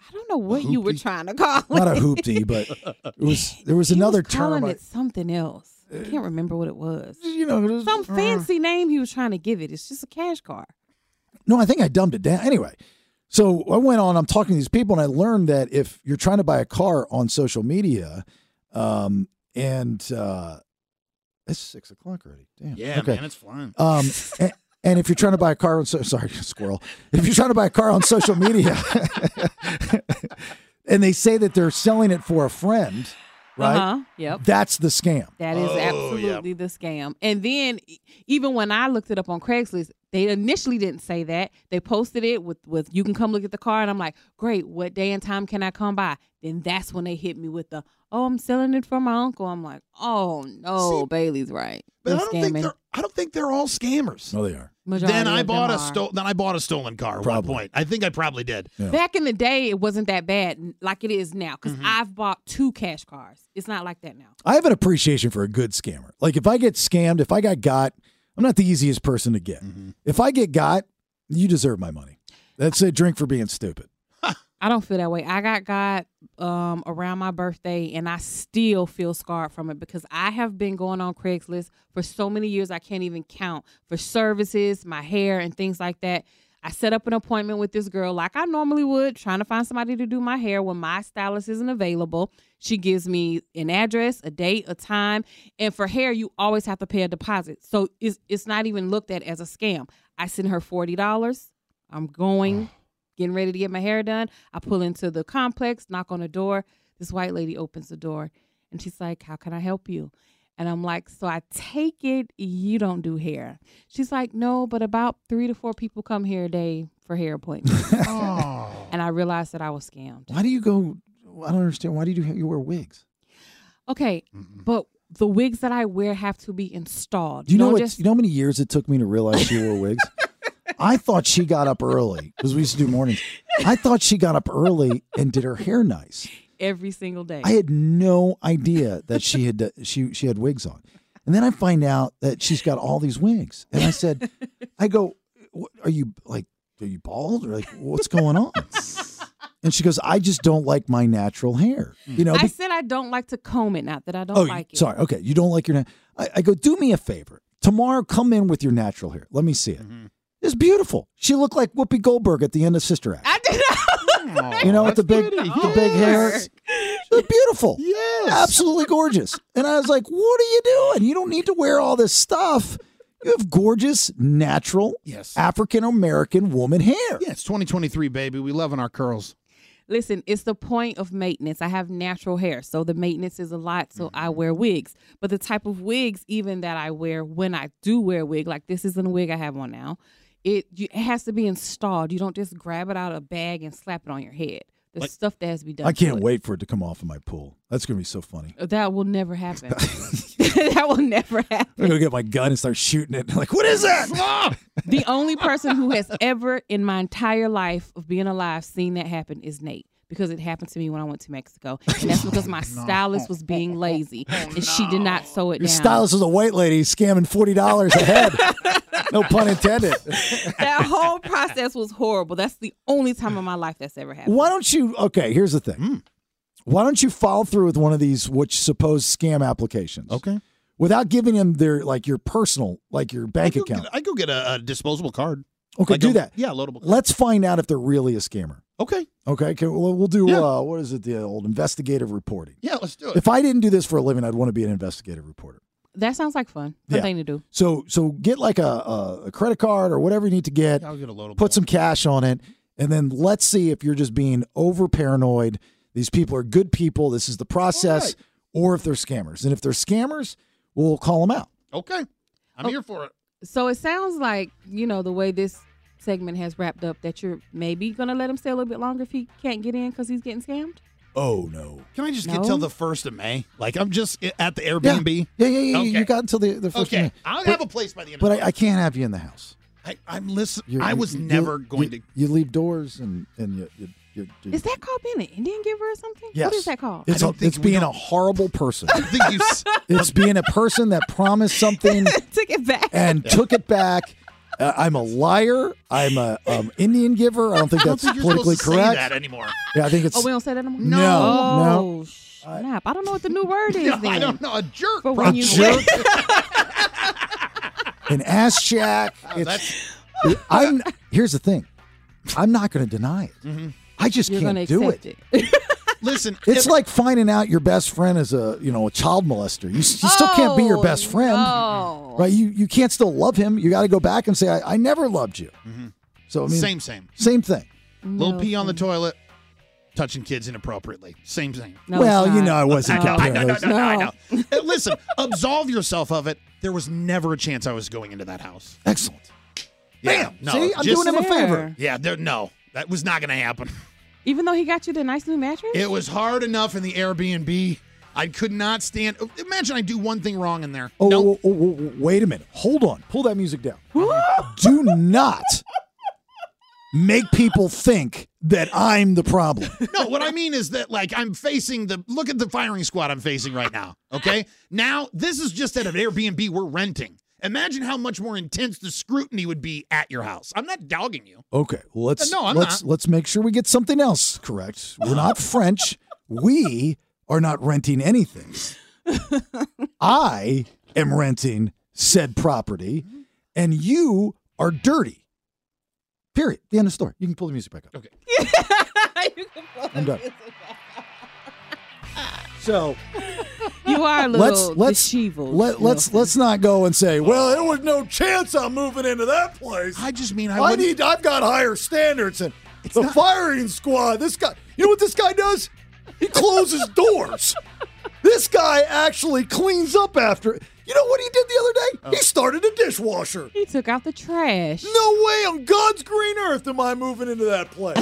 I don't know what you were trying to call it.
Not a hoopty, but it was there was another
Calling
term. I- Uh,
it something else. I can't remember what it was.
You know, uh,
some fancy name he was trying to give it. It's just a cash card.
no, I think I dumbed it down. Anyway, so I went on. I'm talking to these people, and I learned that if you're trying to buy a car on social media, um, and uh, it's six o'clock already. Damn.
Yeah,
okay. Uh,
man, it's flying.
Um, and, And if you're trying to buy a car on so sorry, squirrel. If you're trying to buy a car on social media and they say that they're selling it for a friend, right?
Uh-huh. Yep.
That's the scam.
That is
Oh, yeah.
absolutely the scam. And then e- even when I looked it up on Craigslist, they initially didn't say that. They posted it with with you can come look at the car and I'm like, "Great, what day and time can I come by?" Then that's when they hit me with the, "Oh, I'm selling it for my uncle." I'm like, "Oh, no, Bailey's right."
But
They're
I don't think
scamming.
they're. I don't think they're all scammers.
No, they are.
Majority
then I
of them
bought a
are.
sto- Then I bought a stolen car. At one point, I think I probably did.
Back in the day, it wasn't that bad n- like it is now because
Mm-hmm.
I've bought two cash cars. It's not like that now.
I have an appreciation for a good scammer. Like if I get scammed, if I got got, I'm not the easiest person to get. If I get got, you deserve my money. That's a drink for being stupid.
I don't feel that way. I got God um, around my birthday, and I still feel scarred from it because I have been going on Craigslist for so many years, I can't even count for services, my hair, and things like that. I set up an appointment with this girl like I normally would, trying to find somebody to do my hair when my stylist isn't available. She gives me an address, a date, a time, and for hair you always have to pay a deposit. So it's it's not even looked at as a scam. I send her $40. I'm going getting ready to get my hair done. I pull into the complex, knock on the door. This white lady opens the door and she's like, How can I help you? And I'm like, So I take it you don't do hair. She's like, No, but about three to four people come here a day for hair appointments. And I realized that I was scammed.
Why do you go? I don't understand. Why do you do, you wear wigs?
Okay, but the wigs that I wear have to be installed.
Do you know
No,
what?
just-
you know how many years it took me to realize she wore wigs? I thought she got up early because we used to do mornings. I thought she got up early and did her hair nice.
every single day.
I had no idea that she had she she had wigs on, and then I find out that she's got all these wigs. And I said, I go, what, are you like, are you bald or like what's going on? And she goes, I just don't like my natural hair. You know,
I
be-
said I don't like to comb it, not that I don't
oh,
like it.
sorry, okay, you don't like your. Na- I, I go, do me a favor. Tomorrow, come in with your natural hair. Let me see it.
Mm-hmm.
It's beautiful. She looked like Whoopi Goldberg at the end of Sister Act.
I
did You know, with the big, the big hair. She was beautiful. Yes. Absolutely gorgeous. And I was like, what are you doing? You don't need to wear all this stuff. You have gorgeous, natural,
Yes.
African American woman hair.
Yeah, it's 2023, baby. We loving our curls.
Listen, it's the point of maintenance. I have natural hair, so the maintenance is a lot, so I
Mm-hmm.
wear wigs. But the type of wigs even that I wear when I do wear a wig, like this isn't a wig I have on now, it you, it has to be installed. You don't just grab it out of a bag and slap it on your head. There's
Like-
stuff that has to be done.
I can't
to it.
wait for it to come off of my pool. That's going to be so funny.
That will never happen. that will never happen.
I'm going to get my gun and start shooting it. Like, what is that?
Ah!
The only person who has ever in my entire life of being alive seen that happen is Nate because it happened to me when I went to Mexico. And that's because my stylist was being lazy and she did not sew it
Your
down.
stylist is a white lady scamming $40 a head. no pun intended.
that whole process was horrible. That's the only time in my life that's ever happened.
Why don't you? Okay, here's the thing. Why don't you follow through with one of these which supposed scam applications? Okay. Without giving them their like your personal like your bank account.
I go get a, a disposable card.
Okay,
Like
do
a-
that.
Yeah, loadable.
Let's find out if they're really a scammer.
Okay.
Okay. okay well, we'll do uh, what is it? The old investigative reporting.
Yeah, let's do it.
If I didn't do this for a living, I'd want to be an investigative reporter.
That sounds like fun. Fun
Yeah.
thing to do.
So so get like a, a, a credit card or whatever you need to get.
Yeah, I'll get a loadable.
Put some cash on it, and then let's see if you're just being over paranoid. These people are good people. This is the process, or if they're scammers. And if they're scammers, we'll call them out.
Okay.
Oh.
I'm here for it.
So it sounds like, you know, the way this segment has wrapped up that you're maybe going to let him stay a little bit longer if he can't get in because he's getting scammed?
Oh no!
Can I just get
No?
till the first of May? Like I'm just i- at the Airbnb.
Yeah, yeah, yeah.
Okay.
You got until the, the first.
okay.
minute.
I'll
But-
have a place by the end.
But
of
I, I can't have you in the house.
I, I'm listening.
You're-
I
you-
was
you-
never
you-
going
you-
to.
You leave doors and and you. you, you, you
Is that called being an Indian giver or something?
Hmm. Yes.
What is that called?
It's, a, it's being a horrible person.
think you
it's being a person that promised something
took it back
and took it back. Uh, I'm a liar. I'm a um, Indian giver. I don't think
I don't
that's
think you're
politically
supposed to say
correct.
that
anymore.
Yeah, I think it's.
Oh, we don't say that anymore?
No,
Oh,
no.
snap. I don't know what the new word is then. I don't
know. A jerk.
For
A
when you
jerk. an ass shack.
Oh,
It's, I'm.
Mm-hmm.
Here's the thing. I'm not going to deny it. I just
You're
can't
gonna
do
accept
it.
Listen,
It's like finding out your best friend is a you know a child molester. You, you still can't be
Oh,
your best friend, right? You you can't still love him. You got to go back and say I, I never loved you.
Mm-hmm.
So I mean,
Same, same.
same thing.
Little pee on the toilet, touching kids inappropriately. Same thing.
No, Well, it's you not. know I wasn't
I know, I know,
comparing
no,
those.
no, no, I know. Uh, Listen, absolve yourself of it. There was never a chance I was going into that house.
Excellent.
Yeah,
Bam!
No,
See? I'm
just-
doing him a favor.
Yeah, there, no, that was not going to happen.
Even though he got you the nice new mattress?
It was hard enough in the Airbnb. I could not stand. Imagine I do one thing wrong in there.
Oh, oh, oh, oh, oh, wait a minute. Hold on. Pull that music down. Do not make people think that I'm the problem.
no, what I mean is that like I'm facing the look at the firing squad I'm facing right now. Okay. Now this is just at an Airbnb we're renting. Imagine how much more intense the scrutiny would be at your house. I'm not dogging you.
Okay, well, let's
No, I'm
let's
not.
let's make sure we get something else correct. We're not French. We are not renting anything. I am renting said property, and you are dirty. Period. The end of story. You can pull the music back up.
Okay.
I'm done. So
You are a
let's
little
let's
disheveled.
let, let's let's not go and say, well, there was no chance I'm moving into that place.
I just mean I,
I,
wouldn't-
need I've got higher standards and the firing squad. This guy, you know what this guy does? He closes doors. This guy actually cleans up after. You know what he did the other day?
Oh.
He started a dishwasher.
He took out the trash.
No way on God's green earth am I moving into that place.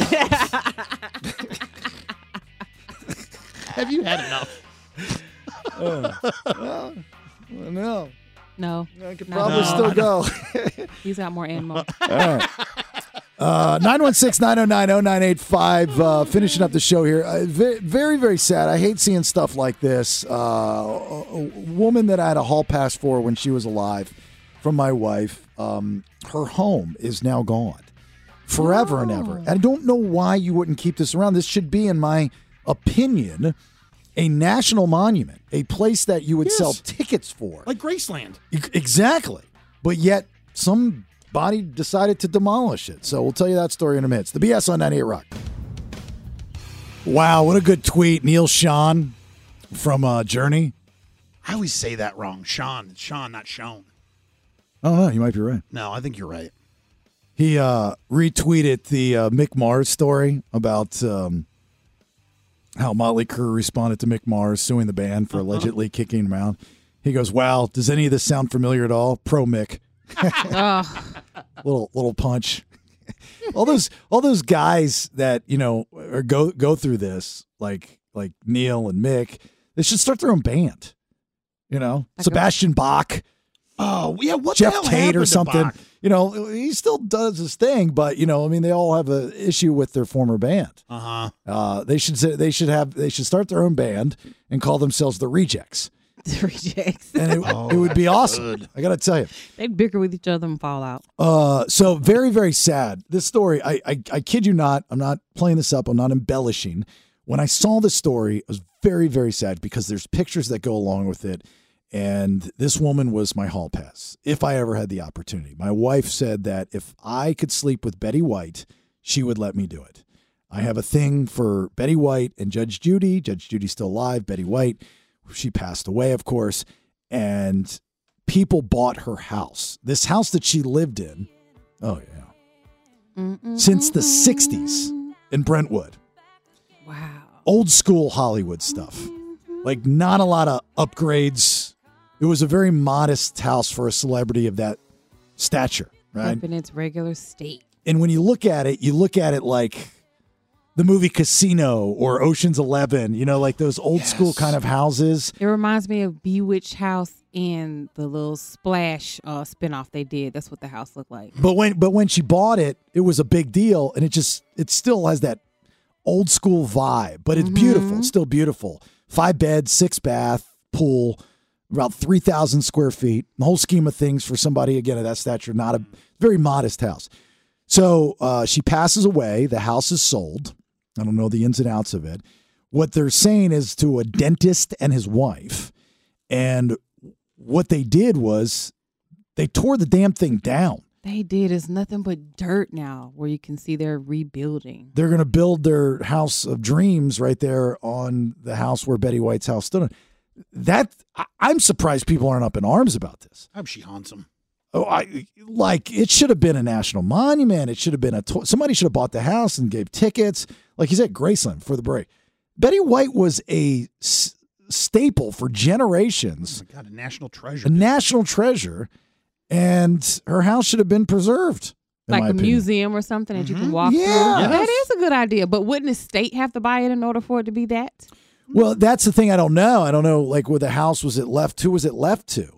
Have you had enough?
no.
No.
I could
Not
probably
at
still
all.
go.
He's got more animal.
All right. Uh, 916-909-0985 uh, finishing up the show here uh, ve- very very sad i hate seeing stuff like this uh, a, a woman that i had a hall pass for when she was alive from my wife um, her home is now gone forever and ever and i don't know why you wouldn't keep this around this should be in my opinion a national monument a place that you would sell tickets for
Like Graceland.
E- Exactly. But yet somebody decided to demolish it. So we'll tell you that story in a minute. It's the BS on 98 Rock. Wow, what a good tweet. Neil Sean from uh, Journey.
I always say that wrong. Sean. It's Sean, not Sean.
Oh no, you might be right.
No, I think you're right.
He uh, retweeted the uh, Mick Mars story about um, how Motley Crue responded to Mick Mars suing the band for allegedly kicking him out. He goes, "Wow, does any of this sound familiar at all?" Pro Mick, little little punch. all those all those guys that you know are go go through this, like like Neil and Mick, they should start their own band. You know, Sebastian Bach.
Oh yeah, what
Jeff
the hell
Tate
happened
or
to
something.
Bach?
You know, he still does his thing, but you know, I mean, they all have a issue with their former band.
Uh-huh.
Uh, they should say they should have they should start their own band and call themselves the Rejects,
The rejects.
and it,
Oh,
it would be awesome. I got to tell you.
they bicker with each other and fall out.
Uh, so very, very sad. This story, I, I, I kid you not, I'm not playing this up, I'm not embellishing. When I saw this story, I was very, very sad because there's pictures that go along with it. And this woman was my hall pass, if I ever had the opportunity. My wife said that if I could sleep with Betty White, she would let me do it. I have a thing for Betty White and Judge Judy. Judge Judy's still alive. Betty White, she passed away, of course. And people bought her house. This house that she lived in, oh yeah, since the 60s in Brentwood. Wow. Old school Hollywood stuff. Like not a lot of upgrades. It was a very modest house for a celebrity of that stature, right?
Up in its regular state.
And when you look at it, you look at it like the movie Casino or Ocean's 11, you know, like those old school kind of houses.
It reminds me of Bewitched House and the little splash uh, spinoff they did. That's what the house looked like.
But when but when she bought it, it was a big deal, and it just it still has that old school vibe. But it's beautiful. It's still beautiful. Five beds, six bath, pool, about three thousand square feet. The whole scheme of things for somebody again of that stature, not a very modest house. So uh, she passes away. The house is sold. I don't know the ins and outs of it. What they're saying is to a dentist and his wife, and what they did was they tore the damn thing down.
They did. It's nothing but dirt now where you can see they're rebuilding.
They're going to build their house of dreams right there on the house where Betty White's house stood. on. That I- I'm surprised people aren't up in arms about this.
I'm she haunts him.
Oh, I like it should have been a national monument. It should have been a to- somebody should have bought the house and gave tickets. Like he's at Graceland for the break. Betty White was a s- staple for generations.
God, a national treasure.
a national treasure, and her house should have been preserved. in
like
my
a
opinion. Mm-hmm.
museum or something that you can walk
Yeah.
through.
Yes.
That is a good idea. But wouldn't the state have to buy it in order for it to be that?
Well, that's the thing. I don't know. I don't know. Like, where the house was it left? Who was it left to?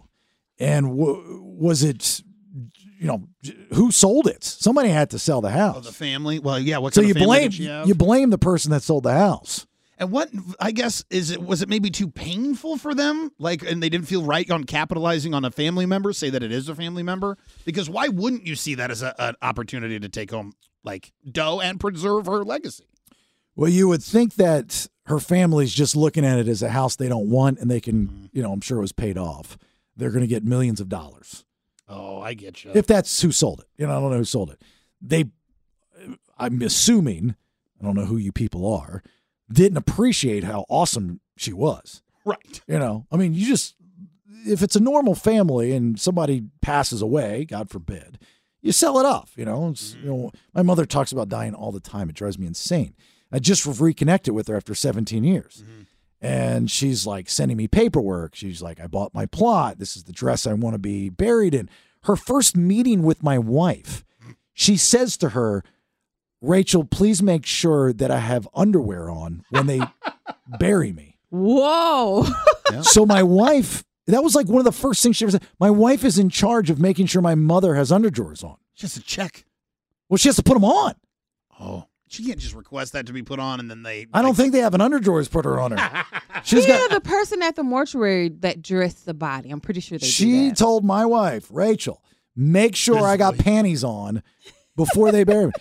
And w- was it, you know, who sold it? Somebody had to sell the
Oh, the
house.
family. Well, yeah. What
so
kind
you
of family
blame
did she have?
you blame the person that sold the house.
And what I guess is it was it maybe too painful for them? Like, and they didn't feel right on capitalizing on a family member. Say that it is a family member because why wouldn't you see that as a, an opportunity to take home like dough and preserve her legacy?
Well, you would think that her family's just looking at it as a house they don't want, and they
Mm-hmm.
can, you know, I'm sure it was paid off. They're going to get millions of dollars.
Oh, I get you.
if that's who sold it. You know, I don't know who sold it. They, I'm assuming, I don't know who you people are, didn't appreciate how awesome she was.
Right.
You know, I mean, you just, if it's a normal family and somebody passes away, God forbid, you sell it off. You know, It's- you know, my mother talks about dying all the time. It drives me insane. I just reconnected with her after 17 years. And she's like sending me paperwork. She's like, I bought my plot. This is the dress I want to be buried in. Her first meeting with my wife, she says to her, Rachel, please make sure that I have underwear on when they bury me.
Whoa.
So my wife, that was like one of the first things she ever said. My wife is in charge of making sure my mother has underdrawers on.
She has to check.
Well, she has to put them on.
Oh, she can't just request that to be put on and then they.
I don't think they have an underdrawers put her on her. She's
yeah,
got.
the person at the mortuary that dressed the body. I'm pretty sure they do
She told my wife, Rachel, make sure I got panties on before they bury me.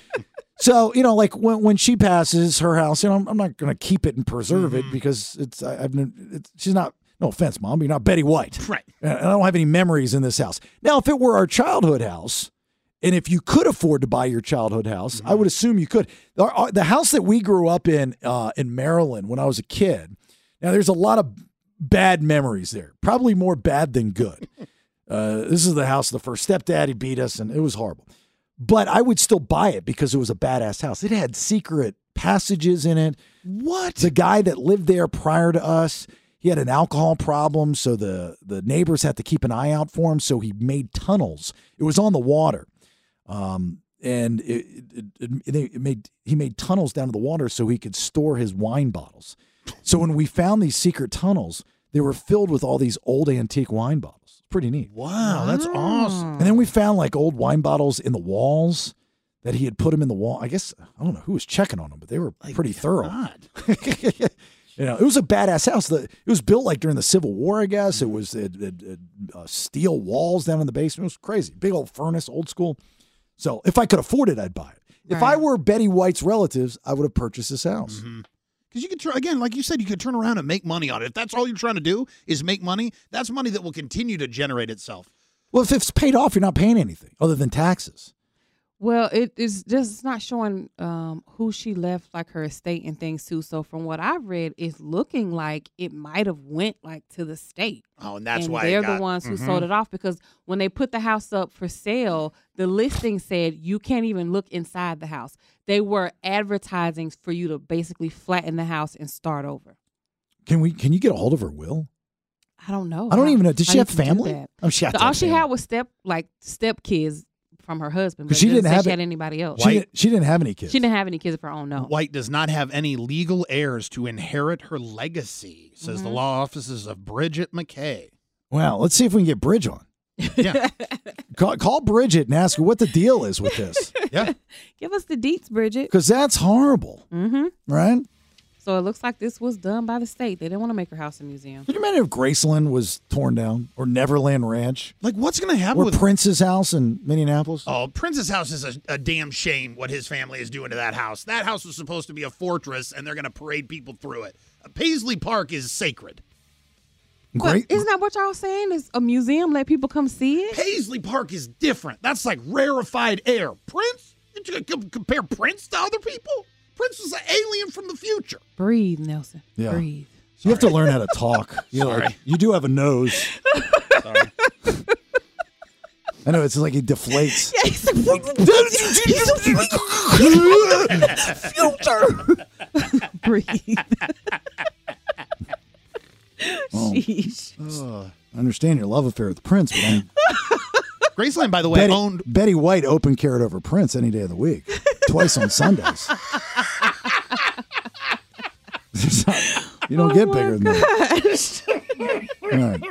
So you know, like when when she passes her house, you know, I'm, I'm not going to keep it and preserve it because it's I, I've n- it's, she's not. No offense, mom, but you're not Betty White,
right?
And I don't have any memories in this house. Now, if it were our childhood house, and if you could afford to buy your childhood house, I would assume you could. Our- our- the house that we grew up in uh, in Maryland when I was a kid. Now, there's a lot of bad memories there. Probably more bad than good. Uh, this is the house of the first stepdad. He beat us, and it was horrible. But I would still buy it because it was a badass house. It had secret passages in it.
What?
The guy that lived there prior to us, he had an alcohol problem, so the the neighbors had to keep an eye out for him. So he made tunnels. It was on the water, um, and it, it, it, it made he made tunnels down to the water so he could store his wine bottles. So when we found these secret tunnels, they were filled with all these old antique wine bottles. Pretty neat.
Wow, that's awesome.
And then we found like old wine bottles in the walls that he had put them in the wall. I guess I don't know who was checking on them, but they were pretty thorough. you know, it was a badass house. The, it was built like during the Civil War, I guess. It was it, it, it, uh, steel walls down in the basement. It was crazy, big old furnace, old school. So if I could afford it, I'd buy it. If I were Betty White's relatives, I would have purchased this house.
Because you could try again, like you said, you could turn around and make money on it. If that's all you're trying to do is make money, that's money that will continue to generate itself.
Well, if it's paid off, you're not paying anything other than taxes.
Well, it is just it's not showing um, who she left like her estate and things too. So from what I've read, it's looking like it might have went like to the state.
Oh, and that's
and
why it
they're
got-
the ones who
Mhm.
sold
Mm-hmm.
it off because when they put the house up for sale, the listing said you can't even look inside the house. They were advertising for you to basically flatten the house and start over.
Can we? Can you get a hold of her will?
I don't know.
I don't
how-
even know. Did
how
she
you
have
can do
family?
that.
Oh, she had
So
to
all
have
she had was step like step kids from her husband, but
Because she
didn't
didn't
say
have
she
it-
had anybody else.
She didn't, she didn't have any kids.
She didn't have any kids of her own. No.
White does not have any legal heirs to inherit her legacy, says
Mm-hmm.
the law offices of Bridget McKay.
Wow, let's see if we can get Bridge on.
Yeah.
call, call Bridget and ask her what the deal is with this.
Yeah.
Give us the deets, Bridget.
Because that's horrible,
Mm-hmm.
right?
So it looks like this was done by the state. They didn't want to make her house a museum.
Could you imagine if Graceland was torn down or Neverland Ranch?
Like, what's going to happen
Or
with
Prince's house in Minneapolis?
Oh, Prince's house is a, a damn shame what his family is doing to that house. That house was supposed to Uh, be a fortress, and they're going to parade people through it. Paisley Park is sacred.
Great.
But isn't that what y'all saying? Is a museum let people come see it?
Paisley Park is different. That's like rarefied air. Prince? You gonna com- compare Prince to other people? Prince was an alien from the future.
Breathe, Nelson.
Yeah.
Breathe.
You have to learn how to talk. You know, like, you do have a nose. I know it's like he deflates.
Future. Breathe.
Oh.
Sheesh.
Ugh. I understand your love affair with Prince, but I'm-
Graceland, by the way,
Betty,
owned
Betty White open carried over Prince any day of the week, twice on Sundays. There's not- you
Oh
don't get bigger than that. All right.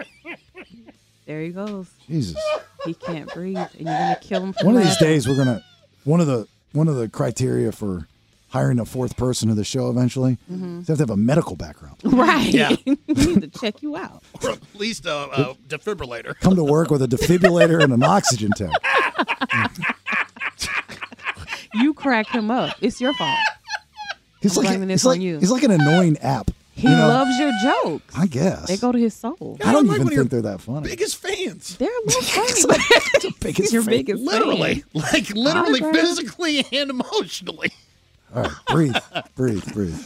There he goes.
Jesus.
He can't breathe, and you're gonna kill him. for
One of these
that?
days, we're gonna one of the one of the criteria for hiring a fourth person to the show eventually.
Mhm.
is You have to have a medical background.
Right.
Yeah.
we need to check you out.
or at least a, a defibrillator.
Come to work with a defibrillator and an oxygen tank.
You cracked him up. It's your fault.
He's
I'm
like
blaming
he's
this on
like,
you.
he's like an annoying app.
He
you know?
loves your jokes.
I guess.
They go to his soul.
I don't even think they're that funny.
biggest fans.
They're a little funny. but-
biggest
your
fan.
biggest
Literally,
fan.
like literally,
Autograph.
physically and emotionally.
All right, breathe, breathe, breathe.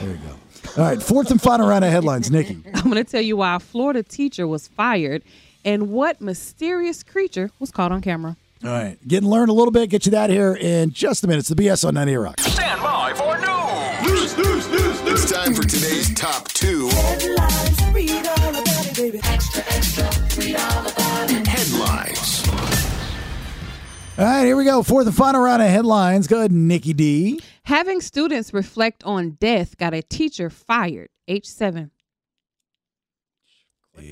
There you go. All right, fourth and final round of headlines, Nikki.
I'm going to tell you why a Florida teacher was fired and what mysterious creature was caught on camera.
All right, get and learn a little bit. Get you out of here in just a minute. It's the BS on 98 Rock.
Stand by for news. News, news, news, news. It's time for today's top two. Headlines.
All right, here we go. Fourth and final round of headlines. Go ahead, Nikki D.
Having students reflect on death got a teacher fired, age seven.
Go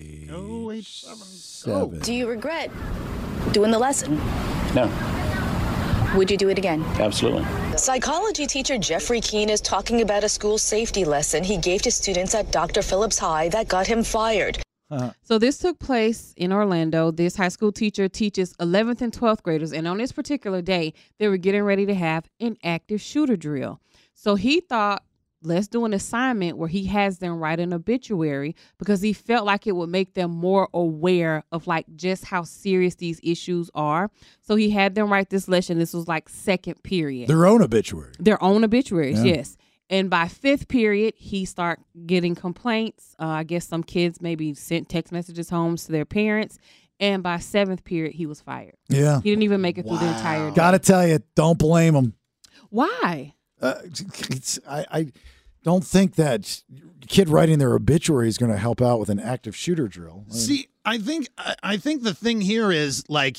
H7.
Do you regret doing the lesson?
No,
Would you do it again?
absolutely.
Psychology teacher Jeffrey Keene is talking about a school safety lesson he gave to students at Dr. Phillips High that got him fired.
So this took place in Orlando. This high school teacher teaches 11th and 12th graders, and on this particular day, they were getting ready to have an active shooter drill. So he thought, let's do an assignment where he has them write an obituary because he felt like it would make them more aware of like just how serious these issues are. So he had them write this lesson. This was like second period.
Their own obituary.
Their own obituaries,
Yeah.
yes. And by fifth period, he start getting complaints. Uh, I guess some kids maybe sent text messages home to their parents. And by seventh period, he was fired.
Yeah.
He didn't even make it through the entire day.
Gotta tell you, don't blame them.
Why?
Uh, it's- I, I don't think that kid writing their obituary is going to help out with an active shooter drill.
See, I think I, I think the thing here is like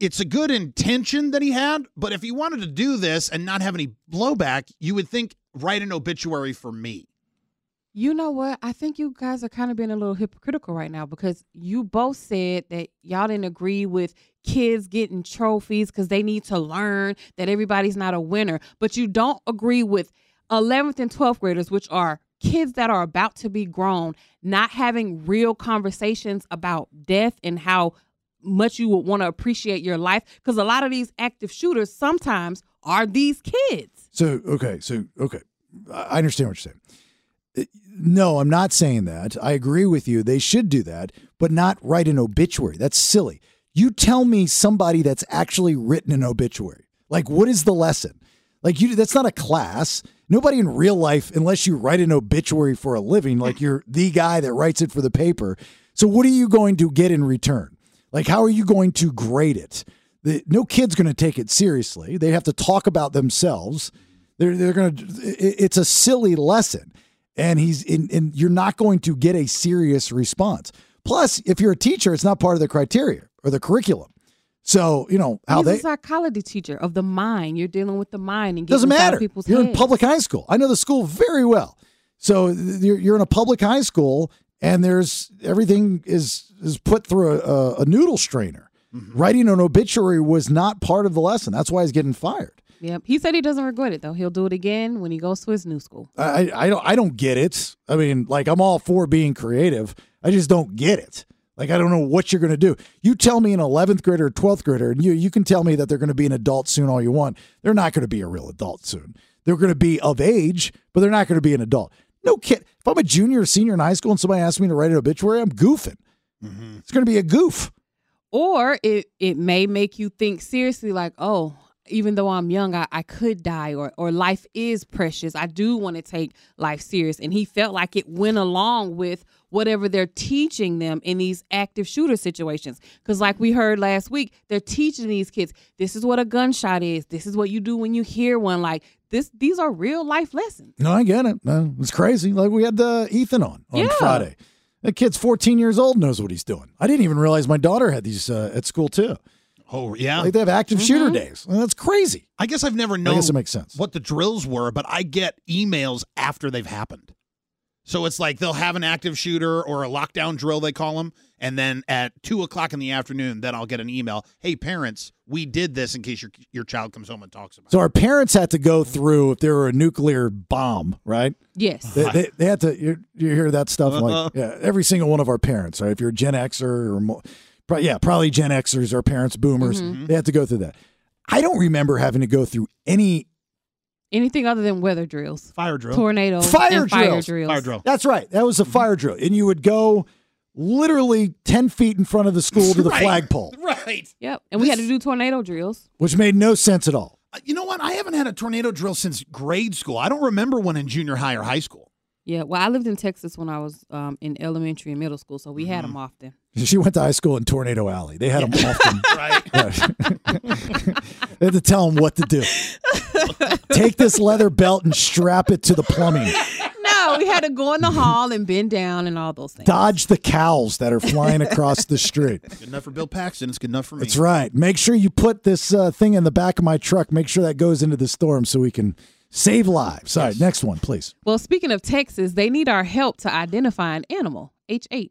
it's a good intention that he had, but if he wanted to do this and not have any blowback, you would think write an obituary for me.
You know what? I think you guys are kind of being a little hypocritical right now because you both said that y'all didn't agree with kids getting trophies because they need to learn that everybody's not a winner, but you don't agree with 11th and 12th graders, which are kids that are about to be grown, not having real conversations about death and how much you would want to appreciate your life because a lot of these active shooters sometimes are these kids.
So okay, so okay, I I understand what you're saying. Uh, No, I'm not saying that. I agree with you. They should do that, but not write an obituary. That's silly. You tell me somebody that's actually written an obituary. Like, what is the lesson? Like, you that's not a class. Nobody in real life, unless you write an obituary for a living, like you're the guy that writes it for the paper. So, what are you going to get in return? Like, how are you going to grade it? The, no kid's going to take it seriously. They have to talk about themselves. They're they're going to. It's a silly lesson, and he's in. And you're not going to get a serious response. Plus, if you're a teacher, it's not part of the criteria or the curriculum. So you know how
He's
they
a psychology teacher of the mind. You're dealing with the mind and getting
doesn't
inside
matter.
people's
You're in
heads.
public high school. I know the school very well. So th- you're, you're in a public high school, and there's everything is is put through a, a, a noodle strainer. Writing an obituary was not part of the lesson. That's why he's getting fired.
Yep. He said he doesn't regret it though. He'll do it again when he goes to his new school.
I, I I don't I don't get it. I mean, like I'm all for being creative. I just don't get it. Like I don't know what you're going to do. You tell me an 11th grader or 12th grader, and you you can tell me that they're going to be an adult soon all you want. They're not going to be a real adult soon. They're going to be of age, but they're not going to be an adult. No kid. If I'm a junior or senior in high school and somebody asks me to write an obituary, I'm goofing. It's going to be a goof.
or it it may make you think seriously like oh even though i'm young i, I could die or or life is precious i do want to take life serious and he felt like it went along with whatever they're teaching them in these active shooter situations because like we heard last week they're teaching these kids this is what a gunshot is this is what you do when you hear one like this these are real life lessons
No, I get it. No, it's crazy. Like we had the Ethan on on
Yeah.
Friday. That kid's 14 years old, knows what he's doing. I didn't even realize my daughter had these uh, at school too.
Oh yeah,
like they have active shooter days. Well, that's crazy.
I guess I've never
I
known.
guess it makes sense.
what the drills were, but I get emails after they've happened. So it's like they'll have an active shooter or a lockdown drill, they call them, and then at two o'clock in the afternoon, then I'll get an email. Hey, parents, we did this in case your your child comes home and talks about.
So our parents had to go through if there were a nuclear bomb, right?
Yes.
They, they, they had to. You, you hear that stuff
Uh-huh.
like yeah, every single one of our parents. Right? If you're a Gen Xer or mo- pro- yeah, probably Gen Xers, our parents, boomers,
Mm-hmm.
Mhm.
they had to go through that. I don't remember having to go through any
anything other than weather drills
fire drill
tornado
fire
and
drills.
fire drills
That's right. That was a fire drill, and you would go literally ten feet in front of the school to the
Right.
flagpole,
Right.
Yep. And we had to do tornado drills.
which made no sense at all.
Uh, You know what? I haven't had a tornado drill since grade school. I don't remember one in junior high or high school.
Yeah. Well, I lived in Texas when I was um, in elementary and middle school, so we had 'em had them often.
She went to high school in Tornado Alley. They had them often.
right.
they had to tell them what to do. Take this leather belt and strap it to the plumbing.
no, we had to go in the hall and bend down and all those things.
Dodge the cows that are flying across the street.
Good enough for Bill Paxton. It's good enough for me.
That's right. Make sure you put this uh, thing in the back of my truck. Make sure that goes into the storm so we can save lives. All right, next one, please.
Well, speaking of Texas, they need our help to identify an animal. H8.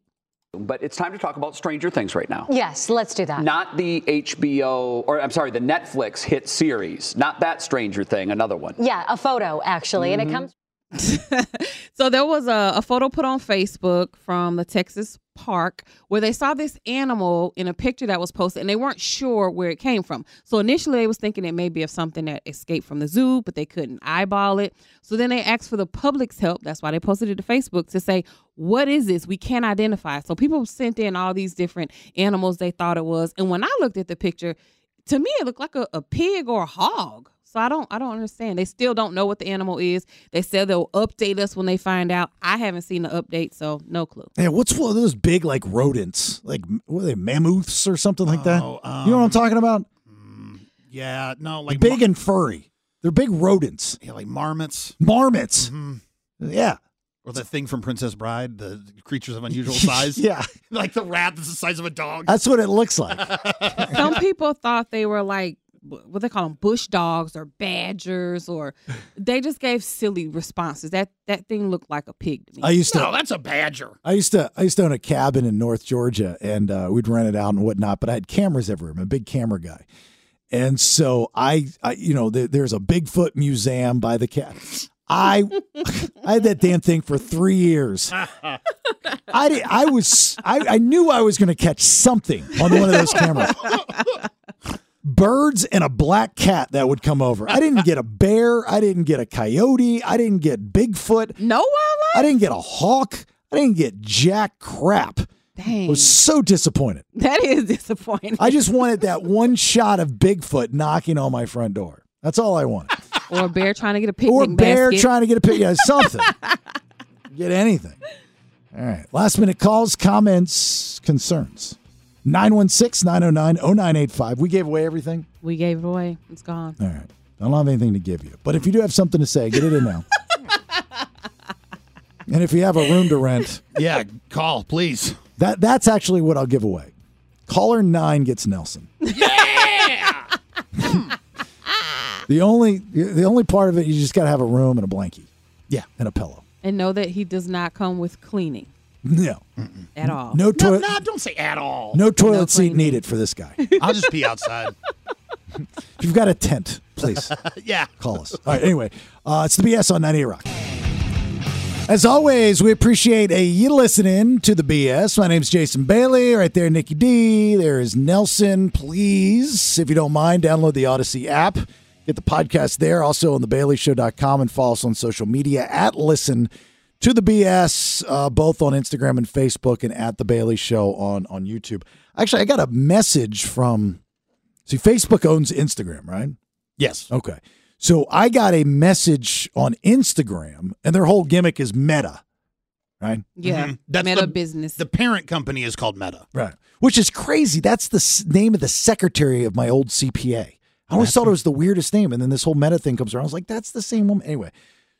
But it's time to talk about Stranger Things right now.
Yes, let's do that.
Not the HBO, or I'm sorry, the Netflix hit series. Not that Stranger Thing, another one. Mm-hmm.
Yeah, a photo actually, and it comes.
So there was a, a photo put on Facebook from the Texas park where they saw this animal in a picture that was posted and they weren't sure where it came from. So initially they was thinking it may be of something that escaped from the zoo, but they couldn't eyeball it. So then they asked for the public's help. That's why they posted it to Facebook to say, what is this? We can't identify. So people sent in all these different animals they thought it was. And when I looked at the picture, to me it looked like a, a pig or a hog so i don't i don't understand they still don't know what the animal is they said they'll update us when they find out i haven't seen the update so no clue
Yeah, what's one of those big like rodents? Like what are they mammoths or something like that?
Oh,
you know what I'm talking about?
Yeah. No, um, like
big and furry. They're big rodents.
Yeah, like marmots.
Marmots.
Mm-hmm.
Yeah.
Or the thing from Princess Bride, the creatures of unusual size.
Yeah.
Like the rat that's the size of a dog.
That's what it looks like.
some people thought they were like bu- what they call them bush dogs or badgers or they just gave silly responses that that thing looked like a pig to me
I used to-
No, that's a badger.
I used to I used to own a cabin in North Georgia, and uh, we'd rent it out and whatnot. But I had cameras everywhere. I'm a big camera guy, and so I, I you know, there, there's a Bigfoot museum by the cat. I I had that damn thing for three years. I did, I was I, I knew I was going to catch something on one of those cameras. Birds and a black cat that would come over. I didn't get a bear. I didn't get a coyote. I didn't get Bigfoot.
No wildlife.
I didn't get a hawk. I didn't get jack crap.
Dang.
I was so disappointed.
that is disappointing
I just wanted that one shot of Bigfoot knocking on my front door. That's all I wanted.
or a bear trying to get a picnic
or bear
basket.
trying to get a picture. Yeah, something. get anything. All right. Last minute calls, comments, concerns. 916 909 0985. We gave away everything.
we gave it away it's gone
All right. I don't have anything to give you. But if you do have something to say, get it in now. and if you have a room to rent,
Yeah, call, please.
that that's actually what I'll give away. Caller nine gets Nelson. The only the only part of it you just gotta have a room and a blankie. Yeah. And a pillow.
and know that he does not come with cleaning
No.
at all
No toilet
Nah, don't say at all.
no toilet seat needed for this guy.
I'll just pee outside.
If you've got a tent, please.
yeah.
Call us. All right. Anyway, uh, it's the BS on 98 Rock. As always, we appreciate a you listening to the BS. My name's Jason Bailey. Right there, Nikki D. There is Nelson. Please, if you don't mind, download the Odyssey app. Get the podcast there. Also on thebaileyshow.com and follow us on social media at listen to the BS, uh, both on Instagram and Facebook, and at the Bailey Show on on YouTube. Actually, I got a message from. See, Facebook owns Instagram, right?
Yes.
Okay. So I got a message on Instagram, and their whole gimmick is Meta, right?
Yeah.
Mm-hmm. That's
Meta
the,
business.
The parent company is called Meta.
Right. Which is crazy. That's the s- name of the secretary of my old CPA. I always thought it was the weirdest name. And then this whole meta thing comes around. I was like, that's the same woman. Anyway,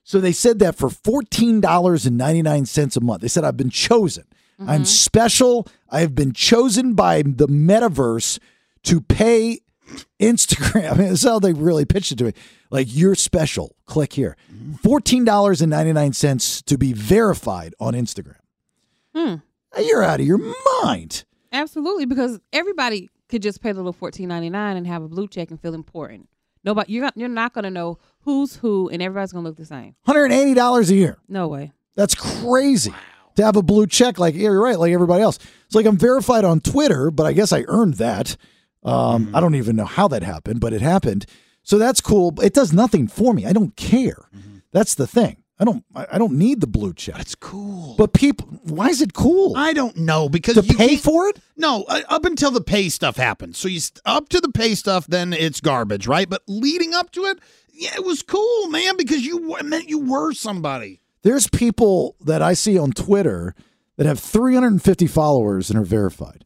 so they said that for $14.99 a month. They said, I've been chosen. I'm special. I have been chosen by the metaverse to pay Instagram. I mean, that's how they really pitched it to me. Like, you're special. Click here. $14.99 to be verified on Instagram.
Hmm.
You're out of your mind.
Absolutely, because everybody could just pay the little fourteen ninety nine and have a blue check and feel important. Nobody, you're not, you're not gonna know who's who, and everybody's gonna look the same.
$180 a year.
No way.
That's crazy to have a blue check. Like, yeah, you're right, like everybody else. It's like I'm verified on Twitter, but I guess I earned that. Um,
Mm-hmm.
I don't even know how that happened, but it happened. So that's cool. But It does nothing for me. I don't care.
Mm-hmm.
That's the thing. I don't. I I don't need the blue check. It's
cool.
But people, why is it cool?
I don't know because
to
you
pay
can't-
for it.
No, uh, up until the pay stuff happens. So you st- up to the pay stuff, then it's garbage, right? But leading up to it, yeah, it was cool, man, because you w- it meant you were somebody.
There's people that I see on Twitter that have 350 followers and are verified.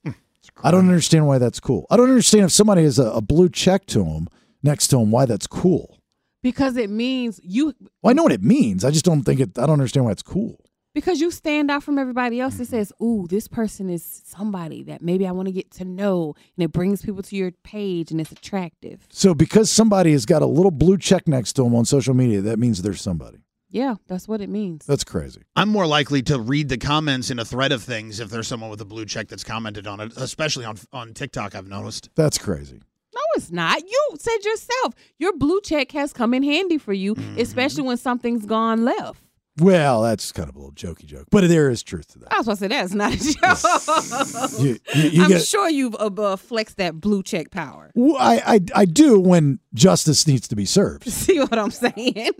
I don't understand why that's cool. I don't understand if somebody has a, a blue check to them next to them why that's cool.
Because it means you
Well, I know what it means. I just don't think it. I don't understand why it's cool.
because you stand out from everybody else that says, "Ooh, this person is somebody that maybe I want to get to know," and it brings people to your page and it's attractive.
So because somebody has got a little blue check next to them on social media, that means they're somebody.
Yeah, that's what it means.
That's crazy.
I'm more likely to read the comments in a thread of things if there's someone with a blue check that's commented on it, especially on on TikTok. I've noticed.
That's crazy.
No, it's not. You said yourself, your blue check has come in handy for you, especially when something's gone left.
Well, that's kind of a little jokey joke, but there is truth to that.
I was about to say that's not a joke.
You- you- you
Oh. I'm
get-
sure you've uh, uh, flexed that blue check power.
Well, I, I I do when justice needs to be served.
See what I'm saying?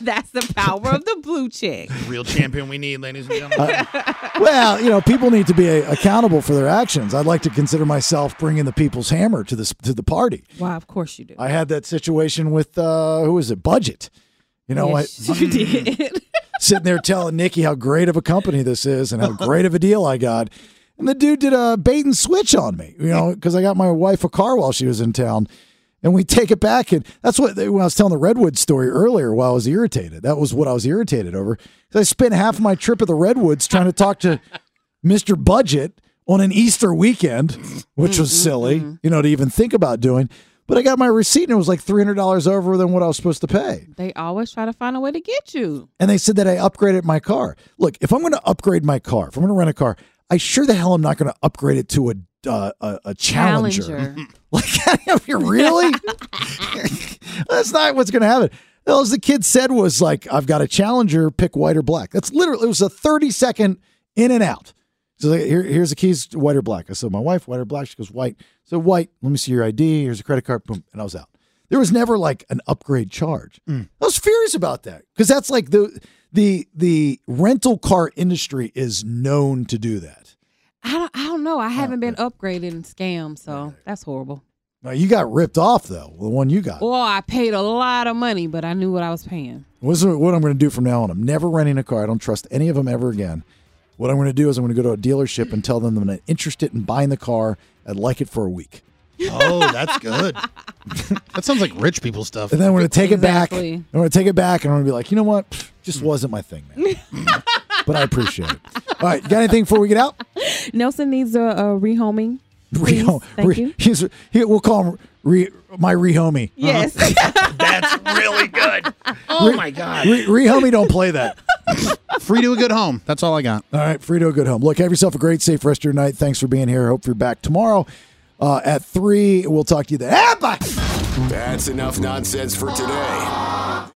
that's the power of the blue check.
Real champion we need, ladies and gentlemen.
Well, you know, people need to be a- accountable for their actions. I'd like to consider myself bringing the people's hammer to this to the party.
Why, of course you do.
I had that situation with uh who was it? Budget. You know,
Yes,
I
you did.
sitting there telling Nikki how great of a company this is and how great of a deal I got. And the dude did a bait and switch on me, you know, because I got my wife a car while she was in town. And we take it back. And that's what, when I was telling the Redwood story earlier, while I was irritated, that was what I was irritated over. 'Cause I spent half my trip at the Redwoods trying to talk to Mr. Budget on an Easter weekend, which was silly, you know, to even think about doing. But I got my receipt and it was like $300 over than what I was supposed to pay
They always try to find a way to get you.
and they said that I upgraded my car. Look, if I'm going to upgrade my car, if I'm going to rent a car, I sure the hell am not going to upgrade it to a uh, a, a challenger. like, really? That's not what's going to happen. All the kid said was like, "I've got a challenger. Pick white or black." That's literally it was a 30 second in and out. So like, here, here's the keys, white or black. I said, "My wife, white or black." She goes, "White." So white. Let me see your ID. Here's a credit card. Boom, and I was out. There was never like an upgrade charge. I was furious about that because that's like the the the rental car industry is known to do that.
I don't, I don't know. I haven't been upgraded and scammed, so that's horrible.
Now you got ripped off though. The one you got.
Oh, I paid a lot of money, but I knew what I was paying.
What's what I'm going to do from now on? I'm never renting a car. I don't trust any of them ever again. What I'm going to do is I'm going to go to a dealership and tell them I'm not interested in buying the car. I'd like it for a week.
oh, that's good. that sounds like rich people stuff.
And then we're going to take
Exactly.
it back. I'm going to take it back and I'm going to be like, you know what? Pfft, Just wasn't my thing, man. but I appreciate it. All right. Got anything before we get out?
Nelson needs a, a rehoming.
Re-
Please, thank
re-
you.
he's- he- we'll call him re- my rehomie.
Yes.
That's really good. Oh
Re-
my god.
Re- rehomie, don't play that.
Free to a good home. That's all I got.
All right, Frito, good home. Look, have yourself a great, safe rest of your night. Thanks for being here. Hope you're back tomorrow uh, at 3. We'll talk to you then. Ah, bye!
That's enough nonsense for today.